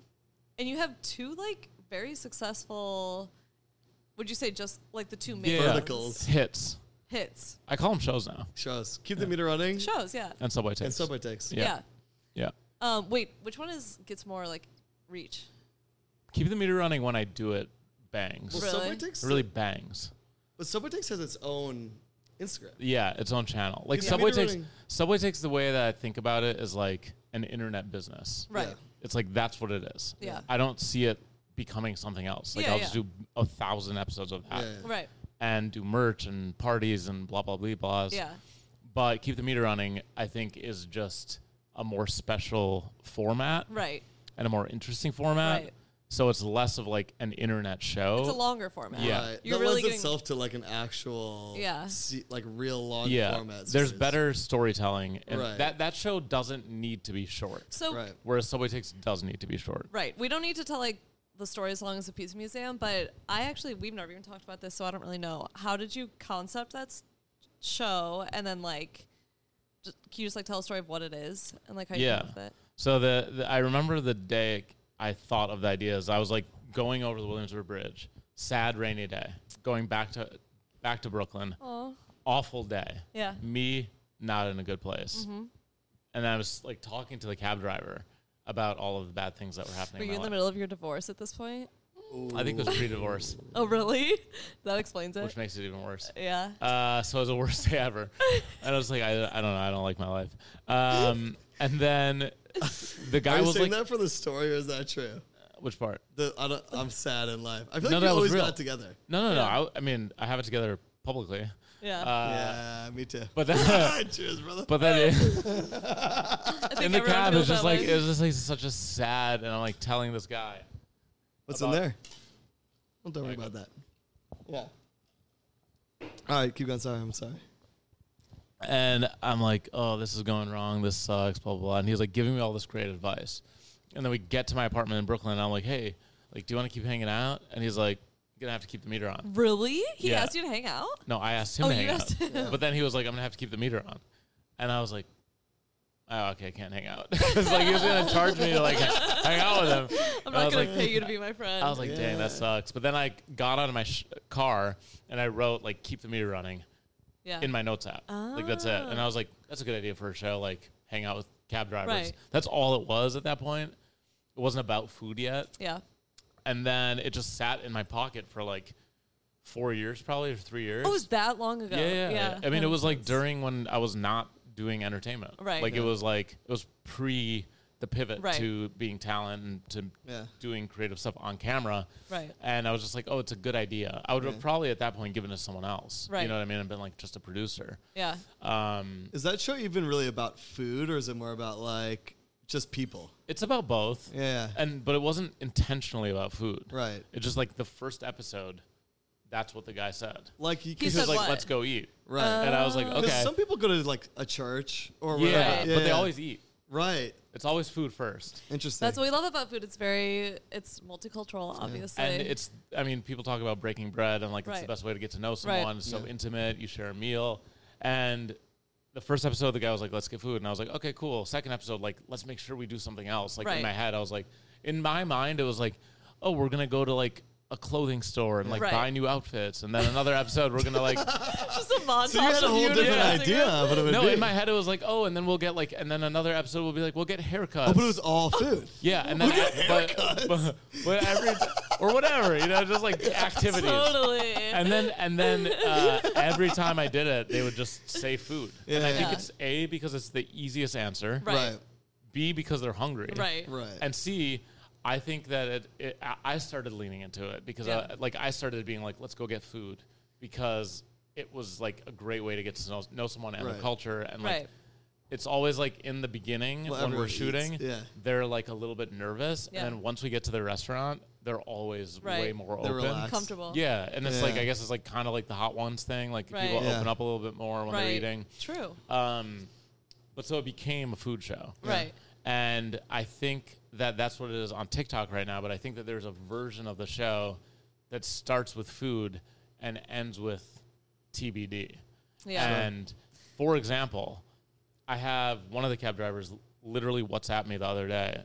S2: and you have two like very successful. Would you say just like the two main
S5: Yeah.
S2: ones?
S1: Verticals.
S5: Hits.
S2: hits
S5: I call them shows now.
S1: Shows. Keep the meter running.
S2: shows? Yeah.
S5: And Subway Takes.
S1: And subway takes.
S5: Yeah.
S2: yeah.
S5: Yeah.
S2: Um, wait, which one is gets more like reach?
S5: Keep the meter running when I do it bangs.
S1: Well,
S5: It
S2: Really?
S1: subway takes.
S5: really bangs.
S1: But subway takes has its own Instagram.
S5: Yeah, its own channel. Like
S1: Keep the
S5: Subway
S1: meter
S5: Takes
S1: running.
S5: Subway Takes the way that I think about it is like an internet business.
S2: Right.
S5: It's like that's what it is.
S2: Yeah.
S5: I don't see it becoming something else. Like
S2: Yeah,
S5: I'll just
S2: yeah.
S5: do a thousand episodes of that.
S1: Yeah.
S2: Right.
S5: and do merch and parties and blah blah blah blahs.
S2: Yeah.
S5: But keep the meter running, I think, is just a more special format
S2: Right.
S5: and a more interesting format.
S2: Right.
S5: So it's less of like an internet show.
S2: It's a longer format.
S5: Oh. Yeah.
S1: Right.
S2: You're
S1: that
S2: really
S1: lends
S2: getting-
S1: itself to like an actual,
S2: Yeah.
S1: se- like real long
S5: yeah.
S1: format.
S5: There's
S1: series.
S5: better storytelling, and
S1: Right.
S5: that that show doesn't need to be short.
S2: So
S1: Right.
S2: right.
S5: Whereas Subway Takes does need to be short.
S2: We don't need to tell like the story as long as the pizza museum, but I actually we've never even talked about this, so I don't really know. How did you concept that s- show and then like just, can you just like tell a story of what it is and like how you
S5: Yeah.
S2: came up with it?
S5: So the, the I remember the day I thought of the ideas. I was like going over the Williamsburg Bridge, sad rainy day, going back to back to Brooklyn.
S2: Oh.
S5: awful day.
S2: Yeah. Mm-hmm.
S5: Me not in a good place. And I was like talking to the cab driver about all of the bad things that were happening.
S2: Were you in the
S5: my life.
S2: middle of your divorce at this point?
S5: I think it was pre-divorce,
S2: Oh really? that explains it.
S5: which makes it even worse.
S2: yeah.
S5: Uh, so it was the worst day ever. and I was like, I, I don't know, I don't like my life. Um, and then the
S1: Are
S5: guy
S1: you
S5: was
S1: saying
S5: like,
S1: that for the story, or is that true?
S5: which part?
S1: The, I don't, I'm sad in life. I feel
S5: No,
S1: like we
S5: that was
S1: always
S5: real.
S1: got together.
S5: No, no, no. I, I mean, I have it together publicly.
S2: yeah.
S5: Uh,
S1: yeah, me too.
S5: But then,
S1: Cheers, brother.
S5: but then. It,
S2: I think
S5: in the
S2: everyone
S5: cab
S2: feels
S5: it's just
S2: that
S5: like
S2: way.
S5: it's just like such a sad and I'm like telling this guy
S1: What's in
S5: About-
S1: there? Well, don't worry
S5: uh, Like-
S1: about that. Yeah. All right, keep going. Sorry, I'm sorry.
S5: And I'm like, oh, this is going wrong. This sucks, blah, blah, blah. And he's like giving me all this great advice. And then we get to my apartment in Brooklyn. And I'm like, hey, like, do you want to keep hanging out? And he's like, you're going to have to keep the meter on.
S2: Really? He
S5: Yeah.
S2: asked you to hang out?
S5: No, I asked him
S2: Oh,
S5: to
S2: you
S5: hang out.
S2: asked him.
S5: But then he was like, I'm going to have to keep the meter on. And I was like, oh, okay, I can't hang out. it's like he was going to charge me to like hang out with him.
S2: I'm
S5: And I
S2: not
S5: was
S2: gonna
S5: like-
S2: pay you to be my friend.
S5: I was like, dang, that
S1: Yeah.
S5: sucks. But then I got out of my sh- car and I wrote, like, keep the meter running
S2: yeah.
S5: in my notes app. Like that's it. And I was like, that's a good idea for a show. Like hang out with cab drivers.
S2: Right.
S5: That's all it was at that point. It wasn't about food yet.
S2: yeah.
S5: And then it just sat in my pocket for like four years, probably or three years.
S2: Oh, it was that long ago.
S5: yeah, yeah, yeah. I mean,
S2: That
S5: it was
S2: makes
S5: like
S2: sense.
S5: during when I was not doing entertainment.
S2: Right.
S5: Like
S2: Yeah.
S5: it was like it was pre the pivot
S2: Right.
S5: to being talent and to
S1: Yeah.
S5: doing creative stuff on camera.
S2: Right.
S5: And I was just like, oh, it's a good idea. I would have
S1: Yeah.
S5: probably at that point given it to someone else.
S2: Right.
S5: You know what I mean? And been like just a producer.
S2: Yeah.
S5: Um,
S1: Is that show even really about food, or is it more about like just people?
S5: It's about both.
S1: Yeah.
S5: And but it wasn't intentionally about food.
S1: Right.
S5: It's just like the first episode, that's what the guy said.
S1: Like you
S2: He
S5: He
S2: said
S5: was like,
S2: what? Oh.
S5: let's go eat.
S1: right.
S5: and I was like,
S1: Because
S5: okay.
S1: Some people go to like a church or
S5: yeah,
S1: whatever.
S2: Right.
S5: But they always eat.
S1: right.
S5: It's always food first.
S1: Interesting.
S2: That's what we love about food. It's very it's multicultural, obviously.
S5: And it's I mean, people talk about breaking bread and like it's
S2: Right.
S5: the best way to get to know
S2: Right.
S5: someone. It's so
S1: Yeah.
S5: intimate, you share a meal. And the first episode the guy was like, Let's get food and I was like, Okay, cool. Second episode, like, let's make sure we do something else. Like
S2: Right.
S5: in my head, I was like in my mind it was like, Oh, we're gonna go to like a clothing store and like
S2: Right.
S5: buy new outfits and then another episode we're gonna like
S2: just a montage.
S1: so you had a
S2: of
S1: whole different
S2: dancing
S1: idea
S2: around.
S1: of what it would
S5: no,
S1: be.
S5: in my head it was like, oh, and then we'll get like, and then another episode will be like, we'll get haircuts.
S1: oh, but it was all food.
S5: yeah, and then but, but, but every or whatever, you know, just like activities.
S2: Totally.
S5: And then and then uh, every time I did it, they would just say food. and I
S1: Yeah.
S5: think
S2: Yeah.
S5: it's a because it's the easiest answer.
S2: right.
S5: B because they're hungry.
S2: Right.
S1: Right.
S5: And C, I think that it, it I- I started leaning into it because
S2: Yeah.
S5: I, like I started being like, let's go get food because it was like a great way to get to know, know someone and
S1: Right.
S5: the culture and like
S2: Right.
S5: it's always like in the beginning
S1: Well,
S5: when
S1: everyone
S5: we're
S1: eats,
S5: shooting,
S1: yeah.
S5: they're like a little bit nervous,
S2: Yeah.
S5: and then once we get to the restaurant, they're always
S2: Right.
S5: way more
S1: They're
S5: open.
S1: relaxed.
S2: Comfortable.
S5: Yeah, and it's like
S1: Yeah.
S5: I guess it's like kind of like the hot ones thing. Like
S2: Right.
S5: people
S1: Yeah.
S5: open up a little bit more when they're
S2: Right.
S5: eating.
S2: True.
S1: Uh,
S5: Um, but so it became a food show.
S2: Right.
S5: And I think that that's what it is on TikTok right now. But I think that there's a version of the show that starts with food and ends with TBD.
S2: Yeah.
S5: And for example, I have one of the cab drivers literally WhatsApp me the other day.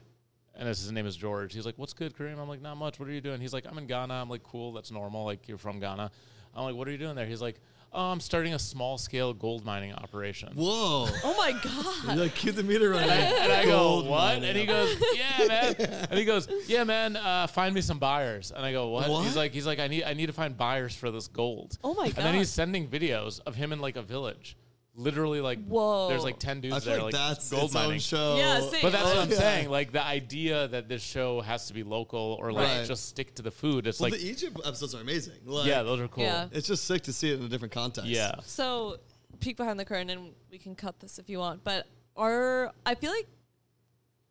S5: And his his name is George. He's like, What's good, Kareem? I'm like, Not much. What are you doing? He's like, I'm in Ghana. I'm like, Cool. That's normal. Like, you're from Ghana. I'm like, What are you doing there? He's like, Oh, I'm starting a small scale gold mining operation.
S1: Whoa.
S2: oh my god.
S1: You're like, keep the meter running.
S5: And I go,
S1: Gold
S5: what?
S1: mining
S5: And he goes, yeah, man. And he goes, yeah, man. Uh, find me some buyers. And I go, what?
S1: What?
S5: He's like, he's like, I need, I need to find buyers for this gold.
S2: Oh my
S5: And then
S2: God.
S5: he's sending videos of him in like a village, literally like,
S2: Whoa.
S5: There's like ten dudes
S1: I feel
S5: there,
S1: like that's
S5: gold
S1: its
S5: mining.
S1: own show.
S2: Yeah, same.
S5: But that's
S1: Oh,
S5: what I'm
S1: yeah.
S5: saying. Like the idea that this show has to be local or like
S1: Right.
S5: just stick to the food. It's
S1: Well,
S5: like,
S1: the Egypt episodes are amazing. Like,
S5: yeah, those are cool.
S2: Yeah.
S1: it's just sick to see it in a different context.
S5: Yeah.
S2: So, peek behind the curtain, and we can cut this if you want. But are I feel like,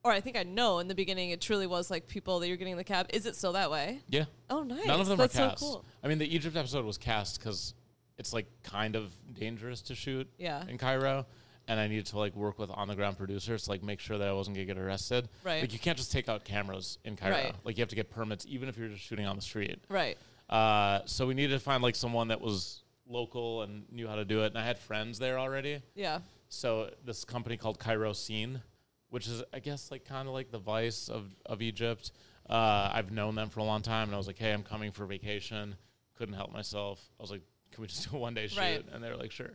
S2: or I think I know in the beginning, it truly was like people that you're getting in the cab. Is it still that way?
S5: Yeah.
S2: Oh, nice.
S5: None of them
S2: That's
S5: are
S2: so
S5: cast.
S2: cool.
S5: I mean, the Egypt episode was cast because it's like kind of dangerous to shoot
S2: Yeah.
S5: in Cairo. And I needed to like work with on the ground producers to like make sure that I wasn't gonna get arrested.
S2: Right.
S5: Like you can't just take out cameras in Cairo.
S2: Right.
S5: Like you have to get permits, even if you're just shooting on the street.
S2: Right.
S5: Uh, so we needed to find like someone that was local and knew how to do it. And I had friends there already.
S2: Yeah.
S5: So this company called Cairo Scene, which is I guess like kind of like the Vice of of Egypt. Uh, I've known them for a long time, and I was like, hey, I'm coming for vacation. Couldn't help myself. I was like, can we just do a one day shoot?
S2: Right.
S5: And they were like, sure.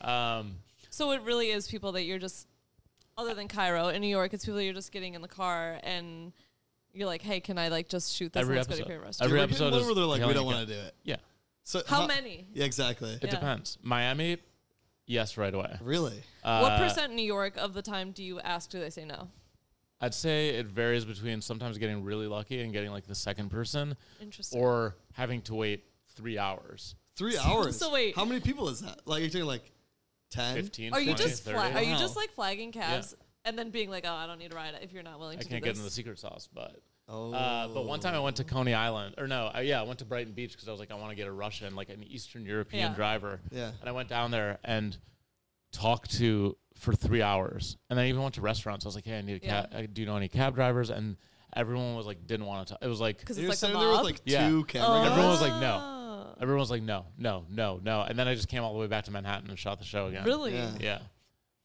S5: Um,
S2: So it really is people that you're just, other than Cairo in New York, it's people you're just getting in the car and you're like, hey, can I like just shoot this?
S5: Every
S2: and let's go to
S5: episode.
S2: your favorite
S5: Every
S1: Every
S2: restaurant?
S5: episode
S1: episode one
S5: is
S1: where they're like, we
S5: yelling
S1: don't
S5: at
S1: want to do it.
S5: yeah,
S1: So
S2: How many?
S1: Yeah, exactly.
S5: it
S2: Yeah.
S5: depends. Miami, yes, right away.
S1: Really?
S2: what
S5: Uh,
S2: percent New York of the time do you ask? Do they say no?
S5: I'd say it varies between sometimes getting really lucky and getting like the second person,
S2: Interesting.
S5: or having to wait three hours.
S1: Three hours.
S2: so wait.
S1: How many people is that? Like, you're doing like 10?
S5: 15,
S2: are you
S5: 20,
S2: just
S5: 30.
S2: fla- are you
S1: Wow.
S2: just like flagging cabs and then being like, oh, I don't need a ride if you're not willing
S5: I
S2: to
S5: can't
S2: do
S5: get
S2: this.
S5: into the secret sauce, but
S1: Oh.
S5: Uh, but one time I went to Coney Island, or no, I, yeah, I went to Brighton Beach because I was like, I want to get a Russian, like an Eastern European
S2: Yeah.
S5: driver.
S1: Yeah.
S5: And I went down there and talked to for three hours, and I even went to restaurants. I was like, Hey, I need a
S2: Yeah.
S5: cab. uh Do you know any cab drivers? And everyone was like, didn't want to. talk. It was like
S2: because
S1: You were
S2: it's like a
S1: sitting there with
S2: mob.
S1: like
S5: Yeah.
S1: two camera
S5: Oh.
S1: guys.
S5: Everyone was like,
S2: no.
S5: everyone was like, no, no, no, no. And then I just came all the way back to Manhattan and shot the show again.
S2: Really
S1: Yeah.
S5: Yeah.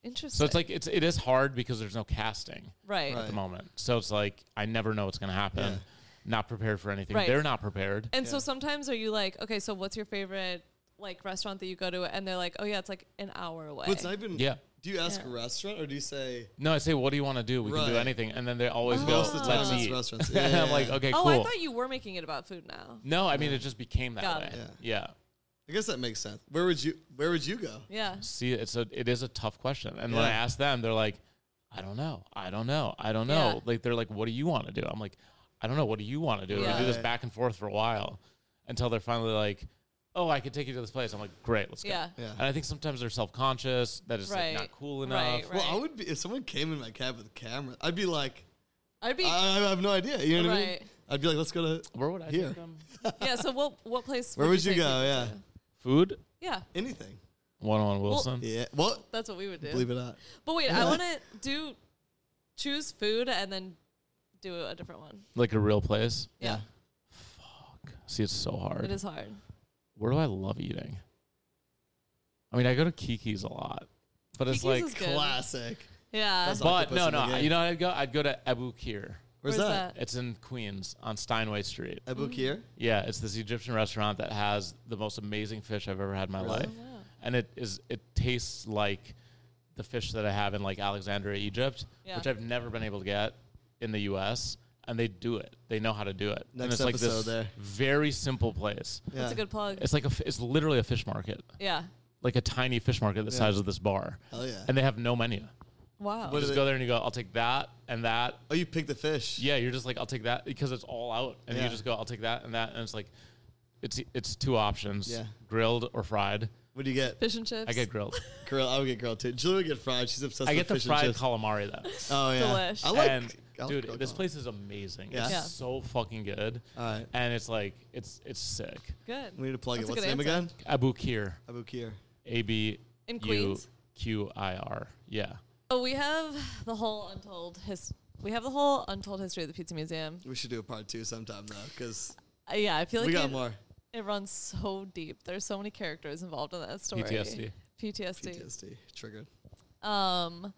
S2: interesting.
S5: So it's like it's it is hard because there's no casting.
S2: right.
S1: Right.
S5: at the moment. So it's like I never know what's going to happen.
S1: Yeah.
S5: Not prepared for anything.
S2: Right.
S5: They're not prepared.
S2: And so
S1: Yeah.
S2: sometimes are you like, okay, so what's your favorite like restaurant that you go to? And they're like, oh yeah, it's like an hour away.
S1: But it's not even.
S5: Yeah.
S1: Do you ask
S2: Yeah.
S1: restaurant or do you say?
S5: No, I say, what do you want to do? We can do
S1: Right.
S5: anything. And then they always go,
S1: Most of the time
S5: let's
S1: it's
S5: eat.
S1: restaurants.
S5: and
S1: Yeah,
S5: I'm like,
S1: yeah,
S5: okay,
S2: oh,
S5: cool.
S2: I thought you were making it about food now.
S5: no, I mean, it just became that
S2: Got
S5: way.
S2: it.
S5: Yeah.
S1: I guess that makes sense. Where would you? Where would you go?
S2: Yeah.
S5: See, it's a, it is a tough question. And when I
S1: Yeah.
S5: ask them, they're like, I don't know. I don't know. I don't know.
S2: Yeah.
S5: Like, they're like, what do you want to do? I'm like, I don't know. What do you want to do?
S2: Yeah.
S5: We do this
S1: Right.
S5: back and forth for a while until they're finally like, oh, I could take you to this place. I'm like, great, let's go.
S2: Yeah.
S1: Yeah.
S5: And I think sometimes they're self conscious, that it's
S2: Right.
S5: like not cool enough.
S2: Right, right.
S1: Well, I would be if someone came in my cab with a camera. I'd be like,
S2: I'd be
S5: Uh,
S1: I, I have no idea. You know what I mean?
S2: Right.
S1: I'd be like, let's go to.
S5: Where would I
S1: Here.
S5: take them?
S2: yeah. So what what place?
S1: Where would you
S2: take
S1: go?
S2: people
S1: Yeah.
S2: to?
S5: Food?
S2: Yeah.
S1: Anything.
S5: One on Wilson.
S1: Yeah. Well,
S2: That's what we would do.
S1: believe it or not.
S2: But wait, I
S1: Yeah.
S2: want to do choose food and then do a different one.
S5: like a real place.
S2: Yeah.
S5: See, it's so hard.
S2: It is hard.
S5: Where do I love eating? I mean, I go to Kiki's a lot, but it's
S2: Kiki's
S5: like,
S2: is good.
S1: Classic.
S2: Yeah.
S1: That's
S5: but
S1: Octopus
S5: no,
S1: in the
S5: no.
S1: game.
S5: You know, I'd go. I'd go to Abu Kir.
S1: Where's, that?
S5: It's in Queens on Steinway Street.
S1: Abu
S2: Mm-hmm.
S1: Kir.
S5: Yeah, it's this Egyptian restaurant that has the most amazing fish I've ever had in my
S1: Really?
S5: life,
S2: Oh,
S5: and it is it tastes like the fish that I have in like Alexandria, Egypt,
S2: Yeah.
S5: which I've never been able to get in the U.S. And they do it. They know how to do it. and
S1: Next
S5: it's like
S1: episode
S5: this
S1: there.
S5: very simple place.
S1: Yeah.
S2: That's a good plug.
S5: It's like a, f- it's literally a fish market,
S2: Yeah.
S5: like a tiny fish market the
S1: Yeah.
S5: size of this bar,
S1: Hell yeah.
S5: and they have no menu.
S2: Wow.
S1: What
S5: You
S1: is
S5: just
S1: it?
S5: go there and you go, I'll take that and that.
S1: Oh, you picked the fish.
S5: Yeah, you're just like, I'll take that because it's all out, and
S1: Yeah.
S5: you just go, I'll take that and that, and it's like, it's it's two options,
S1: Yeah.
S5: grilled or fried.
S1: What do you get?
S2: Fish and chips.
S5: I get grilled.
S1: Girl, I would get girl too. Julie would get fried. She's obsessed
S5: I
S1: with
S5: get the
S1: fish
S5: fried
S1: and chips.
S5: calamari though,
S1: oh yeah.
S2: Delish.
S1: I like.
S5: and
S1: I like
S5: dude,
S1: grilled
S5: this
S1: calamari.
S5: place is amazing.
S1: Yeah.
S5: It's
S2: Yeah.
S5: so fucking good,
S1: All right.
S5: and it's like it's it's sick.
S2: good.
S1: We need to plug
S2: That's
S1: it.
S2: a
S1: What's the
S2: good
S1: name
S2: answer.
S1: again?
S5: Abu Kir,
S1: Abu Kir.
S5: A B
S2: In
S5: U
S2: Queens?
S5: Q I R. Yeah.
S2: So we have the whole untold his. We have the whole untold history of the Pizza Museum.
S1: We should do a part two sometime though, because
S2: Uh, yeah, I feel like
S1: we got
S2: it,
S1: more.
S2: it runs so deep. There's so many characters involved in that story.
S5: PTSD.
S2: PTSD.
S1: PTSD triggered.
S2: Um,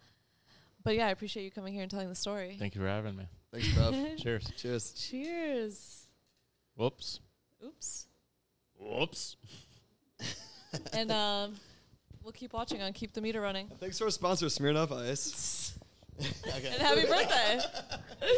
S2: but yeah, I appreciate you coming here and telling the story.
S5: Thank you for having me.
S1: Thanks, bro.
S5: Cheers.
S1: Cheers.
S2: Cheers.
S5: Whoops.
S2: Oops.
S5: Whoops.
S2: and um, we'll keep watching on Keep the Meter Running.
S1: Thanks for our sponsor, Smirnoff Ice. okay.
S2: And happy birthday.